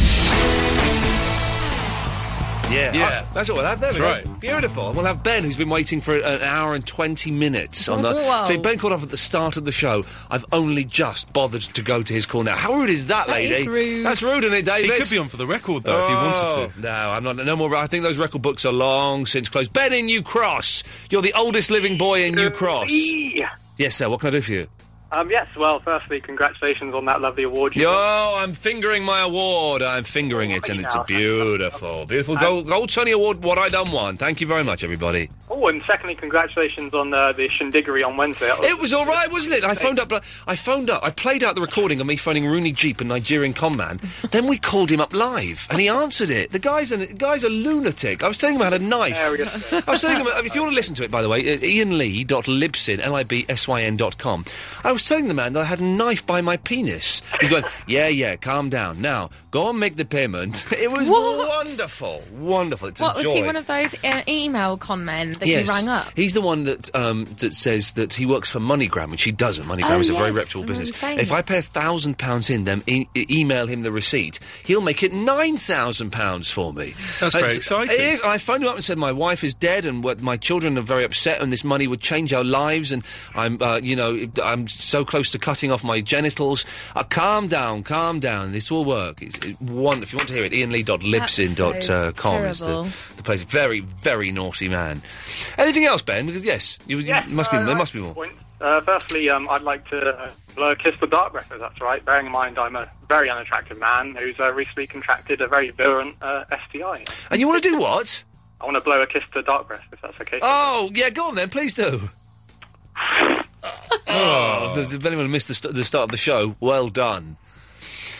S1: Yeah,
S2: Yeah.
S1: Ah, that's all we'll have. There we
S2: That's
S1: go. Beautiful. We'll have Ben, who's been waiting for an hour and twenty minutes on the.
S2: Whoa.
S1: So Ben called up at the start of the show. I've only just bothered to go to his call now. How rude is that,
S2: That is
S1: lady?
S2: rude.
S1: That's rude, isn't it, Davis?
S2: He could be on for the record though if he wanted
S1: to. No, I'm not. No more. I think those record books are long since closed. Ben in New Cross. You're the oldest living boy in New Cross.
S3: Yeah.
S1: Yes, sir. What can I do for you?
S3: Um, yes, well, firstly, congratulations on that lovely award. you
S1: Yo,
S3: got.
S1: I'm fingering my award. I'm fingering it, and it's
S3: now.
S1: beautiful, beautiful gold, gold Tony Award. What I done won. Thank you very much, everybody.
S3: Oh, and secondly, congratulations on uh, the shindiggery on Wednesday. That
S1: It was all right, wasn't it? I phoned up. I phoned up. I played out the recording of me phoning Rooney Jeep and Nigerian con man. then we called him up live, and he answered it. The guy's an, the guy's a lunatic. I was telling him I had a knife.
S3: There we go.
S1: I was telling him if you want to listen to it, by the way, uh, ianlee.libsyn, L-I-B-S-Y-N dot com. I was telling the man that I had a knife by my penis. He's going, yeah, yeah, calm down. Now go and make the payment. it was
S7: What?
S1: wonderful, wonderful. It's
S7: what
S1: a
S7: was
S1: joy.
S7: he? One of those uh, email con men that
S1: Yes.
S7: you rang up.
S1: He's the one that um, that says that he works for MoneyGram, which he doesn't. MoneyGram
S7: Oh,
S1: is a very
S7: yes,
S1: reputable
S7: I
S1: business.
S7: remember you saying
S1: If I pay a thousand pounds in, then e- e- email him the receipt. He'll make it nine thousand pounds for me.
S2: That's
S1: And
S2: very
S1: it's-
S2: exciting.
S1: It is. I phoned him up and said my wife is dead, and what, my children are very upset, and this money would change our lives, and I'm, uh, you know, it- I'm so close to cutting off my genitals. Uh, calm down, calm down. This will work. It's, it, one, if you want to hear it, ianlee.libsyn.com uh, is the,
S2: terrible.
S1: the place. Very, very naughty man. Anything else, Ben? Because yes, you, you must be.
S3: uh,
S1: There must be more.
S3: Point. Uh, firstly, um, I'd like to uh, blow a kiss for Dark Breath, if that's right, bearing in mind I'm a very unattractive man who's uh, recently contracted a very virulent uh, STI.
S1: And you want to do what?
S3: I want to blow a kiss to Dark Breath, if that's okay.
S1: Oh, yeah, go on then, please do. oh, if, if anyone missed the, st- the start of the show, well done.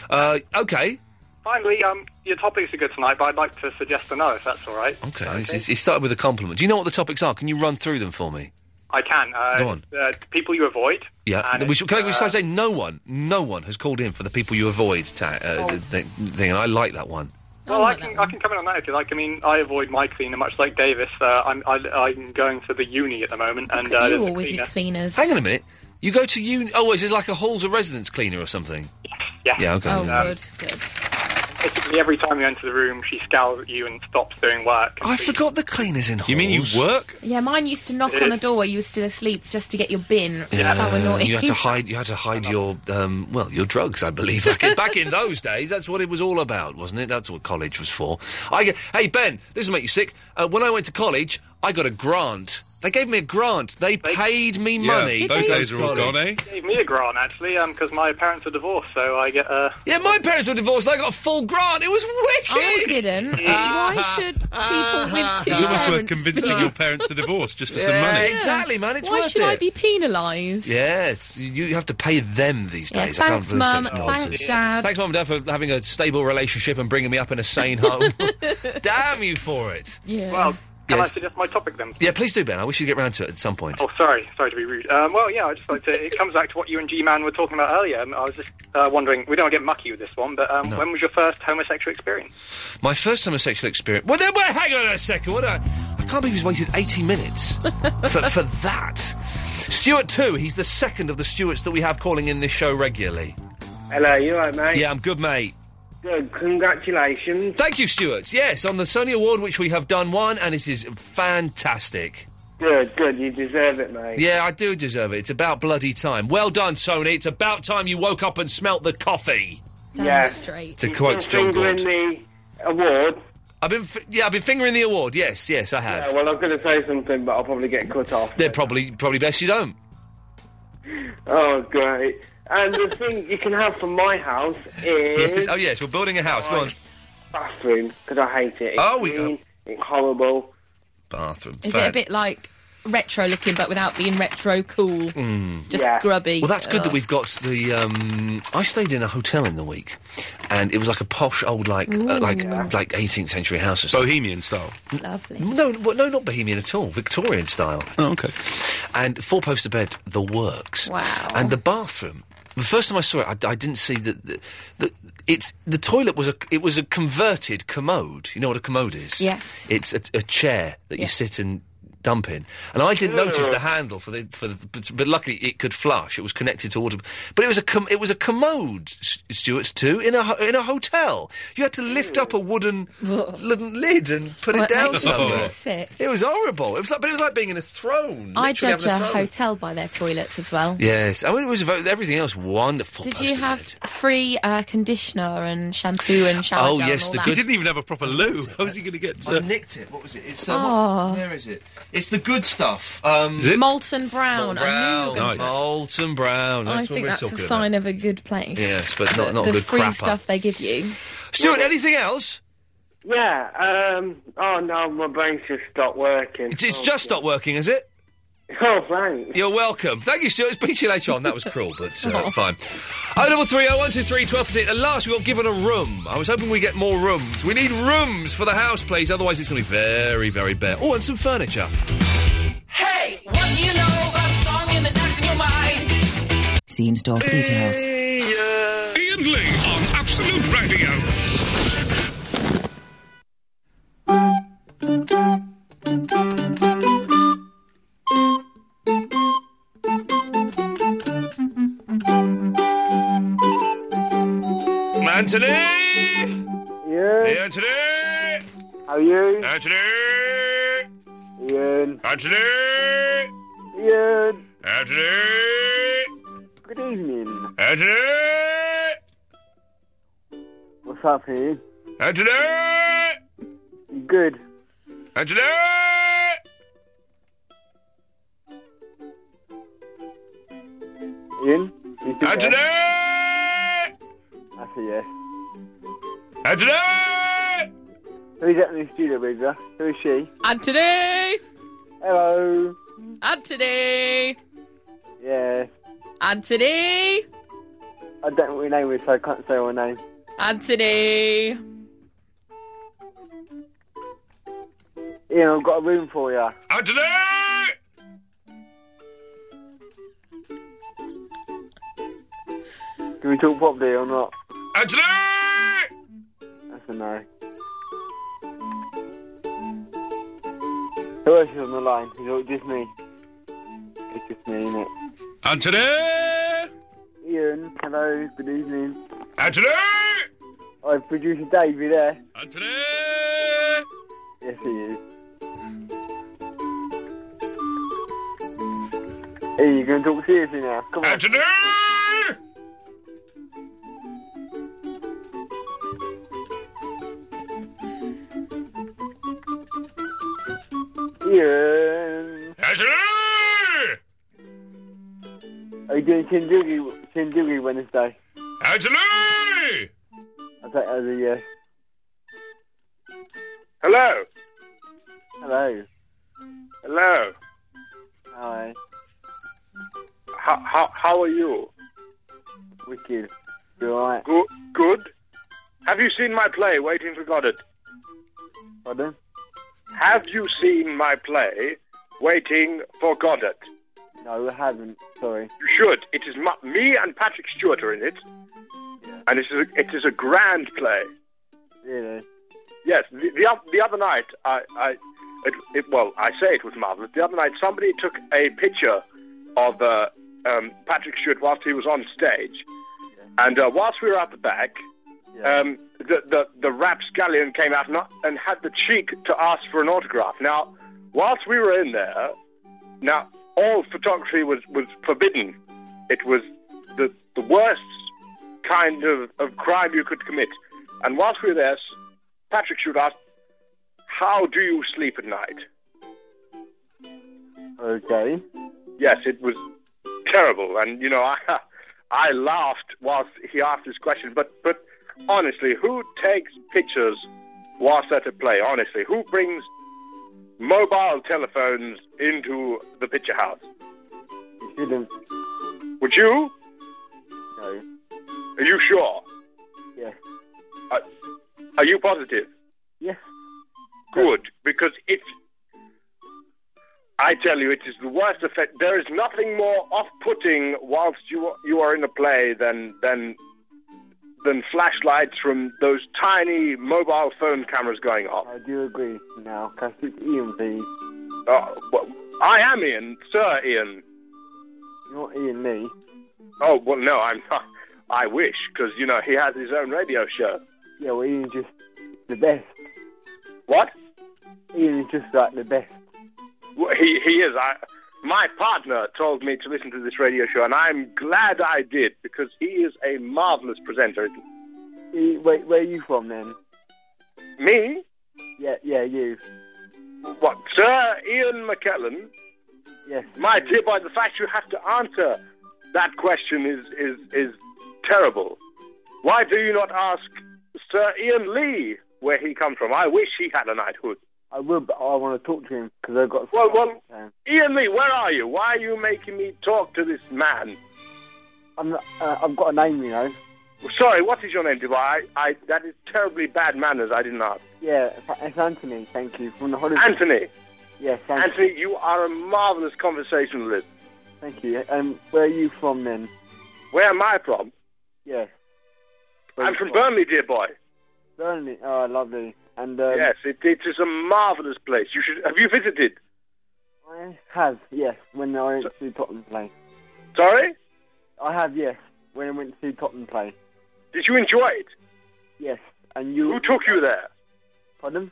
S1: Uh, okay,
S3: Finally, um, your topics are good tonight, but I'd like to suggest another, if that's all right.
S1: okay. It's- it's- It started with a compliment. Do you know what the topics are? Can you run through them for me?
S3: I can. Uh,
S1: Go on.
S3: Uh, people you avoid.
S1: Yeah.
S3: And
S1: we should, can I, we
S3: it's,
S1: should I
S3: uh,
S1: say no one, no one has called in for the people you avoid ta- uh,
S3: Oh.
S1: th- thing, and I like that one.
S3: Well, I can, I can come in on that if you like. I mean, I avoid my cleaner much like Davis. Uh, I'm I, I'm going to the uni at the moment, and uh, there's a cleaner.
S7: cleaners.
S1: Hang on a minute. You go to uni. Oh, is it like a halls of residence cleaner or something?
S3: Yeah.
S1: Yeah, okay.
S3: Oh, Um, good, Basically, every time you enter the room, she scowls at you and stops doing work.
S1: I forgot the cleaners in halls.
S2: You mean you work?
S7: Yeah, mine used to knock on a door while you were still asleep just to get your bin. So annoying.
S1: you had to hide. You had to hide your um, well, your drugs, I believe. Back in, back in those days, that's what it was all about, wasn't it? That's what college was for. I get, hey Ben, this will make you sick. Uh, when I went to college, I got a grant. They gave me a grant. They paid me money. to go to college.
S2: eh?
S3: Gave me a grant actually, because my parents are divorced, so I get uh, a.
S1: Yeah, my parents were divorced. I got a full grant. It was
S7: I
S1: wicked.
S7: didn't. Why should people with two
S2: It's almost worth
S7: parents
S2: convincing
S7: be-
S2: your parents to divorce just for some
S1: Yeah,
S2: money.
S1: exactly, man. It's
S7: Why
S1: worth
S7: should I
S1: it.
S7: be penalised?
S1: Yeah, it's, you you have to pay them these
S7: Yeah,
S1: days.
S7: thanks,
S1: I can't believe
S7: Mum.
S1: such
S7: Thanks,
S1: nonsense.
S7: Dad.
S1: Thanks, Mum and Dad, for having a stable relationship and bringing me up in a sane home. Damn you for it.
S7: Yeah.
S3: Well, Can
S1: Yes.
S3: I suggest my topic then?
S1: Yeah, please do, Ben. I wish you'd get round to it at some point.
S3: Oh, sorry, sorry to be rude. Um, well, yeah, I just like to. It comes back to what you and G Man were talking about earlier. Um, I was just uh, wondering. We don't want to get mucky with this one, but um,
S1: No.
S3: when was your first homosexual experience?
S1: My first homosexual experience. Well, then, well, hang on a second. What? A, I can't believe he's waited 80 minutes for, for that. Stuart too. He's the second of the Stuarts that we have calling in this show regularly.
S15: Hello, you alright, mate?
S1: Yeah, I'm good, mate.
S15: Good, congratulations.
S1: Thank you, Stuart. Yes, on the Sony Award, which we have done one, and it is fantastic.
S15: Good, good, you deserve it, mate.
S1: Yeah, I do deserve it. It's about bloody time. Well done, Sony. It's about time you woke up and smelt the coffee.
S15: yeah.
S1: To quote John
S15: fingering
S1: Gaunt.
S15: the award.
S1: I've been, f- yeah, I've been fingering the award. Yes, yes, I have.
S15: Yeah, well, I was going to say something, but I'll probably get cut off.
S1: They're probably probably best you don't.
S15: Oh, great. And the thing you can have from my house is
S1: oh yes, we're building a house. Go on.
S15: bathroom, because I hate it. It's
S1: Oh, we-
S15: clean, it's horrible.
S1: Bathroom.
S7: Is it
S1: Fan-
S7: a bit like retro looking, but without being retro cool?
S1: Mm.
S7: Just grubby.
S1: Well, that's good that
S7: Ugh.
S1: we've got the. Um, I stayed in a hotel in the week, and it was like a posh old, like uh,
S7: Ooh.
S1: like
S7: Yeah.
S1: like 18th century house, or stuff. bohemian style.
S7: Lovely.
S1: No, well, no, not bohemian at all. Victorian style. Oh, okay. And four poster bed, the works.
S7: Wow.
S1: Oh. And the bathroom. The first time I saw it, I, I didn't see that the, the it's the toilet was a it was a converted commode. You know what a commode is?
S7: Yes.
S1: It's a, a chair that you
S7: Yes.
S1: sit and dump in. And I didn't
S7: Sure.
S1: notice the handle for the for the, but, but luckily it could flush. It was connected to water. But it was a com- it was a commode, S- Stuart's too, in a ho- in a hotel. You had to lift up a wooden lid- lid and put
S7: Well,
S1: it down
S7: makes me
S1: somewhere.
S7: sick.
S1: It was horrible. It was like, but it was like being in a throne.
S7: I
S1: literally
S7: judge a
S1: having a throne.
S7: hotel by their toilets as well.
S1: Yes, I mean it was vo- everything else wonderful.
S7: Did you have free uh, conditioner and shampoo and shower
S1: Oh
S7: gel and
S1: yes,
S7: all
S1: the
S7: that?
S1: good. even have a proper loo. How was he going to get? To... I nicked it. What was it? It's um,
S7: Oh.
S1: what- where is it? It's the good stuff. Um,
S7: Molten brown. I knew you were gonna- Oh,
S1: Molten brown.
S7: I
S1: That's what
S7: think
S1: we're
S7: that's a
S1: talking
S7: sign of a good place.
S1: about. Yes, but not not
S7: the
S1: good
S7: free
S1: crapper.
S7: stuff they give you.
S1: Stuart, anything else?
S15: Yeah, um, oh no, my brain's just stopped working.
S1: It's just stopped working, is it?
S15: Oh, thanks.
S1: You're welcome. Thank you, Stuart. Speak to you later on. That was cruel, but uh,
S15: Aw.
S1: fine. Oh, double three, oh, one, two, three, twelve, fifteen. At last, we got given a room. I was hoping we get more rooms. We need rooms for the house, please. Otherwise, it's going to be very, very bare. Oh, and some furniture.
S20: Hey, what do you know about a song in the dance in your mind?
S21: Seamstalk details.
S22: Ian Lee on Absolute Radio.
S1: Anthony!
S15: Yeah.
S1: Hey, Anthony!
S15: How are you?
S1: Anthony!
S15: Ian.
S1: Anthony!
S15: Ian.
S1: Anthony!
S15: Good evening.
S1: Anthony!
S15: What's up, Ian?
S1: Anthony!
S15: Good.
S1: Anthony!
S15: Ian? You still
S1: Anthony!
S15: there? That's a yes.
S1: Anthony!
S15: Who's that in the studio with you? Who is she?
S7: Anthony!
S15: Hello.
S7: Anthony!
S15: Yeah.
S7: Anthony!
S15: I don't know what your name is, so I can't say her name.
S7: Anthony!
S15: Ian, I've got a room for you.
S1: Anthony!
S15: Can we talk properly or not?
S1: Anthony!
S15: That's a no. Who else is on the line? Is it just me? It's just me, isn't it?
S2: Anthony!
S15: Ian, hello, good evening.
S2: Anthony!
S15: I producer Dave, you there?
S2: Anthony!
S15: Yes, he is. Hey, you going to talk seriously now? Come on.
S1: Anthony!
S15: Ian,
S1: Anthony!
S15: are you doing Shinjugi, Shinjugi Wednesday?
S1: Anthony!
S15: I take that as a yes.
S4: Hello.
S15: Hello.
S4: Hello.
S15: Oh. Hi.
S4: How how how are you?
S15: Wicked. You alright?
S4: Good. Good. Have you seen my play, Waiting for Goddard?
S15: Pardon?
S4: Have you seen my play, Waiting for Goddard?
S15: No, I haven't. Sorry.
S4: You should. It is mu- me and Patrick Stewart are in it, and it is a, it is a grand play.
S15: Really?
S4: Yes, the the, oth- the other night, I, I it, it, well, I say it was marvelous. The other night, somebody took a picture of uh, um, Patrick Stewart whilst he was on stage, and uh, whilst we were at the back, um, the, the the rapscallion came out and, and had the cheek to ask for an autograph. Now, whilst we were in there, now all photography was was forbidden. It was the the worst kind of, of crime you could commit. And whilst we were there, s- Patrick Stewart asked, "How do you sleep at night?"
S15: Okay.
S4: Yes, it was terrible, and you know, I, I laughed whilst he asked this question. But, but honestly, who takes pictures whilst at a play? Honestly, who brings mobile telephones into the picture house?
S15: You shouldn't.
S4: Would you?
S15: No.
S4: Are you sure?
S15: Yes.
S4: Are, are you positive?
S15: Yes.
S4: Good, because if I tell you, it is the worst effect. There is nothing more off-putting whilst you are- you are in a play than than than flashlights from those tiny mobile phone cameras going off.
S15: I do agree now. Can I speak to Ian, please?
S4: Oh, well, I am Ian, Sir Ian.
S15: You're not Ian Lee.
S4: Oh well, no, I'm not. I wish, because you know he has his own radio show.
S15: Yeah, well, Ian's just the best.
S4: What?
S15: Ian is just like the best.
S4: Well, He he is. I, my partner told me to listen to this radio show, and I'm glad I did because he is a marvelous presenter.
S15: He, wait, where are you from then?
S4: Me?
S15: Yeah, yeah, you.
S4: What, Sir Ian McKellen?
S15: Yes.
S4: My dear boy, the fact you have to answer that question is is is terrible. Why do you not ask Sir Ian Lee where he comes from? I wish he had a knighthood.
S15: I will, but I want to talk to him because I've got.
S4: Well, well,
S15: Um,
S4: Ian Lee, where are you? Why are you making me talk to this man?
S15: I'm, not- uh, I've got a name, you know.
S4: Sorry, what is your name, dear boy? I, I that is terribly bad manners. I didn't ask.
S15: Yeah, it's Anthony. Thank you from the holiday.
S4: Anthony.
S15: Yes, thank,
S4: Anthony, you are a marvelous conversationalist.
S15: thank you. Um, where are you from then?
S4: Where am I from?
S15: Yes,
S4: I'm from Burnley, dear boy.
S15: Burnley. Oh, lovely. And um,
S4: yes, it, it is a marvelous place. You should have you visited?
S15: I have yes when I went to Tottenham play.
S4: Sorry,
S15: I have yes when I went to Tottenham play.
S4: did you enjoy it?
S15: Yes, and you.
S4: Who took you there?
S15: Pardon?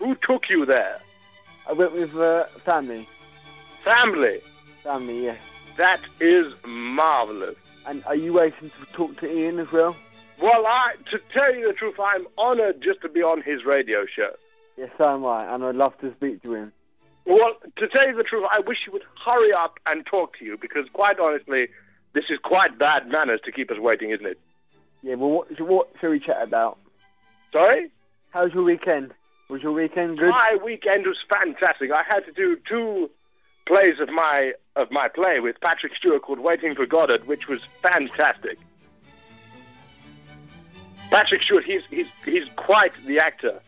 S4: Who took you there?
S15: I went with uh, family.
S4: Family.
S15: Family, yes.
S4: That is marvelous.
S15: And are you waiting to talk to Ian as well?
S4: Well, I to tell you the truth, I'm honoured just to be on his radio show.
S15: Yes, so am I, and I'd love to speak to him.
S4: Well, to tell you the truth, I wish you would hurry up and talk to you because, quite honestly, this is quite bad manners to keep us waiting, isn't it?
S15: Yeah, well, what, so what shall we chat about?
S4: Sorry.
S15: How's your weekend? Was your weekend good?
S4: My weekend was fantastic. I had to do two plays of my of my play with Patrick Stewart called Waiting for Goddard, which was fantastic. Patrick Stewart, he's he's he's quite the actor.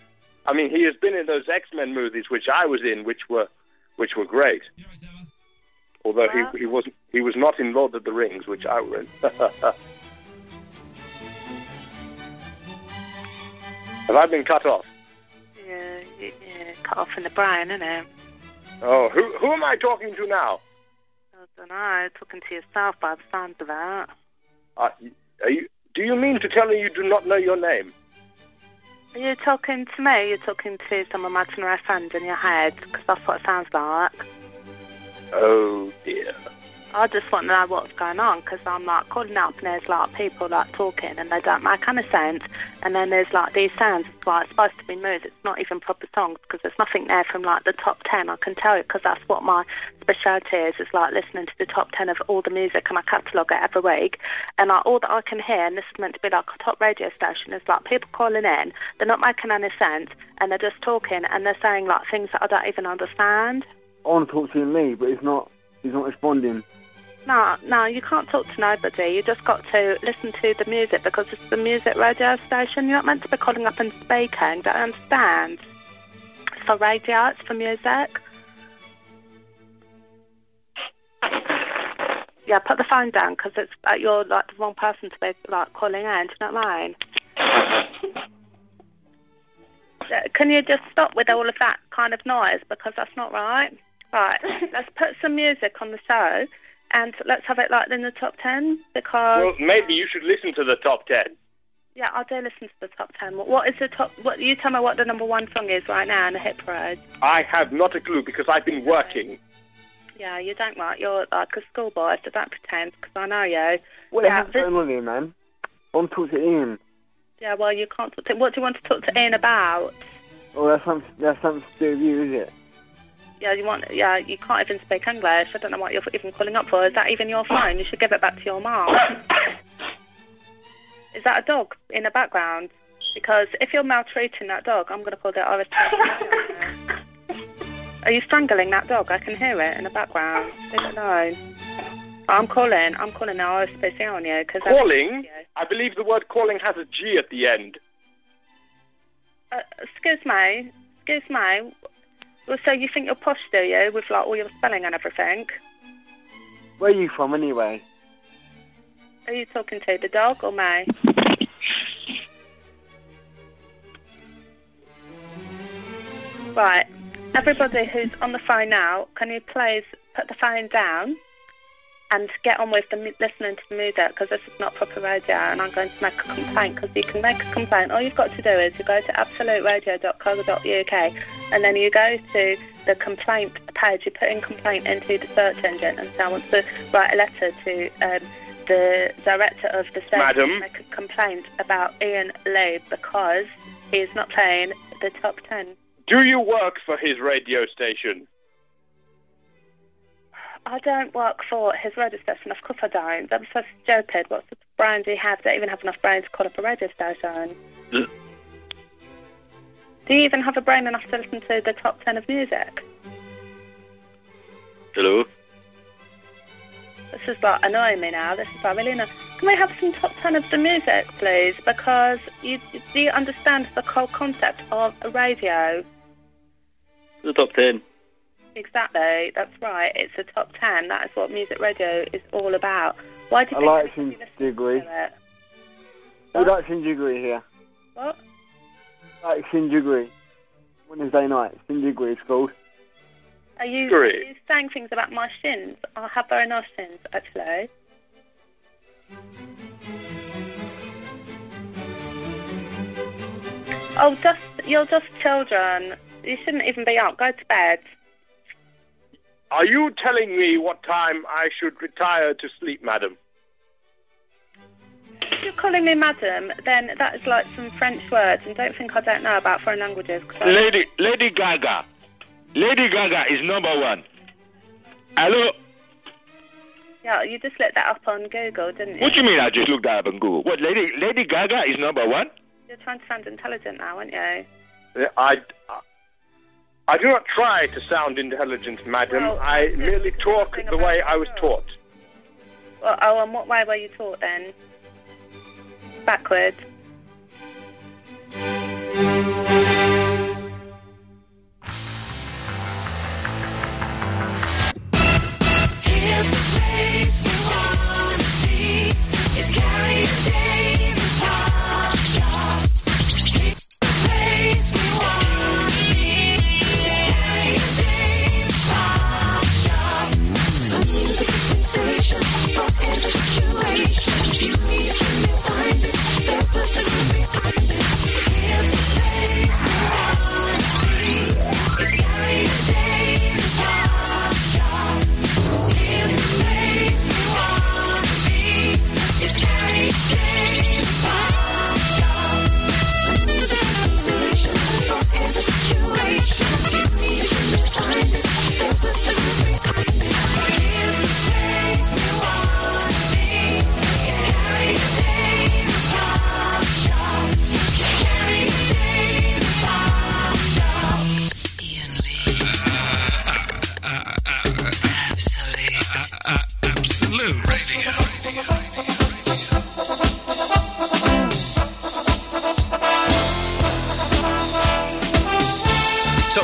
S4: I mean, he has been in those X Men movies which I was in, which were which were great. Although he he wasn't he was not in Lord of the Rings, which I was. Have I been cut off?
S12: Yeah, yeah, yeah, cut off in the brine, innit?
S4: Oh, who who am I talking to now?
S12: I don't know, talking to yourself by the sound of that.
S4: Uh, are you, do you mean to tell me you do not know your name?
S12: Are you talking to me? You're talking to some imaginary friend in your head, because that's what it sounds like.
S4: Oh dear.
S12: I just want to know what's going on, because I'm like calling up and there's like people like talking and they don't make any sense. And then there's like these sounds, it's like supposed to be music, it's not even proper songs, because there's nothing there from like the top 10. I can tell you, because that's what my specialty is, it's like listening to the top 10 of all the music and I catalogue it every week. And like all that I can hear, and this is meant to be like a top radio station, is like people calling in, they're not making any sense, and they're just talking and they're saying like things that I don't even understand.
S15: I want to talk to Ian Lee, but he's not. He's not responding.
S12: No, no, you can't talk to nobody. You just got to listen to the music because it's the music radio station. You're not meant to be calling up and speaking. Don't understand. for radio, it's for music. Yeah, put the phone down because it's uh, you're like the wrong person to be like calling in. Do you know what I mean? Uh, Can you just stop with all of that kind of noise because that's not right? Right, let's put some music on the show and let's have it like in the top ten because
S4: Well, maybe you should listen to the top ten.
S12: yeah, I do listen to the top ten. What, what is the top? What you tell me what the number one song is right now in the hit parade?
S4: I have not a clue because I've been working.
S12: Yeah, you don't like you're like a schoolboy, so don't pretend because I know you.
S6: What
S12: yeah,
S6: yeah, going on here, man? I want to talk to Ian.
S12: yeah, well, you can't talk to. What do you want to talk to Ian about?
S6: Oh, that's something, that's something to do with you, is it?
S12: Yeah, you want. Yeah, you can't even speak English. I don't know what you're even calling up for. Is that even your phone? You should give it back to your mom. Is that a dog in the background? Because if you're maltreating that dog, I'm going to call the RSPCA. Are you strangling that dog? I can hear it in the background. Leave it alone. I'm calling. I'm calling the RSPCA on you because
S4: Calling? I believe the word calling has a G at the end.
S12: Uh, excuse me, excuse me. Well, so you think you're posh, do you, with like all your spelling and everything?
S6: Where are you from, anyway?
S12: Who Are you talking to the dog or me? Right, everybody who's on the phone now, can you please put the phone down and get on with the, mu- listening to the music because this is not proper radio and I'm going to make a complaint because you can make a complaint. All you've got to do is you go to absoluteradio.co.uk and then you go to the complaint page, you put in complaint into the search engine and so I want to write a letter to um, the director of the station
S4: Madam.
S12: to make a complaint about Ian Lee because he's not playing the top 10.
S4: Do you work for his radio station?
S12: I don't work for his radio station. Of course I don't. I'm so stupid. What sort of brain do you have? Do you even have enough brain to call up a radio station? Do you even have a brain enough to listen to the top ten of music?
S23: Hello.
S12: This is like annoying me now. This is like really annoying. Can we have some top ten of the music, please? Because you do you understand the whole concept of a radio?
S10: The top ten.
S12: Exactly. That's right. It's a top ten. That is what music radio is all about. Why do
S6: I
S12: people
S6: like some
S12: do
S6: degree.
S12: it?
S6: We like Shinjiguri here.
S12: What?
S6: Like Shinjiguri. Wednesday night, Shinjiguri is called.
S12: Are you, are
S6: Great.
S12: you saying things about my shins? I have very nice shins, actually. Oh, just you're just children. You shouldn't even be up. Go to bed.
S4: Are you telling me what time I should retire to sleep, madam?
S12: If you're calling me madam, then that is like some French words, and don't think I don't know about foreign languages. 'cause I-
S11: Lady Lady Gaga. Lady Gaga is number one. Hello?
S12: Yeah, you just looked that up on Google, didn't you?
S11: What do you mean I just looked that up on Google? What Lady Lady Gaga is number one?
S12: You're trying to sound intelligent now, aren't you?
S4: I, I do not try to sound intelligent, madam.
S12: Well,
S4: I
S12: it's
S4: merely talk the way I was taught.
S12: Well, oh, and what way were you taught then? Backwards.
S5: Sensation from situation, you need to find it. There's a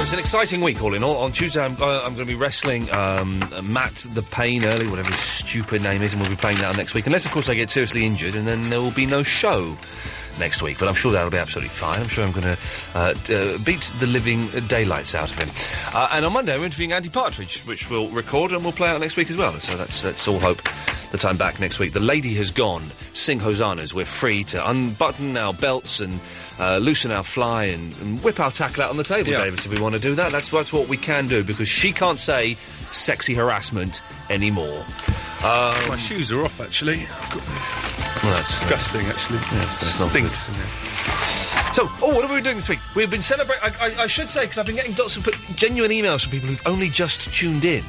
S1: it's an exciting week, all in all. On Tuesday, I'm, uh, I'm going to be wrestling um, Matt the Pain early, whatever his stupid name is, and we'll be playing that next week. Unless, of course, I get seriously injured, and then there will be no show next week. But I'm sure that'll be absolutely fine. I'm sure I'm going to uh, d- uh, beat the living daylights out of him. Uh, and on Monday, we're interviewing Andy Partridge, which we'll record and we'll play out next week as well. So that's, that's all hope that I'm back next week. The lady has gone. Sing hosannas. We're free to unbutton our belts and uh, loosen our fly and, and whip our tackle out on the table, Davis, if we want to do that. That's, that's what we can do because she can't say sexy harassment anymore. Um,
S2: My shoes are off, actually. I've got
S1: well, that's uh,
S2: disgusting, actually.
S1: that's not
S2: Stinks. in there.
S1: So, oh, what are we doing this week? We've been celebrating. I, I, I should say because I've been getting lots of p- genuine emails from people who've only just tuned in.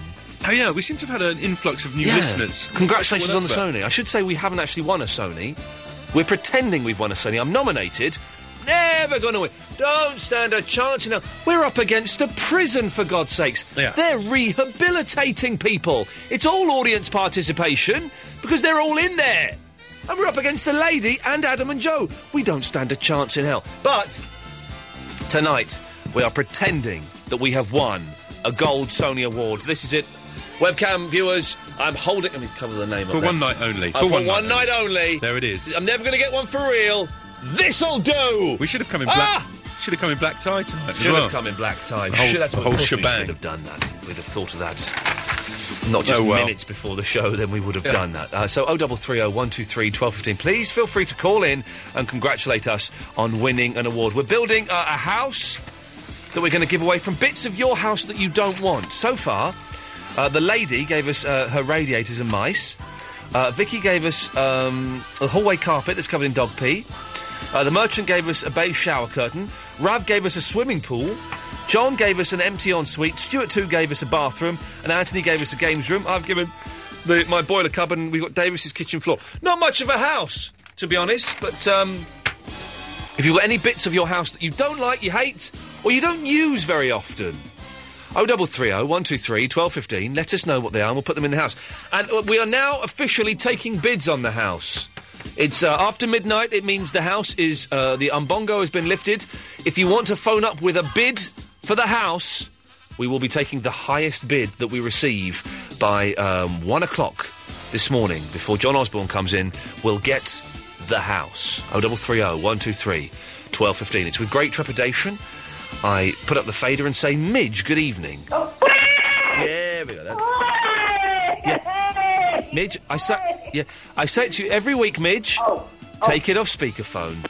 S2: Oh yeah, we seem to have had an influx of new
S1: Yeah.
S2: listeners.
S1: Congratulations
S2: Well,
S1: on the
S2: that's about-
S1: Sony. I should say we haven't actually won a Sony. We're pretending we've won a Sony. I'm nominated. Never going to win. Don't stand a chance. You know, we're up against a prison, for God's sakes.
S2: Yeah.
S1: They're rehabilitating people. It's all audience participation because they're all in there. And we're up against the lady and Adam and Joe. We don't stand a chance in hell. But Tonight, we are pretending that we have won a Gold Sony Award. This is it. Webcam viewers, I'm holding. Let me cover the name
S2: For
S1: of it.
S2: one night only.
S1: Uh, for one, night, only.
S2: There it is.
S1: I'm never going to get one for real. This'll do.
S2: We should have come in
S1: Ah!
S2: black. Should have come in black tie tonight.
S1: Should have come in black tie.
S2: The whole,
S1: Should- that's
S2: the
S1: what-
S2: whole
S1: of course we
S2: shebang.
S1: should have done that. We'd have thought of that. Not just
S2: Oh, well.
S1: minutes before the show, then we would have
S2: Yeah.
S1: done that. Uh, so 0330 123 1215. Please feel free to call in and congratulate us on winning an award. We're building uh, a house that we're going to give away from bits of your house that you don't want. So far, uh, the lady gave us uh, her radiators and mice. Uh, Vicky gave us um, a hallway carpet that's covered in dog pee. Uh, the merchant gave us a beige shower curtain. Rav gave us a swimming pool. John gave us an empty ensuite. Stuart too gave us a bathroom, and Anthony gave us a games room. I've given the, my boiler cupboard, and we've got Davis's kitchen floor. Not much of a house, to be honest, but um, if you've got any bits of your house that you don't like, you hate, or you don't use very often, 0330 123 1215, let us know what they are and we'll put them in the house. And uh, we are now officially taking bids on the house. It's uh, after midnight, it means the house is, uh, the umbongo has been lifted. If you want to phone up with a bid for the house, we will be taking the highest bid that we receive by um, one o'clock this morning before John Osborne comes in. We'll get the house. Oh, 0330 123 1215. It's with great trepidation. I put up the fader and say, Midge, good evening. Yeah, we go. That's. Yeah. Midge, I say, yeah, I say it to you every week, Midge.
S16: Oh,
S1: Take it off speakerphone.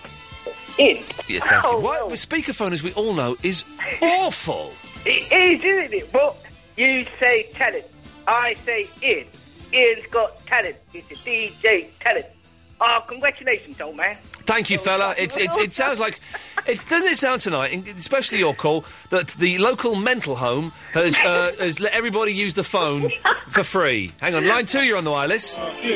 S16: It.
S1: Yes, thank you.
S16: Oh,
S1: What? Well, speakerphone, as we all know, is awful.
S16: It is, isn't it? But you say talent. I say Ian. Ian's got talent. He's a DJ talent. Ah, congratulations, old man.
S1: Thank you, fella. It's, it's, it sounds like, it, doesn't it sound tonight, in- especially your call, that the local mental home has, uh, has let everybody use the phone for free? Hang on, line two, you're on the wireless. Rocky,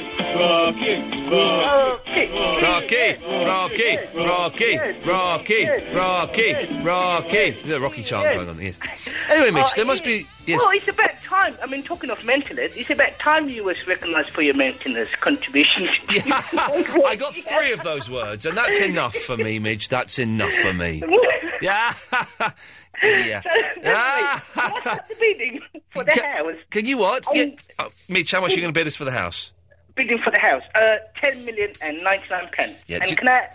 S1: Rocky, Rocky, Rocky, Rocky, Rocky. There's a Rocky chant going on. Yes. Anyway, Mitch,
S16: Ah,
S1: there must
S16: Ian.
S1: be. Yes.
S16: Well, it's about time. I mean, talking of maintenance, it's about time you was recognised for your maintenance contributions.
S1: I got three of those words, and that's enough for me, Midge. That's enough for me. Yeah. yeah. Ah.
S16: What's the bidding for the house?
S1: Can you what? Yeah. Oh, Mitch, how much are you going to bid us for the house?
S16: Bidding for the house. Uh, ten million and ninety-nine pence.
S1: Yeah,
S16: and
S1: do-
S16: can I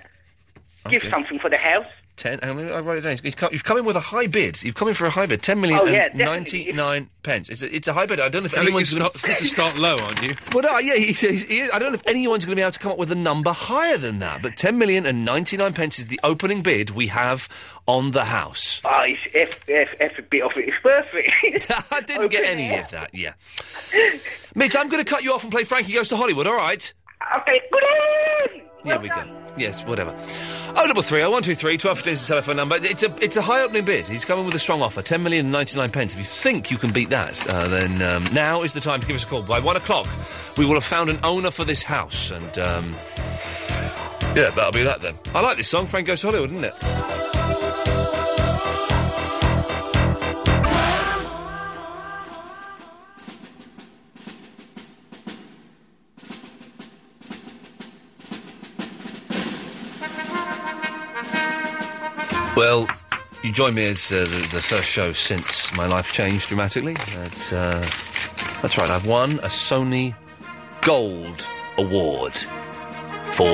S16: give
S1: Okay.
S16: something for the house?
S1: Ten. Hang on, I write it down. You've come, you've come in with a high bid. You've come in for a high bid. Ten million
S16: Oh, yeah,
S1: and ninety-nine pence. It's a, it's a high bid. I don't know if
S2: I think
S1: anyone's
S2: you're
S1: gonna-
S2: supposed to start low, aren't you?
S1: Well, no, uh, yeah, he says, he is- I don't know if anyone's going to be able to come up with a number higher than that, but 10 million and 99 pence is the opening bid we have on the house.
S16: Oh, it's F, F, every bit of it is worth it.
S1: I didn't get any of that, yeah. Mitch, I'm going to cut you off and play Frankie Goes to Hollywood, all right?
S16: Okay, good evening.
S1: Here we go. Yes, whatever. Oh, double three, oh, one, two, three, twelve is the telephone number. It's a it's a high opening bid. He's coming with a strong offer, ten million and ninety nine pence. If you think you can beat that, uh, then um, now is the time to give us a call. By one o'clock, we will have found an owner for this house, and um, yeah, that'll be that then. I like this song, Frank Goes to Hollywood, isn't it? Well, You join me as uh, the, the first show since my life changed dramatically. That's, uh, that's right, I've won a Sony Gold Award for.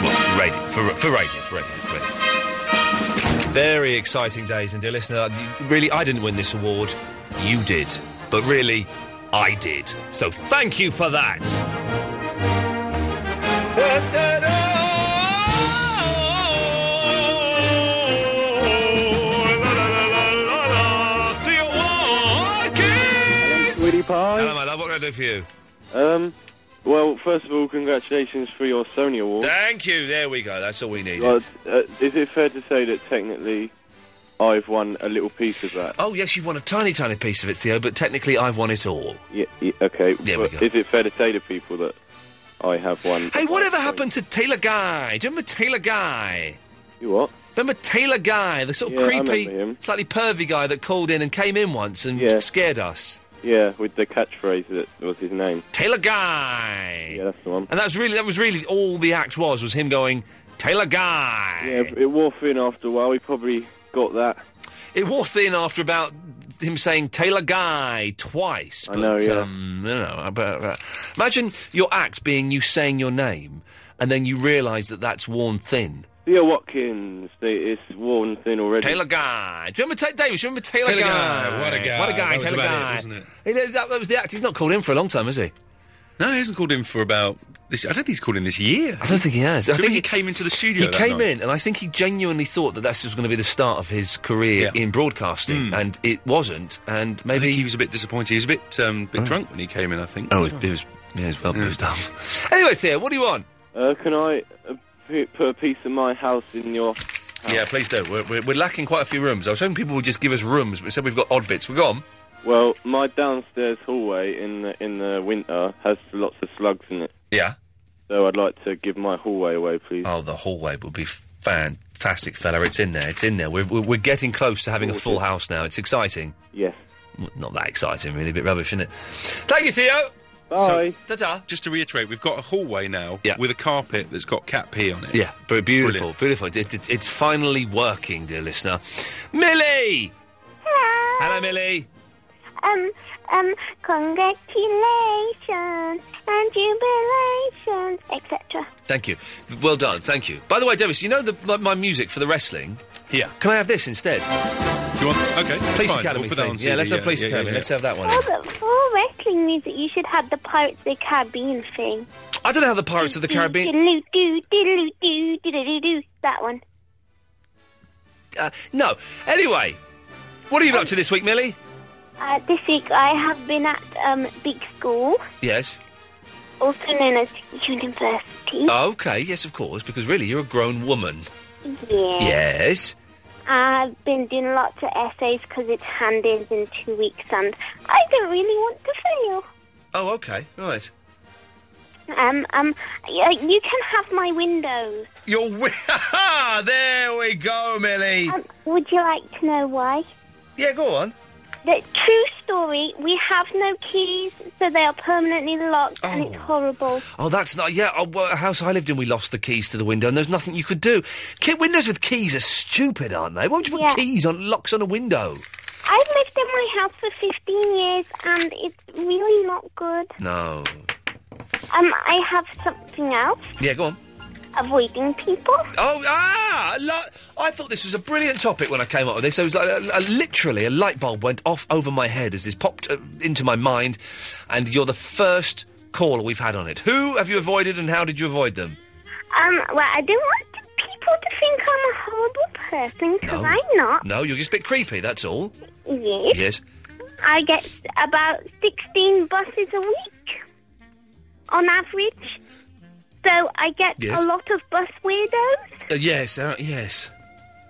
S1: Well, radio, for, for radio, for radio, for radio. Very exciting days, and dear listener, you- really, I didn't win this award. You did. But really, I did. So thank you for that.
S6: Sweetie pie.
S1: Hello, my love. What can I do for you?
S6: Um, well, first of all, congratulations for your Sony award.
S1: Thank you. There we go. That's all we needed.
S6: Well, uh, is it fair to say that technically I've won a little piece of that?
S1: Oh, yes, you've won a tiny, tiny piece of it, Theo, but technically I've won it all.
S6: Yeah, yeah, okay.
S1: There we
S6: but
S1: go.
S6: Is it fair to say to people that I have won?
S1: Hey, whatever happened to Taylor Guy? Do you remember Taylor Guy?
S6: You what?
S1: Remember Taylor Guy, the sort of
S6: Yeah, I
S1: creepy,
S6: remember him.
S1: slightly pervy guy that called in and came in once and scared us?
S6: Yeah, with the catchphrase that was his name.
S1: Taylor Guy.
S6: Yeah, that's the one.
S1: And that was really, that was really all the act was, was him going, Taylor Guy.
S6: Yeah, it wore thin after a while. He probably got that.
S1: It wore thin after about him saying Taylor Guy twice.
S6: I
S1: But,
S6: know, yeah.
S1: um, you know, I bet- uh, imagine your act being you saying your name and then you realise that that's worn thin.
S6: Theo Watkins, they, it's worn thin already.
S1: Taylor Guy. Do you remember, Ta- Davis, do you remember Taylor,
S6: Taylor
S1: Guy?
S6: Guy, what a guy.
S1: What a guy,
S6: That was
S1: Taylor
S6: about it,
S1: Guy.
S6: wasn't
S2: it?
S1: He- that- that was the act. He's not called in for a long time, has he?
S2: No, he hasn't called in for about this. I don't think he's called in this year.
S1: I don't think he has. I
S2: Do
S1: think
S2: you remember he came into the studio.
S1: He
S2: that
S1: came
S2: night?
S1: in, and I think he genuinely thought that this was going to be the start of his career in broadcasting, and it wasn't. And maybe
S2: Hmm. he was a bit disappointed. He was a bit, um, bit drunk when he came in. I think.
S1: Oh,
S2: as
S1: it-
S2: well.
S1: it was yeah, as well boozed up. Anyway, Theo, what do you want?
S6: Uh, can I uh, p- put a piece of my house in your?
S1: Yeah, please do. We're, we're, we're lacking quite a few rooms. I was hoping people would just give us rooms, but instead we've got odd bits. We're gone.
S6: Well, my downstairs hallway in the, in the winter has lots of slugs in it.
S1: Yeah.
S6: So I'd like to give my hallway away, please.
S1: Oh, the hallway will be fantastic, fella. It's in there. It's in there. We're, we're, we're getting close to having a full house now. It's exciting.
S6: Yes.
S1: Well, Not that exciting, really. A bit rubbish, isn't it? Thank you, Theo.
S2: Bye.
S1: ta-ta.
S2: Just to reiterate, we've got a hallway now with a carpet that's got cat pee on it.
S1: Yeah, but beautiful, beautiful. It, it, it's finally working, dear listener. Millie! Hello, Millie.
S18: Um, um, congratulations and jubilations, etc.
S1: Thank you. Well done. Thank you. By the way, Davis, you know the, my, my music for the wrestling.
S2: Yeah.
S1: Can I have this instead?
S2: You want? Okay.
S1: Police
S2: fine.
S1: Academy
S2: We'll put that
S1: thing.
S2: on
S1: Yeah,
S2: CD,
S1: let's have
S2: yeah,
S1: Police
S2: yeah, yeah,
S1: Academy.
S2: yeah.
S1: Let's have that one.
S18: Oh, but for wrestling music, you should have the Pirates of the Caribbean thing.
S1: I don't know how the Pirates of the Caribbean.
S18: Diddle-oo, doo, diddle-oo, doo, diddle-oo, doo. That one.
S1: Uh, no. Anyway, what are you up to this week, Millie?
S18: Uh, this week, I have been at um, Big School,
S1: Yes.
S18: also known as University.
S1: Okay. Yes, of course. Because really, you're a grown woman.
S18: Yeah.
S1: Yes.
S18: I've been doing lots of essays because it's hand ins in two weeks and I don't really want to fail.
S1: Oh, okay. Right.
S18: Um, um, y- you can have my windows.
S1: Your wi- Ha! there we go, Millie.
S18: Um, Would you like to know why?
S1: Yeah, go on.
S18: The true story, we have no keys, so they are permanently locked and it's horrible.
S1: Oh, that's not. Yeah, oh, well, a house I lived in, we lost the keys to the window, and there's nothing you could do. Ki windows with keys are stupid, aren't they? Why would you put
S18: Yeah.
S1: keys on locks on a window?
S18: I've lived in my house for 15 years and it's really not good.
S1: No.
S18: Um, I have something else,
S1: Yeah, go on.
S18: avoiding people.
S1: Oh, ah! Lo- I thought this was a brilliant topic when I came up with this. It was like, a, a- literally a light bulb went off over my head as this popped uh, into my mind, and you're the first caller we've had on it. Who have you avoided, and how did you avoid them?
S18: Um, well, I don't want people to think I'm a horrible person because I'm not.
S1: No, you're just a bit creepy. That's all.
S18: Yes.
S1: Yes.
S18: I get about 16 buses a week on average. So I get
S1: Yes.
S18: a lot of bus weirdos.
S1: Uh, yes. Uh, yes.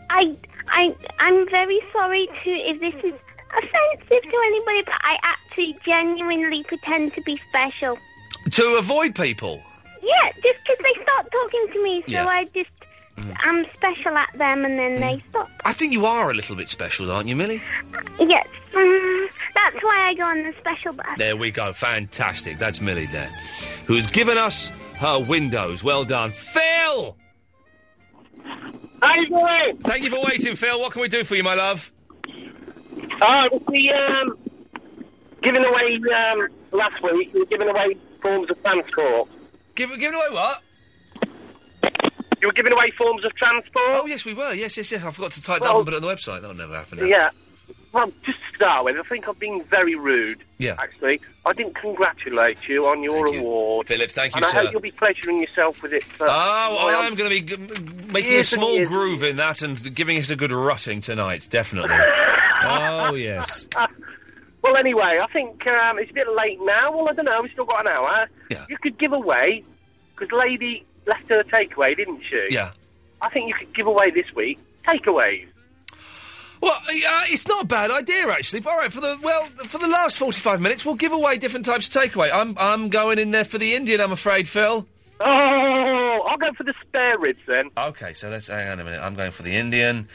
S18: I, I, I'm very sorry to if this is offensive to anybody, but I actually genuinely pretend to be special.
S1: To avoid people.
S18: Yeah, just because they start talking to me, so
S1: Yeah. Mm.
S18: I just, I'm special at them, and then they stop.
S1: I think you are a little bit special, aren't you, Millie?
S18: Yes, mm, that's why I go on the special bus.
S1: There we go. Fantastic. That's Millie there, who's given us her windows. Well done. Phil!
S16: Hi,
S1: you Thank you for waiting, Phil. What can we do for you, my love?
S24: Oh, it's the um, giving away um, last week. We were giving away forms of transport.
S1: Give, giving away what?
S24: You were giving away forms of transport.
S1: Oh yes, we were. Yes, yes, yes. I forgot to type that
S24: Well-
S1: one, but on the website that'll never happen. now.
S24: Yeah. Well, just to start with, I think I've been very rude.
S1: Yeah.
S24: Actually, I didn't congratulate you on your award,
S1: Philip. Thank you,
S24: and I
S1: sir.
S24: hope you'll be pleasuring yourself with it. For
S1: Oh, I am going to be g- m- making
S24: Years
S1: a
S24: and
S1: small
S24: years.
S1: groove in that and giving it a good rutting tonight, definitely. oh yes.
S24: Well, anyway, I think um, it's a bit late now. Well, I don't know. We've still got an hour. Yeah. You could give away because Lady left her takeaway, didn't she?
S1: Yeah.
S24: I think you could give away this week takeaways.
S1: Well, uh, it's not a bad idea actually. All right, for the well, for the last forty-five minutes, we'll give away different types of takeaway. I'm I'm going in there for the Indian, I'm afraid, Phil.
S24: Oh, I'll go for the spare ribs then.
S1: Okay, so let's hang on a minute. I'm going for the Indian.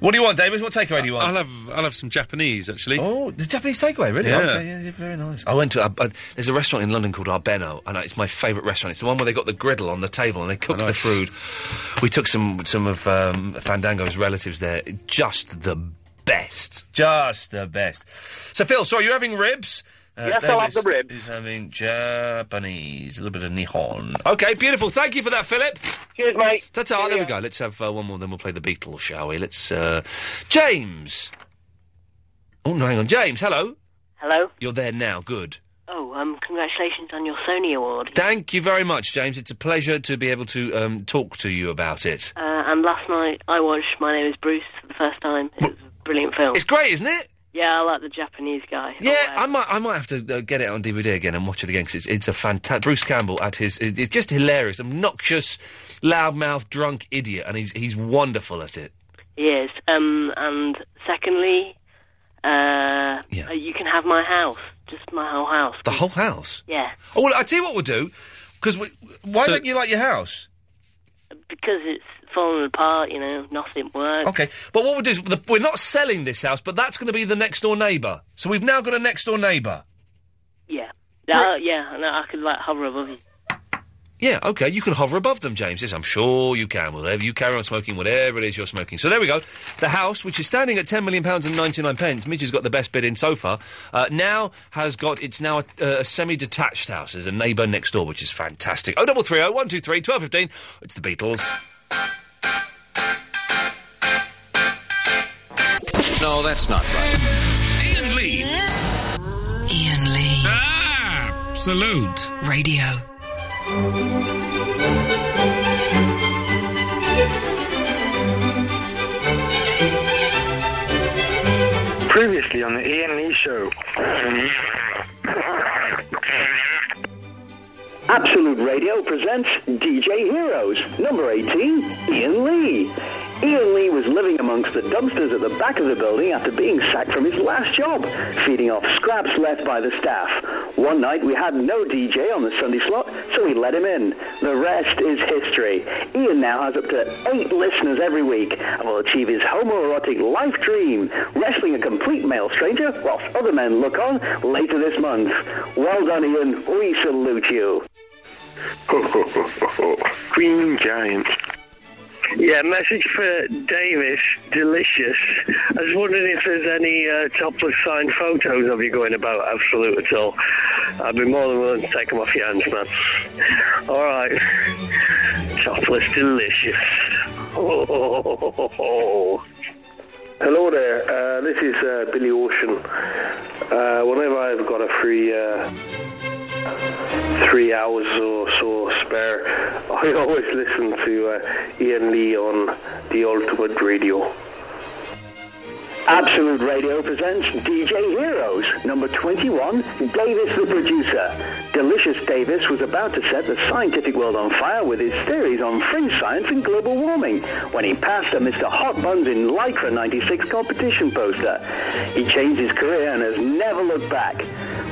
S1: What do you want, David? What takeaway do you want?
S2: I'll have I'll have some Japanese actually.
S1: Oh, the Japanese takeaway, really?
S2: Yeah.
S1: Okay, yeah, yeah, very nice. I went to. I, I, there's a restaurant in London called Arbeno, and it's my favourite restaurant. It's the one where they got the griddle on the table and they cooked the food. We took some some of um, Fandango's relatives there. Just the best, just the best. So Phil, sorry, you're having ribs. Uh,
S24: Yes, I'll have
S1: Davis
S24: the ribs.
S1: Is having Japanese, a little bit of Nihon. Okay, beautiful. Thank you for that, Philip.
S24: Cheers, mate.
S1: Ta-ta. There we go. Let's have uh, one more, then we'll play the Beatles, shall we? Let's, uh, James. Oh no, hang on, James. Hello.
S8: Hello.
S1: You're there now. Good.
S8: Oh, um, congratulations on your Sony award.
S1: Thank you very much, James. It's a pleasure to be able to um, talk to you about it.
S8: Uh, and last night I watched My Name Is Bruce for the first time. It was a brilliant film.
S1: It's great, isn't it?
S8: Yeah, I like the Japanese guy.
S1: Yeah, I might, I might have to uh, get it on DVD again and watch it again because it's, it's a fantastic. Bruce Campbell at his, it- it's just hilarious, obnoxious, loudmouth, drunk idiot, and he's he's wonderful at it.
S8: He is. Um, and secondly, uh, uh, you can have my house, just my whole house.
S1: The whole house.
S8: Yeah,
S1: Oh well, I tell you what we'll do because why don't you like your house?
S8: because it's falling apart. You know, nothing works.
S1: Okay, but what we'll do is the, we're not selling this house, but that's going to be the next door neighbour. So we've now got a next door neighbour.
S8: Yeah. Uh, yeah, no, I could like hover above you.
S1: Yeah, okay, you can hover above them, James. Yes, I'm sure you can. Whatever you carry on smoking, whatever it is you're smoking. So there we go. The house, which is standing at ten million pounds and ninety nine pence, Midge has got the best bid in so far. Uh, now has got it's now a, uh, a semi detached house. There's a neighbour next door, which is fantastic. Oh, double three oh one two three twelve fifteen. It's the Beatles.
S13: No, that's not right.
S14: Ian Lee. Ian Lee. Ah, salute. Radio.
S25: Previously on the Ian Lee Show. Absolute Radio presents DJ Heroes, number 18, Ian Lee. Ian Lee was living amongst the dumpsters at the back of the building after being sacked from his last job, feeding off scraps left by the staff. One night we had no DJ on the Sunday slot, so we let him in. The rest is history. Ian now has up to eight listeners every week and will achieve his homoerotic life dream, wrestling a complete male stranger whilst other men look on later this month. Well done, Ian. We salute you. Green Giant.
S26: Yeah, message for Davis, delicious. I was wondering if there's any uh, topless signed photos of you going about Absolute at all. I'd be more than willing to take them off your hands, man. All right. Topless, delicious. Oh.
S25: Hello there. Uh, this is uh, Billy Ocean. Uh, whenever I've got a free uh, three hours or so spare, I always listen to uh, Ian Lee on the Ultimate Radio. Absolute Radio presents DJ Heroes, number 21, Davis the Producer. Delicious Davis was about to set the scientific world on fire with his theories on fringe science and global warming when he passed a Mr. Hot Buns in Lycra 96 competition poster. He changed his career and has never looked back.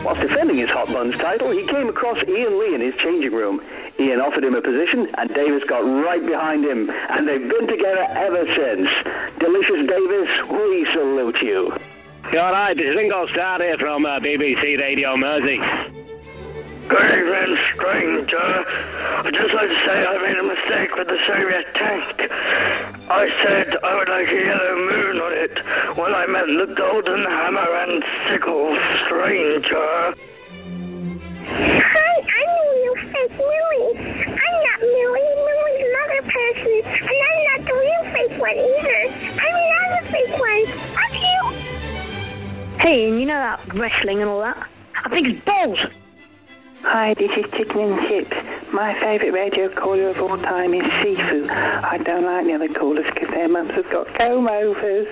S25: Whilst defending his Hot Buns title, he came across Ian Lee in his changing room. Ian offered him a position, and Davis got right behind him, and they've been together ever since. Delicious Davis, we salute you.
S26: Yeah, all right, this is Ingo Star here from uh, BBC Radio Mersey.
S25: Good
S26: evening,
S25: stranger.
S26: I'd just like to say I made a mistake with the Soviet tank.
S25: I said I would like a yellow moon on it when I met the golden hammer and sickle stranger.
S18: Hi, I'm new face Millie. I'm not Millie, Millie's mother person, and I'm not the real fake one either. I'm another fake one. Fuck you!
S20: Hey, and you know that wrestling and all that? I think it's balls. Hi, this is Chicken and Chips. My favourite radio caller of all time is Sifu. I don't like the other callers because their mums have got comb overs.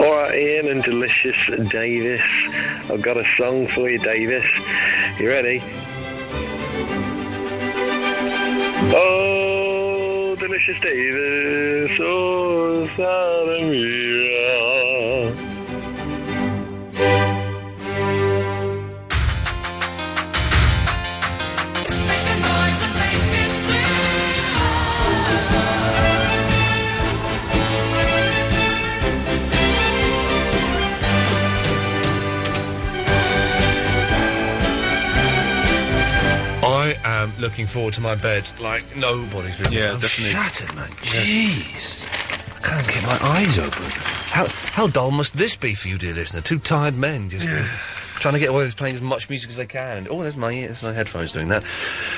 S25: All right, Ian and Delicious Davis. I've got a song for you, Davis. You ready? Oh, Delicious Davis, oh, Santa Mira.
S1: I am looking forward to my bed like nobody's business.
S2: Yeah,
S1: I'm
S2: definitely.
S1: shattered, man. Jeez. I can't get my eyes open. How, how dull must this be for you, dear listener? Two tired men just trying to get away with playing as much music as they can. Oh, there's my ear, there's my headphones doing that.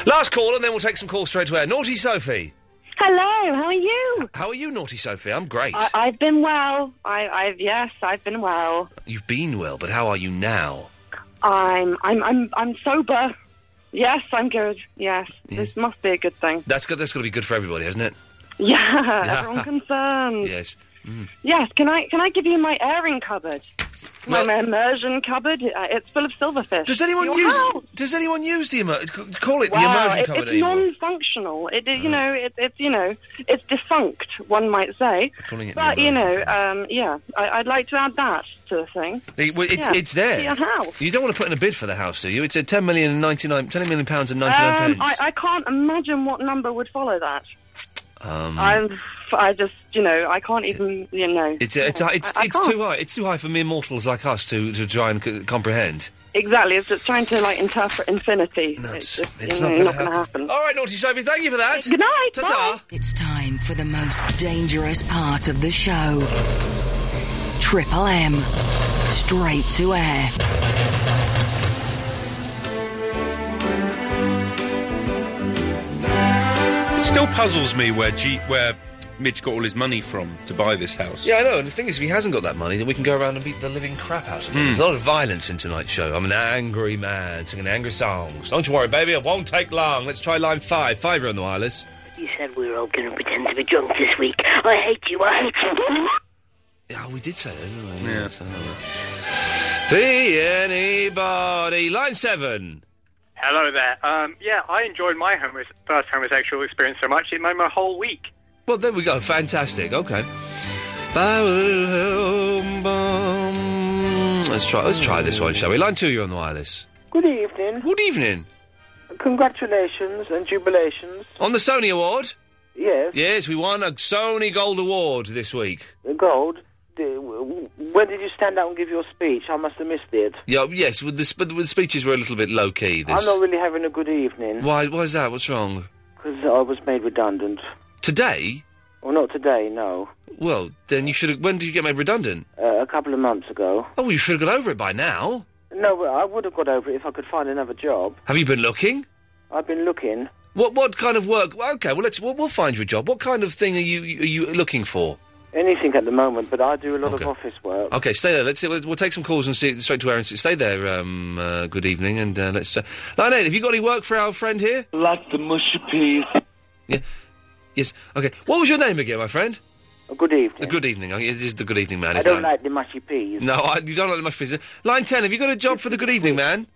S1: Last call, and then we'll take some calls straight away. Naughty Sophie.
S9: Hello, how are you?
S1: How are you, Naughty Sophie? I'm great.
S9: I, I've been well. I, I've yes, I've been well.
S1: You've been well, but how are you now?
S9: I'm I'm I'm I'm sober. Yes, I'm good. Yes, this must be a good thing.
S1: That's good. That's got to be good for everybody, hasn't it?
S9: Yeah, everyone concerned.
S1: Yes. Mm.
S9: Yes, can I can I give you my airing cupboard? My immersion cupboard. Uh, It's full of silverfish.
S1: Does anyone
S9: Your
S1: use?
S9: house.
S1: Does anyone use the immer- c- call it the
S9: Wow,
S1: immersion
S9: it-
S1: cupboard
S9: It's
S1: anymore?
S9: non-functional. It, it- you know, it, it's you know, it's defunct. One might say.
S1: Calling it the
S9: but you know,
S1: immersion.
S9: um, yeah, I, I'd like to add that to the thing.
S1: The- well, it's,
S9: Yeah,
S1: it's there.
S9: to your house.
S1: You don't want to put in a bid for the house, do you? It's at ten million and ninety nine, ten million pounds and ninety nine
S9: Um, I,
S1: pence.
S9: I can't imagine what number would follow that.
S1: um,
S9: I'm, I just, you know, I can't even, you know.
S1: it's it's it's,
S9: I- I
S1: it's
S9: can't.
S1: too high. It's too high for mere mortals like us to, to try and c- comprehend.
S9: Exactly, it's just trying to like interpret infinity.
S1: Nuts.
S9: It's, just,
S1: It's
S9: you
S1: not
S9: know,
S1: gonna
S9: gonna happen.
S1: All right, naughty Sophie, thank you for that.
S9: Good night.
S1: Ta-ta.
S14: It's time for the most dangerous part of the show. Triple M. Straight to air.
S2: It still puzzles me where G- where Midge got all his money from to buy this house.
S1: Yeah, I know. And the thing is, if he hasn't got that money, then we can go around and beat the living crap out of him.
S2: Hmm.
S1: There's a lot of violence in tonight's show. I'm an angry man singing angry songs. Don't you worry, baby. It won't take long. Let's try line five. Five, you're on the wireless.
S27: You said we were all going to pretend to be drunk this week. I hate you. I hate you.
S1: Oh, we did say that, didn't we? Yeah. Be anybody. Line seven.
S3: Hello there. Um, yeah, I enjoyed my homo- first homosexual experience so much it made my whole week.
S1: Well, there we go. Fantastic. Okay. Let's try. Let's try this one, shall we? Line two, you're on the wireless.
S22: Good evening.
S1: Good evening.
S22: Congratulations and jubilations.
S1: On the Sony Award.
S22: Yes,
S1: Yes, we won a Sony Gold Award this week.
S22: the gold. The- w- w- When did you stand out and give your speech? I must have missed it.
S1: Yeah, yes, with the, sp- with the speeches were a little bit low key. This.
S22: I'm not really having a good evening
S1: Why? Why is that? What's wrong?
S22: because I was made redundant.
S1: Today?
S22: Well, not today, no.
S1: Well, then you should. have... When did you get made redundant?
S22: Uh, a couple of months ago.
S1: Oh, you should have got over it by now.
S22: No, but I would have got over it if I could find another job.
S1: Have you been looking?
S22: I've been looking.
S1: What What kind of work? well, Okay, well, let's. We'll, we'll find you a job. What kind of thing are you are you looking for?
S22: Anything at the moment, but I do a lot of office work.
S1: Okay, stay there. Let's. We'll, we'll take some calls and see straight to air and see- stay there. Um, uh, good evening, and uh, let's. Uh, Line eight. Have you got any work for our friend here? Like the mushy peas. Yeah. Yes. Okay. What was your name again, my friend?
S22: good evening.
S1: A good evening. Okay, This is the good evening man.
S22: I
S1: isn't
S22: don't
S1: it?
S22: like the mushy peas.
S1: No, I, you don't like the much pizza. Line 10, have you got a job for the good evening, man?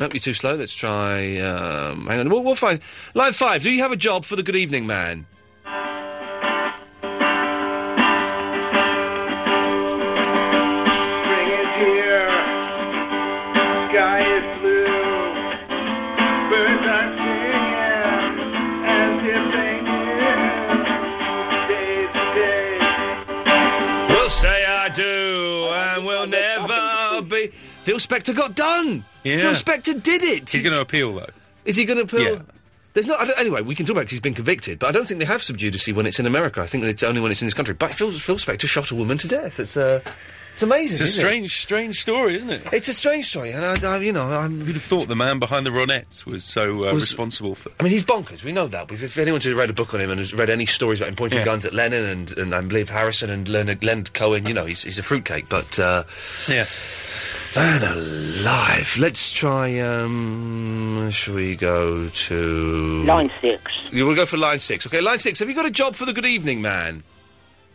S1: Nope, you're too slow. Let's try. Um, hang on, we'll, we'll find. Line 5, do you have a job for the good evening, man?
S4: Spring is here. Sky is blue. Birds are singing as if they knew. Days to day.
S1: We'll say I do, and we'll never be. Phil Spector got done.
S2: Yeah.
S1: Phil Spector did it.
S2: He's going to appeal though.
S1: Is he going to appeal? There's no. I don't, anyway, we can talk about because he's been convicted, but I don't think they have subjudice when it's in America. I think it's only when it's in this country. But Phil, Phil Spector shot a woman to death. It's uh, it's amazing.
S2: It's a
S1: isn't it?
S2: strange, strange story, isn't it?
S1: It's a strange story, and I, I you know, I'm.
S2: You'd have thought the man behind the Ronettes was so uh,
S1: Was-
S2: responsible for.
S1: I mean, he's bonkers. We know that. If, if anyone's who's read a book on him and has read any stories about him pointing
S2: Yeah.
S1: guns at Lennon and, and I believe Harrison and Leonard, Leonard Cohen, you know, he's, he's a fruitcake. But uh, yes, man alive. Let's try. Um, shall we go to
S22: Line six.
S1: You will go for line six. Okay, line six. Have you got a job for the Good Evening Man?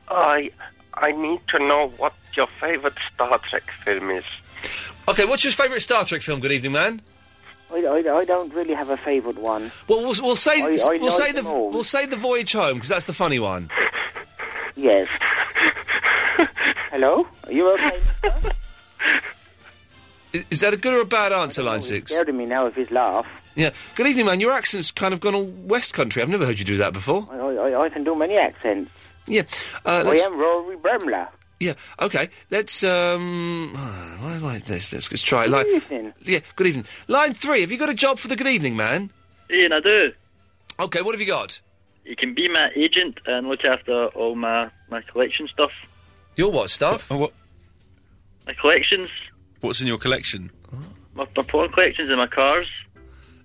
S4: I I need to know what your favorite Star Trek film is.
S1: Okay, what's your favourite Star Trek film? Good Evening Man.
S22: I, I, I don't really have a favourite one.
S1: Well, we'll, we'll say
S22: I- I
S1: we'll say
S22: like
S1: the
S22: them all.
S1: we'll say the Voyage Home because that's the funny one.
S22: Yes. Hello? Are you okay?
S1: Is, is that a good or a bad answer, line six?
S22: Scared of me now with his laugh.
S1: Yeah. Good evening, man. Your accent's kind of gone all West Country. I've never heard you do that before.
S22: I, I, I- I can do many accents.
S1: Yeah. Uh,
S22: I
S1: let's-
S22: am Rory Bremler.
S1: Yeah. Okay. Let's um. Why, why, let's, let's, let's try it. Line,
S22: evening.
S1: Yeah. Good evening. Line three. Have you got a job for the good evening man?
S24: Ian, I do.
S1: Okay, what have you got?
S24: You can be my agent and look after all my, my collection stuff.
S1: Your what stuff?
S24: My collections,
S2: What's in your collection?
S24: my, my porn collections and my cars.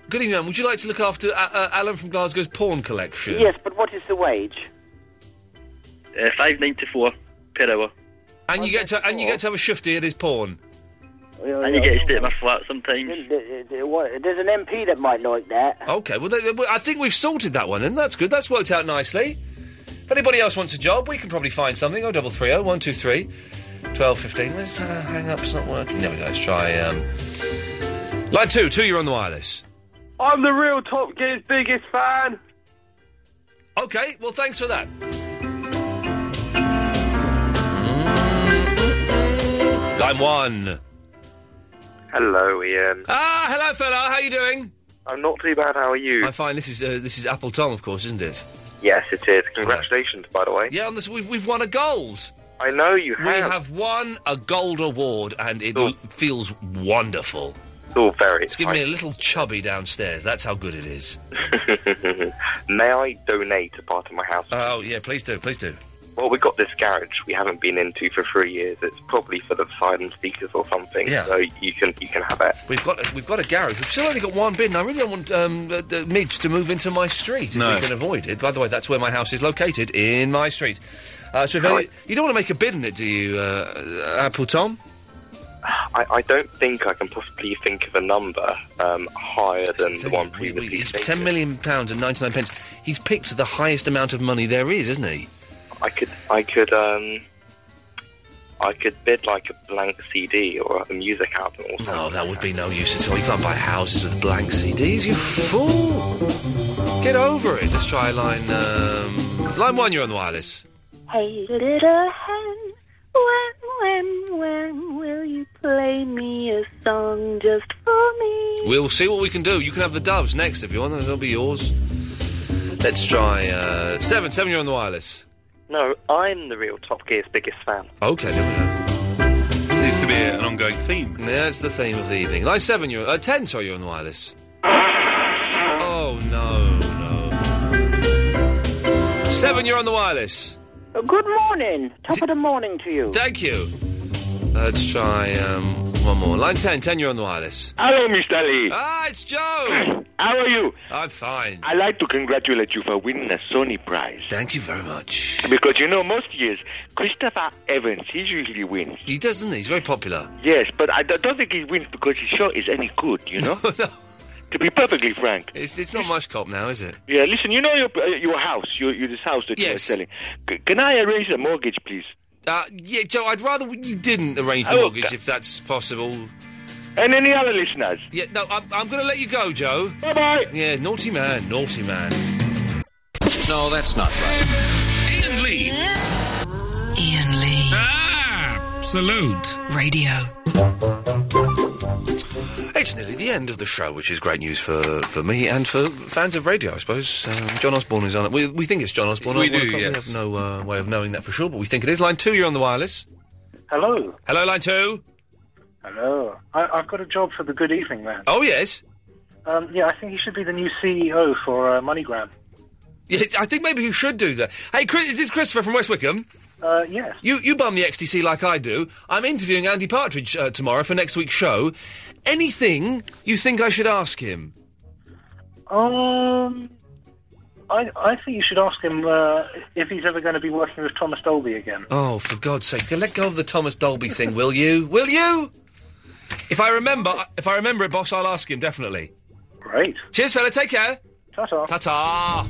S1: Good evening, man. Would you like to look after uh, uh, Alan from Glasgow's porn collection?
S22: Yes, but what is the wage?
S24: Uh, Five ninety four per hour.
S1: And you get to and you get to have a shifty at his porn.
S24: And you get to stay at my flat sometimes.
S22: There's an MP that might like that.
S1: Okay. Well, th th- well, I think we've sorted that one, and that's good. That's worked out nicely. If anybody else wants a job, we can probably find something. Oh, double three oh one two three. 12, 15. Let's uh, hang up, it's not working. There we go, let's try. Um... Line 2, 2, you're on the wireless.
S28: I'm the real Top Gear's biggest fan.
S1: Okay, well, thanks for that. Line one.
S4: Hello, Ian.
S1: Ah, hello, fella. How you doing?
S4: I'm not too bad. How are you?
S1: I'm fine. This is uh, this is Apple Tom, of course, isn't it?
S4: Yes, it is. Congratulations, by the way.
S1: Yeah, on this, we've, we've won a gold.
S4: I know you
S1: We
S4: have.
S1: have won a gold award, and it
S4: Cool.
S1: feels wonderful.
S4: It's all very.
S1: It's giving me a little chubby downstairs. That's how good it is.
S4: exciting. May I donate a part of my house?
S1: Oh yeah, please do, please do.
S4: Well, we got this garage we haven't been into for three years. It's probably for the silent speakers or something.
S1: Yeah.
S4: So you can you can have it.
S1: We've got a, we've got a garage. We've still only got one bin. and I really don't want um, uh, uh, Midge to move into my street if
S2: No.
S1: we can avoid it. By the way, that's where my house is located in my street. Uh, so if any, you don't want to make a bid in it, do you, uh, uh, Apple Tom?
S4: I, I don't think I can possibly think of a number um, higher than the one
S1: We- we-
S4: previously.
S1: It's
S4: stated.
S1: ten million pounds and ninety nine pence. He's picked the highest amount of money there is, isn't he?
S4: I could I could um I could bid like a blank CD or a music album or something.
S1: No, Oh, that would be no use at all. You can't buy houses with blank CDs. You fool! Get over it. Let's try line um, line one. You're on the wireless.
S20: Hey, little hen, when, when, when will you play me a song just for me?
S1: We'll see what we can do. You can have the doves next if you want. They'll be yours. Let's try uh, seven. Seven, you're on the wireless.
S4: No, I'm the real Top Gear's biggest fan.
S1: Okay, there we go. Seems to be an ongoing theme. Yeah, it's the theme of the evening. Line seven, you're uh, ten. Sorry, you're on the wireless. Oh no, no. Seven, you're on the wireless.
S22: Uh, Good morning. Top of the morning to you.
S1: Thank you. Let's try um, one more. Line ten. Ten, you're on the wireless.
S28: Hello, Mr. Lee.
S1: Ah, it's Joe.
S28: How are you?
S1: I'm fine.
S28: I'd like to congratulate you for winning a Sony Prize.
S1: Thank you very much.
S28: Because you know, most years, Christopher Evans, he usually wins.
S1: He does, doesn't he? He's very popular.
S28: Yes, but I don't don't think he wins because his show is any good, you know? To be perfectly frank.
S1: It's, it's not much cop now, is it?
S28: Yeah, listen, you know your, uh, your house, your, your, this house that
S1: Yes.
S28: you're selling. C- can I arrange a mortgage, please?
S1: Uh, yeah, Joe, I'd rather you didn't arrange the
S28: Oh,
S1: mortgage
S28: okay.
S1: if that's possible.
S28: And any other listeners?
S1: Yeah, no, I'm, I'm going to let you go, Joe.
S28: Bye bye.
S1: Yeah, naughty man, naughty man.
S29: No, that's not right.
S14: Ian Lee.
S30: Ian Lee.
S14: Ah, salute.
S30: Radio.
S1: It's nearly the end of the show, which is great news for, for me and for fans of radio, I suppose. Um, John Osborne is on it. We, we think it's John Osborne.
S2: We
S1: I- well,
S2: do,
S1: I can't-
S2: yes.
S1: We have no uh, way of knowing that for sure, but we think it is. Line two, you're on the wireless.
S31: Hello.
S1: Hello, line two.
S31: Hello. I, I've got a job for the Good Evening Man.
S1: Oh, yes.
S24: Um, yeah, I think he should be the new CEO for uh, MoneyGram.
S1: Yeah, I think maybe you should do that. Hey, Chris, is this Christopher from West Wickham?
S24: Uh, yes.
S1: You you bum the XTC like I do. I'm interviewing Andy Partridge uh, tomorrow for next week's show. Anything you think I should ask him?
S24: Um, I, I think you should ask him uh, if he's ever going to be working with Thomas Dolby again.
S1: Oh, for God's sake, let go of the Thomas Dolby thing, will you? Will you? If I remember, if I remember it, boss, I'll ask him definitely.
S24: Great.
S1: Cheers, fella. Take care.
S24: Ta-ta.
S1: Ta-ta.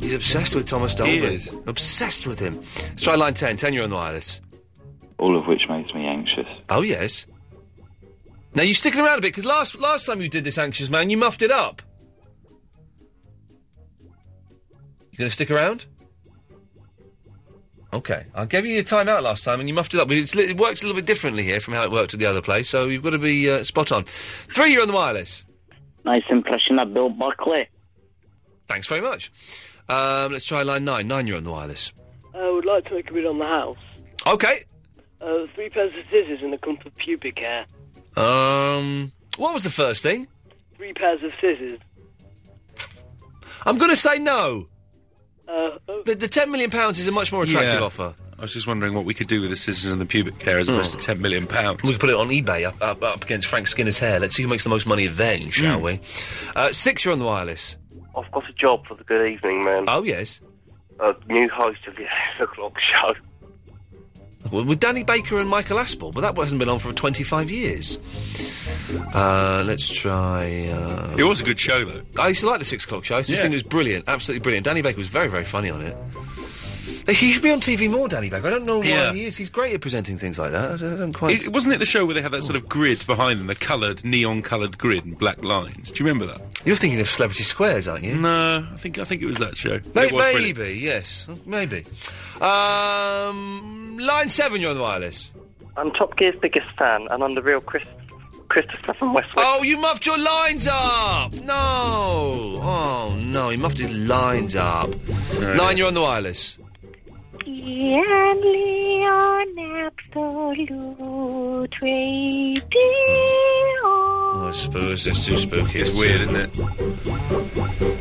S1: He's obsessed with Thomas Dolby.
S3: He is.
S1: Obsessed with him. Let's try line 10. 10, you're on the wireless.
S3: All of which makes me anxious.
S1: Oh, yes. Now, you're sticking around a bit, because last, last time you did this anxious man, you muffed it up. You going to stick around? Okay. I gave you your time out last time, and you muffed it up. But it's, li- it works a little bit differently here from how it worked at the other place, so you've got to be uh, spot on. Three, you're on the wireless.
S32: Nice impression of Bill Buckley.
S1: Thanks very much. Um, let's try line nine. Nine, you're on the wireless.
S33: I would like to make a bid on the house.
S1: Okay.
S33: Uh, three pairs of scissors and a clump of pubic hair.
S1: Um, what was the first thing?
S33: Three pairs of scissors.
S1: I'm going to say no.
S33: Uh, oh,
S1: The, the ten million pounds is a much more attractive
S2: Yeah.
S1: offer.
S2: I was just wondering what we could do with the scissors and the pubic hair as opposed
S1: Oh.
S2: to ten million pounds.
S1: We could put it on eBay up, up, up against Frank Skinner's hair. Let's see who makes the most money then, shall we? Uh, six, you're on the wireless.
S34: I've got a job for the good evening, man.
S1: Oh, yes.
S34: A new host of the 8 o'clock show.
S1: Well, with Danny Baker and Michael Aspel, but that hasn't been on for 25 years. Uh, let's try. Uh,
S2: It was a good show though.
S1: I used to like the six o'clock show. I used to
S2: Yeah.
S1: think it was brilliant, absolutely brilliant. Danny Baker was very, very funny on it. He should be on TV more, Danny Baker. I don't know why
S2: Yeah.
S1: he is. He's great at presenting things like that. I don't, I don't quite.
S2: It, wasn't it the show where they had that sort of grid behind them, the coloured, neon-coloured grid and black lines? Do you remember that?
S1: You're thinking of Celebrity Squares, aren't you?
S2: No, I think I think it was that show.
S1: May-
S2: It was
S1: maybe,
S2: brilliant.
S1: yes, maybe. Um, line seven, you're on the wireless.
S35: I'm Top Gear's biggest fan, and I'm the real Chris, Christopher from Westwick.
S1: Oh, you muffed your lines up! No! Oh, no, he muffed his lines up. Nine, you're on the wireless.
S20: Only on Absolute Radio.
S1: Oh, I suppose it's too spooky.
S2: It's weird, isn't it?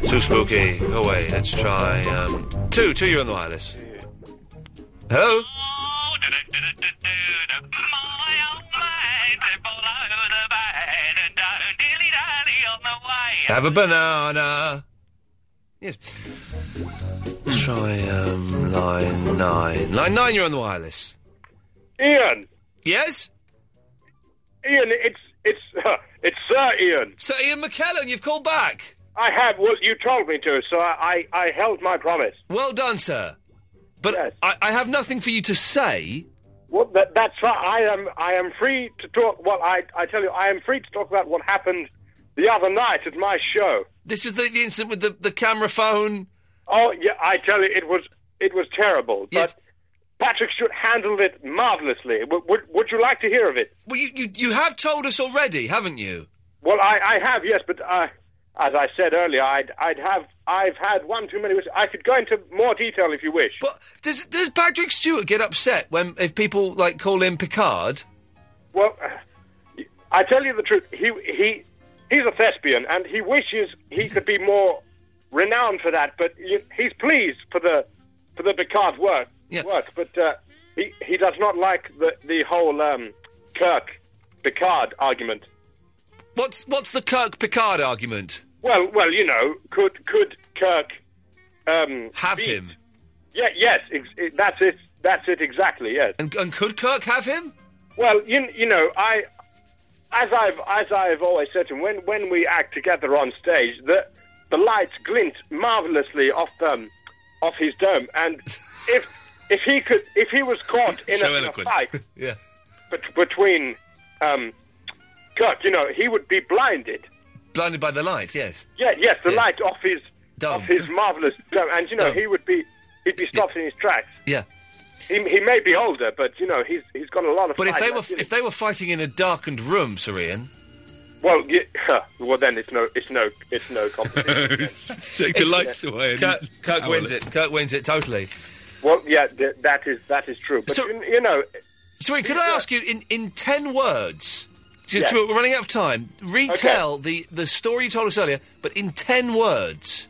S1: Too spooky. Go away. Let's try um, two. Two, you're on the wireless. Hello. Have a banana. Yes. Let's try um, line nine. Line nine, you're on the wireless.
S4: Ian.
S1: Yes.
S4: Ian, it's it's it's Sir Ian.
S1: Sir Ian McKellen, you've called back.
S4: I have. Well, you told me to, so I I, I held my promise.
S1: Well done, sir. But I, I have nothing for you to say.
S4: Well, that, that's right. I am I am free to talk. Well, I I tell you, I am free to talk about what happened the other night at my show.
S1: This is the, the incident with the, the camera phone.
S4: Oh yeah, I tell you, it was it was terrible.
S1: Yes.
S4: But Patrick Stewart handled it marvelously. Would, would would you like to hear of it?
S1: Well, you, you you have told us already, haven't you?
S4: Well, I, I have, yes, but uh, as I said earlier, I'd, I'd have, I've had one too many. Which I could go into more detail if you wish.
S1: But does does Patrick Stewart get upset when if people like call him Picard?
S4: well, uh, I tell you the truth. He, he, he's a thespian, and he wishes he could be more renowned for that. But you, he's pleased for the, for the Picard work. Work, but uh, he, he does not like the the whole um, Kirk Picard argument.
S1: What's what's the Kirk Picard argument?
S4: Well, well, you know, could could Kirk um,
S1: Have
S4: beat-
S1: him.
S4: Yeah, yes, ex- it, that's it. That's it exactly. Yes.
S1: And, and could Kirk have him?
S4: Well, you you know, I as I've as I've always said to him, when when we act together on stage, the the lights glint marvelously off um off his dome, and if if he could if he was caught in,
S2: So
S4: a, in a
S2: eloquent.
S4: fight
S1: yeah.
S4: bet- between um Kirk, you know, he would be blinded.
S1: Blinded by the light, yes.
S4: Yeah, yes, the
S1: Yeah.
S4: light off his off his marvelous dome, and you know, he would be he'd be stopped in his tracks.
S1: Yeah.
S4: He, he may be older, but you know he's he's got a lot of.
S1: But if
S4: fight
S1: they
S4: left
S1: were
S4: in him.
S1: if they were fighting in a darkened room, Sir Ian,
S4: Well, yeah, well, then it's no, it's no, it's no competition.
S2: Take the lights away and
S1: Kirk,
S2: he's
S1: Kirk wins
S2: powerless.
S1: it. Kirk wins it totally.
S4: well, yeah, th- that is that is true. But you, you know,
S1: Sir Ian, could I ask you in in ten words? Just- We're running out of time. Retell the, the story you told us earlier, but in ten words.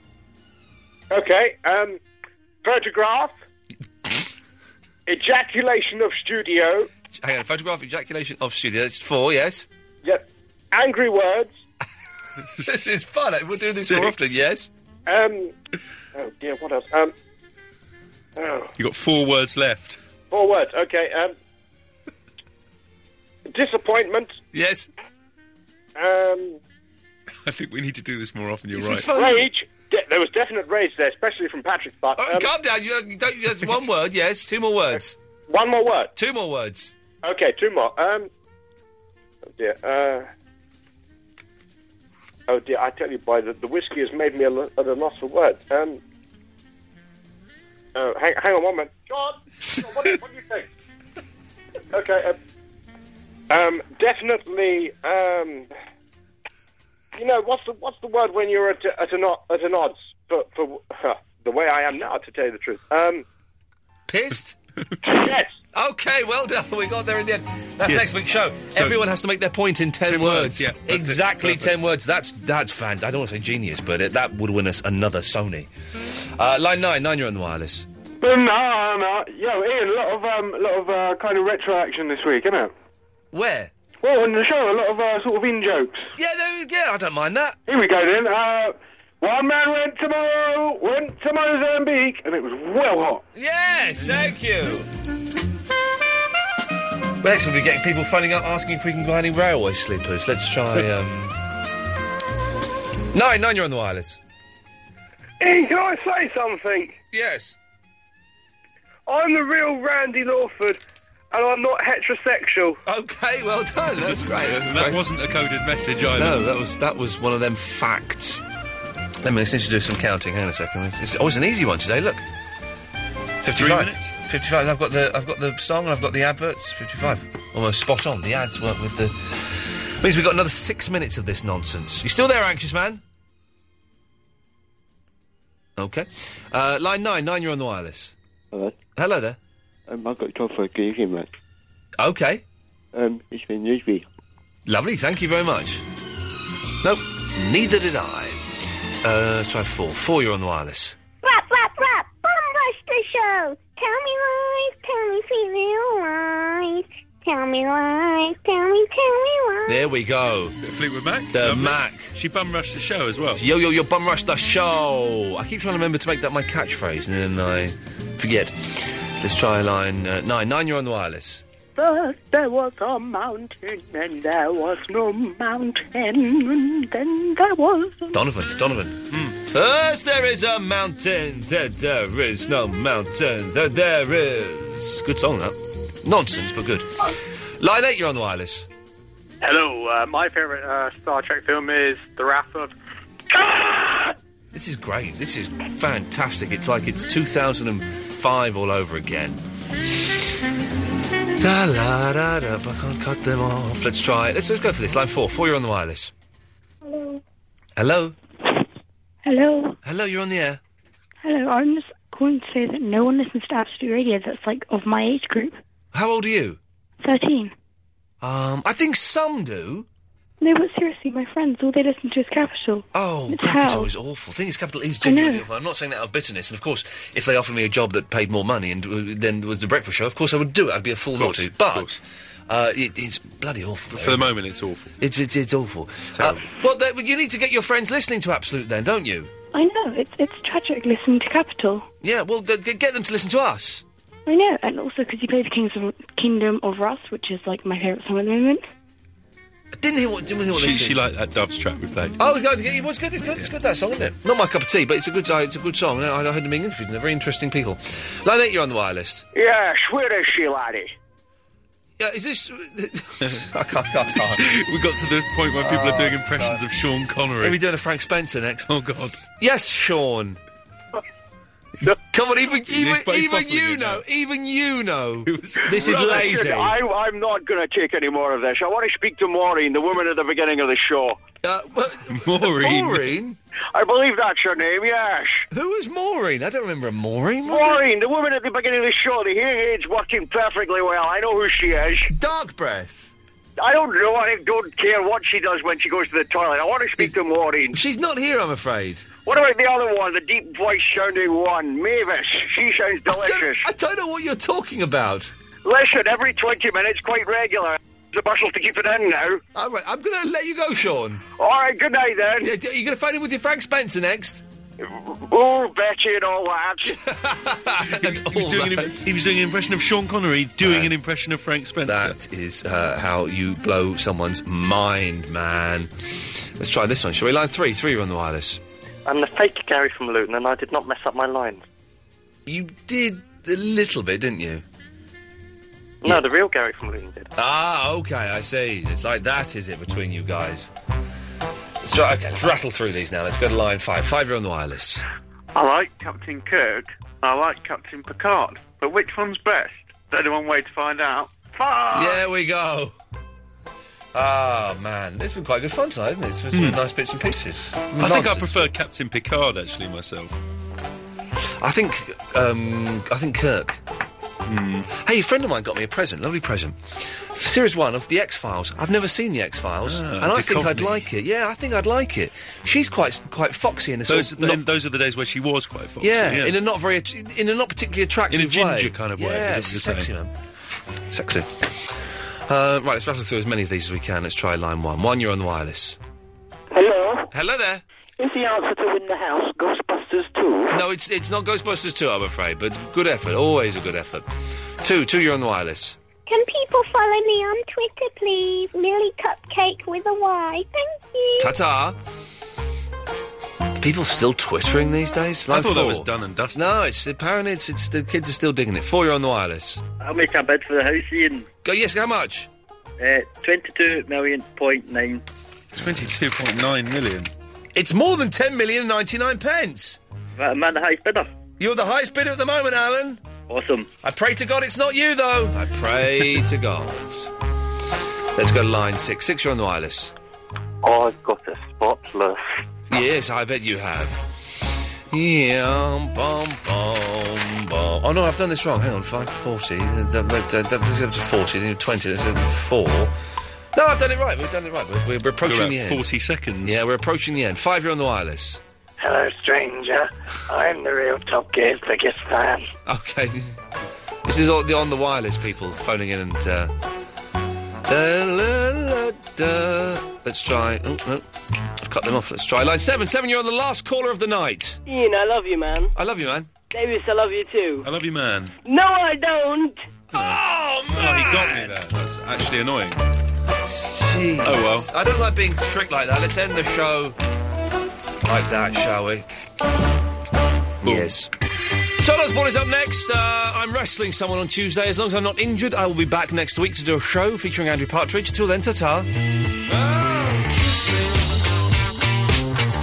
S4: Okay. Um, photograph. ejaculation of studio.
S1: Hang on, photograph ejaculation of studio. That's four, yes.
S4: Yep. Angry words.
S1: this is fun. We'll do this more often, yes.
S4: Um. Oh dear. What else? Um. Oh,
S2: You got four words left.
S4: four words. Okay. Um. Disappointment.
S1: Yes.
S4: Um.
S2: I think we need to do this more often. You're right.
S4: Rage. De- there was definite rage there, especially from um, Patrick's part.
S1: Oh, calm down. You, you don't. That's one word. Yes. Two more words.
S4: One more word.
S1: Two more words.
S4: Okay, two more. Um, oh dear. Uh, oh dear. I tell you, boy, the, the whiskey has made me a lo- at a loss for words. Um, oh, hang, hang on one minute, John. John, what, do you- what do you think? Okay. Uh, um, definitely. Um, you know what's the what's the word when you're at a- at an o- at an odds for for the way I am now? To tell you the truth. Um,
S1: Pissed.
S4: yes.
S1: Okay, well done. We got there in the end. That's
S2: Yes.
S1: next week's show.
S2: So-
S1: Everyone has to make their point in ten, words.
S2: yeah, that's it.
S1: exactly
S2: Perfect.
S1: ten words. That's that's fan. I don't want to say genius, but it, that would win us another Sony. Uh, line nine, nine. You're on the wireless.
S36: Banana. Yo, Ian, a lot of um, a lot of uh, kind of retro action this week, isn't it?
S1: Where?
S36: Well, on the show, a lot of uh, sort of in jokes.
S1: Yeah, no, yeah, I don't mind that.
S36: Here we go then. Uh, one man went to Mo- went to Mozambique, and it was well hot.
S1: Yes, thank you. Well, next we'll be getting people phoning up asking if we can buy any railway sleepers. Let's try. Um... Nine, nine. You're on the wireless.
S37: Ian, can I say something?
S1: Yes.
S37: I'm the real Randy Lawford, and I'm not heterosexual.
S1: Okay, well done. That's great.
S2: That wasn't a coded message either.
S1: No, that was that was one of them facts. Let me listen to do some counting. Hang on a second. It's, it's, oh, it's an easy one today. Look, fifty-five.
S2: minutes?
S1: Fifty-five. I've got the I've got the song and I've got the adverts. Fifty-five. Almost spot on. The ads weren't with the. Means we've got another six minutes of this nonsense. You still there, anxious man? Okay. Uh, line nine. Nine. You're on the wireless.
S15: Hello.
S1: Hello there.
S15: Um, I've got a job for a gig, mate.
S1: Okay.
S15: Um, it's been Newsby.
S1: Lovely, thank you very much. Nope, neither did I. Uh, let's try four. Four, you're on the wireless.
S18: Rap, rap, rap, bomb rush the show. Tell me lies, tell me female lies. Tell me lies, tell me, tell me lies.
S1: There we go.
S2: Fleetwood Mac.
S1: The Mac.
S2: She bum rushed the show as well.
S1: Yo, yo, yo, bum rush the show. I keep trying to remember to make that my catchphrase and then I forget. Let's try line uh, nine. Nine, you're on the wireless.
S38: First there was a mountain, and there was no mountain, and then there was
S1: Donovan, Donovan. First there is a mountain, there there is no mountain, there there is. Good song that. Nonsense, but good. Line eight, you're on the wireless.
S3: Hello, uh, my favourite uh, Star Trek film is The Wrath of.
S1: This is great. This is fantastic. It's like it's 2005 all over again. Da la da da, but I can't cut them off. Let's try. Let's let's go for this. Line four. Four, you're on the wireless.
S20: Hello.
S1: Hello.
S20: Hello.
S1: Hello, you're on the air.
S20: Hello. I'm just calling to say that no one listens to Absolute Radio that's like of my age group.
S1: How old are you?
S20: 13.
S1: Um, I think some do.
S20: No, but seriously, my friends, all they listen to is Capital.
S1: Oh,
S20: it's
S1: Capital
S20: hell.
S1: is awful. Thing is, Capital is
S20: I know.
S1: genuinely awful. I'm not saying that out of bitterness. And of course, if they offered me a job that paid more money and uh, then was the breakfast show, of course I would do it. I'd be a fool not to. But uh, it, it's bloody awful.
S2: For the moment, it's awful.
S1: It's it's, it's awful. Uh, well, th- well, you need to get your friends listening to Absolute, then, don't you?
S20: I know. It's, it's tragic listening to Capital.
S1: Yeah. Well, th- g- get them to listen to us.
S20: I know. And also because you play the Kings of, Kingdom of Rust, which is like my favourite song at the moment.
S1: I didn't hear what didn't hear what
S2: She,
S1: they
S2: she
S1: said.
S2: liked that Doves track we played.
S1: Oh, God, yeah, it was good. It's good, it's good that song, isn't it? Not my cup of tea, but it's a good. Uh, it's a good song. I, I heard them being interviewed, and they're very interesting people. Line eight, you're on the wireless.
S37: Yeah, where is she, laddie?
S1: Yeah, is this? I can't. I can't.
S2: we got to the point where people are doing
S1: Oh,
S2: impressions of Sean Connery.
S1: Are we doing a Frank Spencer next?
S2: Oh God!
S1: Yes, Sean. Come on, even even,
S37: he's
S1: even
S37: buffering
S1: you
S37: it
S1: know, even you know, this is
S37: Well,
S1: lazy.
S37: listen, I, I'm not going to take any more of this. I want to speak to Maureen, the woman at the beginning of the show.
S1: Uh, Maureen. Maureen?
S37: I believe that's her name, yes.
S1: Who was Maureen? I don't remember a Maureen. Was there?
S37: Maureen, the woman at the beginning of the show, the hearing aid's working perfectly well. I know who she is.
S1: Dark Breath.
S5: I don't know. I don't care what she does when she goes to the toilet. I want to speak to Maureen.
S1: She's not here, I'm afraid.
S5: What about the other one, the deep voice sounding one, Mavis? She sounds delicious.
S1: I don't know what you're talking about.
S5: Listen, every 20 minutes, quite regular. The bustle to keep it in now.
S1: All right, I'm going to let you go, Sean.
S5: All right, good night then.
S1: Yeah, d- you going to phone in with your Frank Spencer next?
S5: Oh, Betty and all that.
S2: he, was doing an, he was doing an impression of Sean Connery doing an impression of Frank Spencer.
S1: That is uh, how you blow someone's mind, man. Let's try this one, shall we? Line three, three, you're on the wireless.
S23: I'm the fake Gary from Luton, and I did not mess up my lines.
S1: You did a little bit, didn't you?
S23: No, the real Gary from Luton did.
S1: Ah, okay, I see. It's like that, is it, between you guys? Let's try, okay, let's rattle through these now. Let's go to line five. Five, you're on the wireless.
S11: I like Captain Kirk. I like Captain Picard. But which one's best? There's only one way to find out. Fuck!
S1: There we go. Ah, man. It's been quite good fun tonight, Oh, isn't it? It's been some nice bits and pieces.
S2: Hmm. I think I prefer Captain Picard actually myself.
S1: I think um, I think Kirk. Hmm. Hey, a friend of mine got me a present, lovely present. Series one of the X Files. I've never seen the X Files,
S2: Ah,
S1: and I think I'd
S2: Duchovny.
S1: like it. Yeah, I think I'd like it. She's quite quite foxy in this.
S2: Those, are the- those are the days where she was quite foxy.
S1: yeah, in a not very att- in a not particularly attractive way.
S2: ginger kind of way,
S1: Yeah,
S2: is what
S1: she's
S2: you're
S1: sexy
S2: saying.
S1: man, sexy. Uh, right, let's rattle through as many of these as we can. Let's try line one. One, you're on the wireless.
S7: Hello?
S1: Hello there.
S7: Is the answer to win the house Ghostbusters 2?
S1: No, it's it's not Ghostbusters two, I'm afraid, but good effort. Always a good effort. Two, two, you're on the wireless.
S18: Can people follow me on Twitter, please? Millie Cupcake with a Y. Thank you.
S1: Ta ta. People still twittering these days.
S2: I
S1: Line
S2: thought that
S1: four.
S2: was done and dusted.
S1: No, it's apparently it's, it's the kids are still digging it. Four, you're on the wireless.
S17: I'll make a bid for the house, Ian.
S1: Go, yes, how much?
S17: Uh, 22 million point nine.
S2: 22.9 million.
S1: It's more than ten million and ninety nine pence.
S17: Am I the highest bidder?
S1: You're the highest bidder at the moment, Alan.
S17: Awesome.
S1: I pray to God it's not you though. I pray to God. Let's go to line six. Six, you're on the wireless.
S25: I've got a spotless.
S1: Yes, I bet you have. Yeah, um, bum, bum, bum. Oh no, I've done this wrong. Hang on, five forty. Uh, This is up to forty. Then twenty. Then four. No, I've done it right. We've done it right. We're, we're approaching
S2: You're at
S1: the end.
S2: 40 seconds.
S1: Yeah, we're approaching the end. Five, you're on the wireless.
S17: Hello, stranger. I'm the real Top Gear's biggest fan.
S1: Okay. This is all the on the wireless people phoning in and. Uh... Da, la, la, da. Let's try. Oh, no. I've cut them off. Let's try line seven. Seven, you're on the last caller of the night.
S26: Ian, I love you, man.
S1: I love you, man.
S26: Davis, I love you too.
S2: I love you, man.
S26: No, I don't.
S1: Oh,
S2: man! he got me there. That's actually annoying.
S1: Jeez.
S2: Oh,
S1: well. I don't like being tricked like that. Let's end the show like that, shall we? Yes. John Osborne is up next. Uh, I'm wrestling someone on Tuesday. As long as I'm not injured, I will be back next week to do a show featuring Andrew Partridge. Till then, ta ta.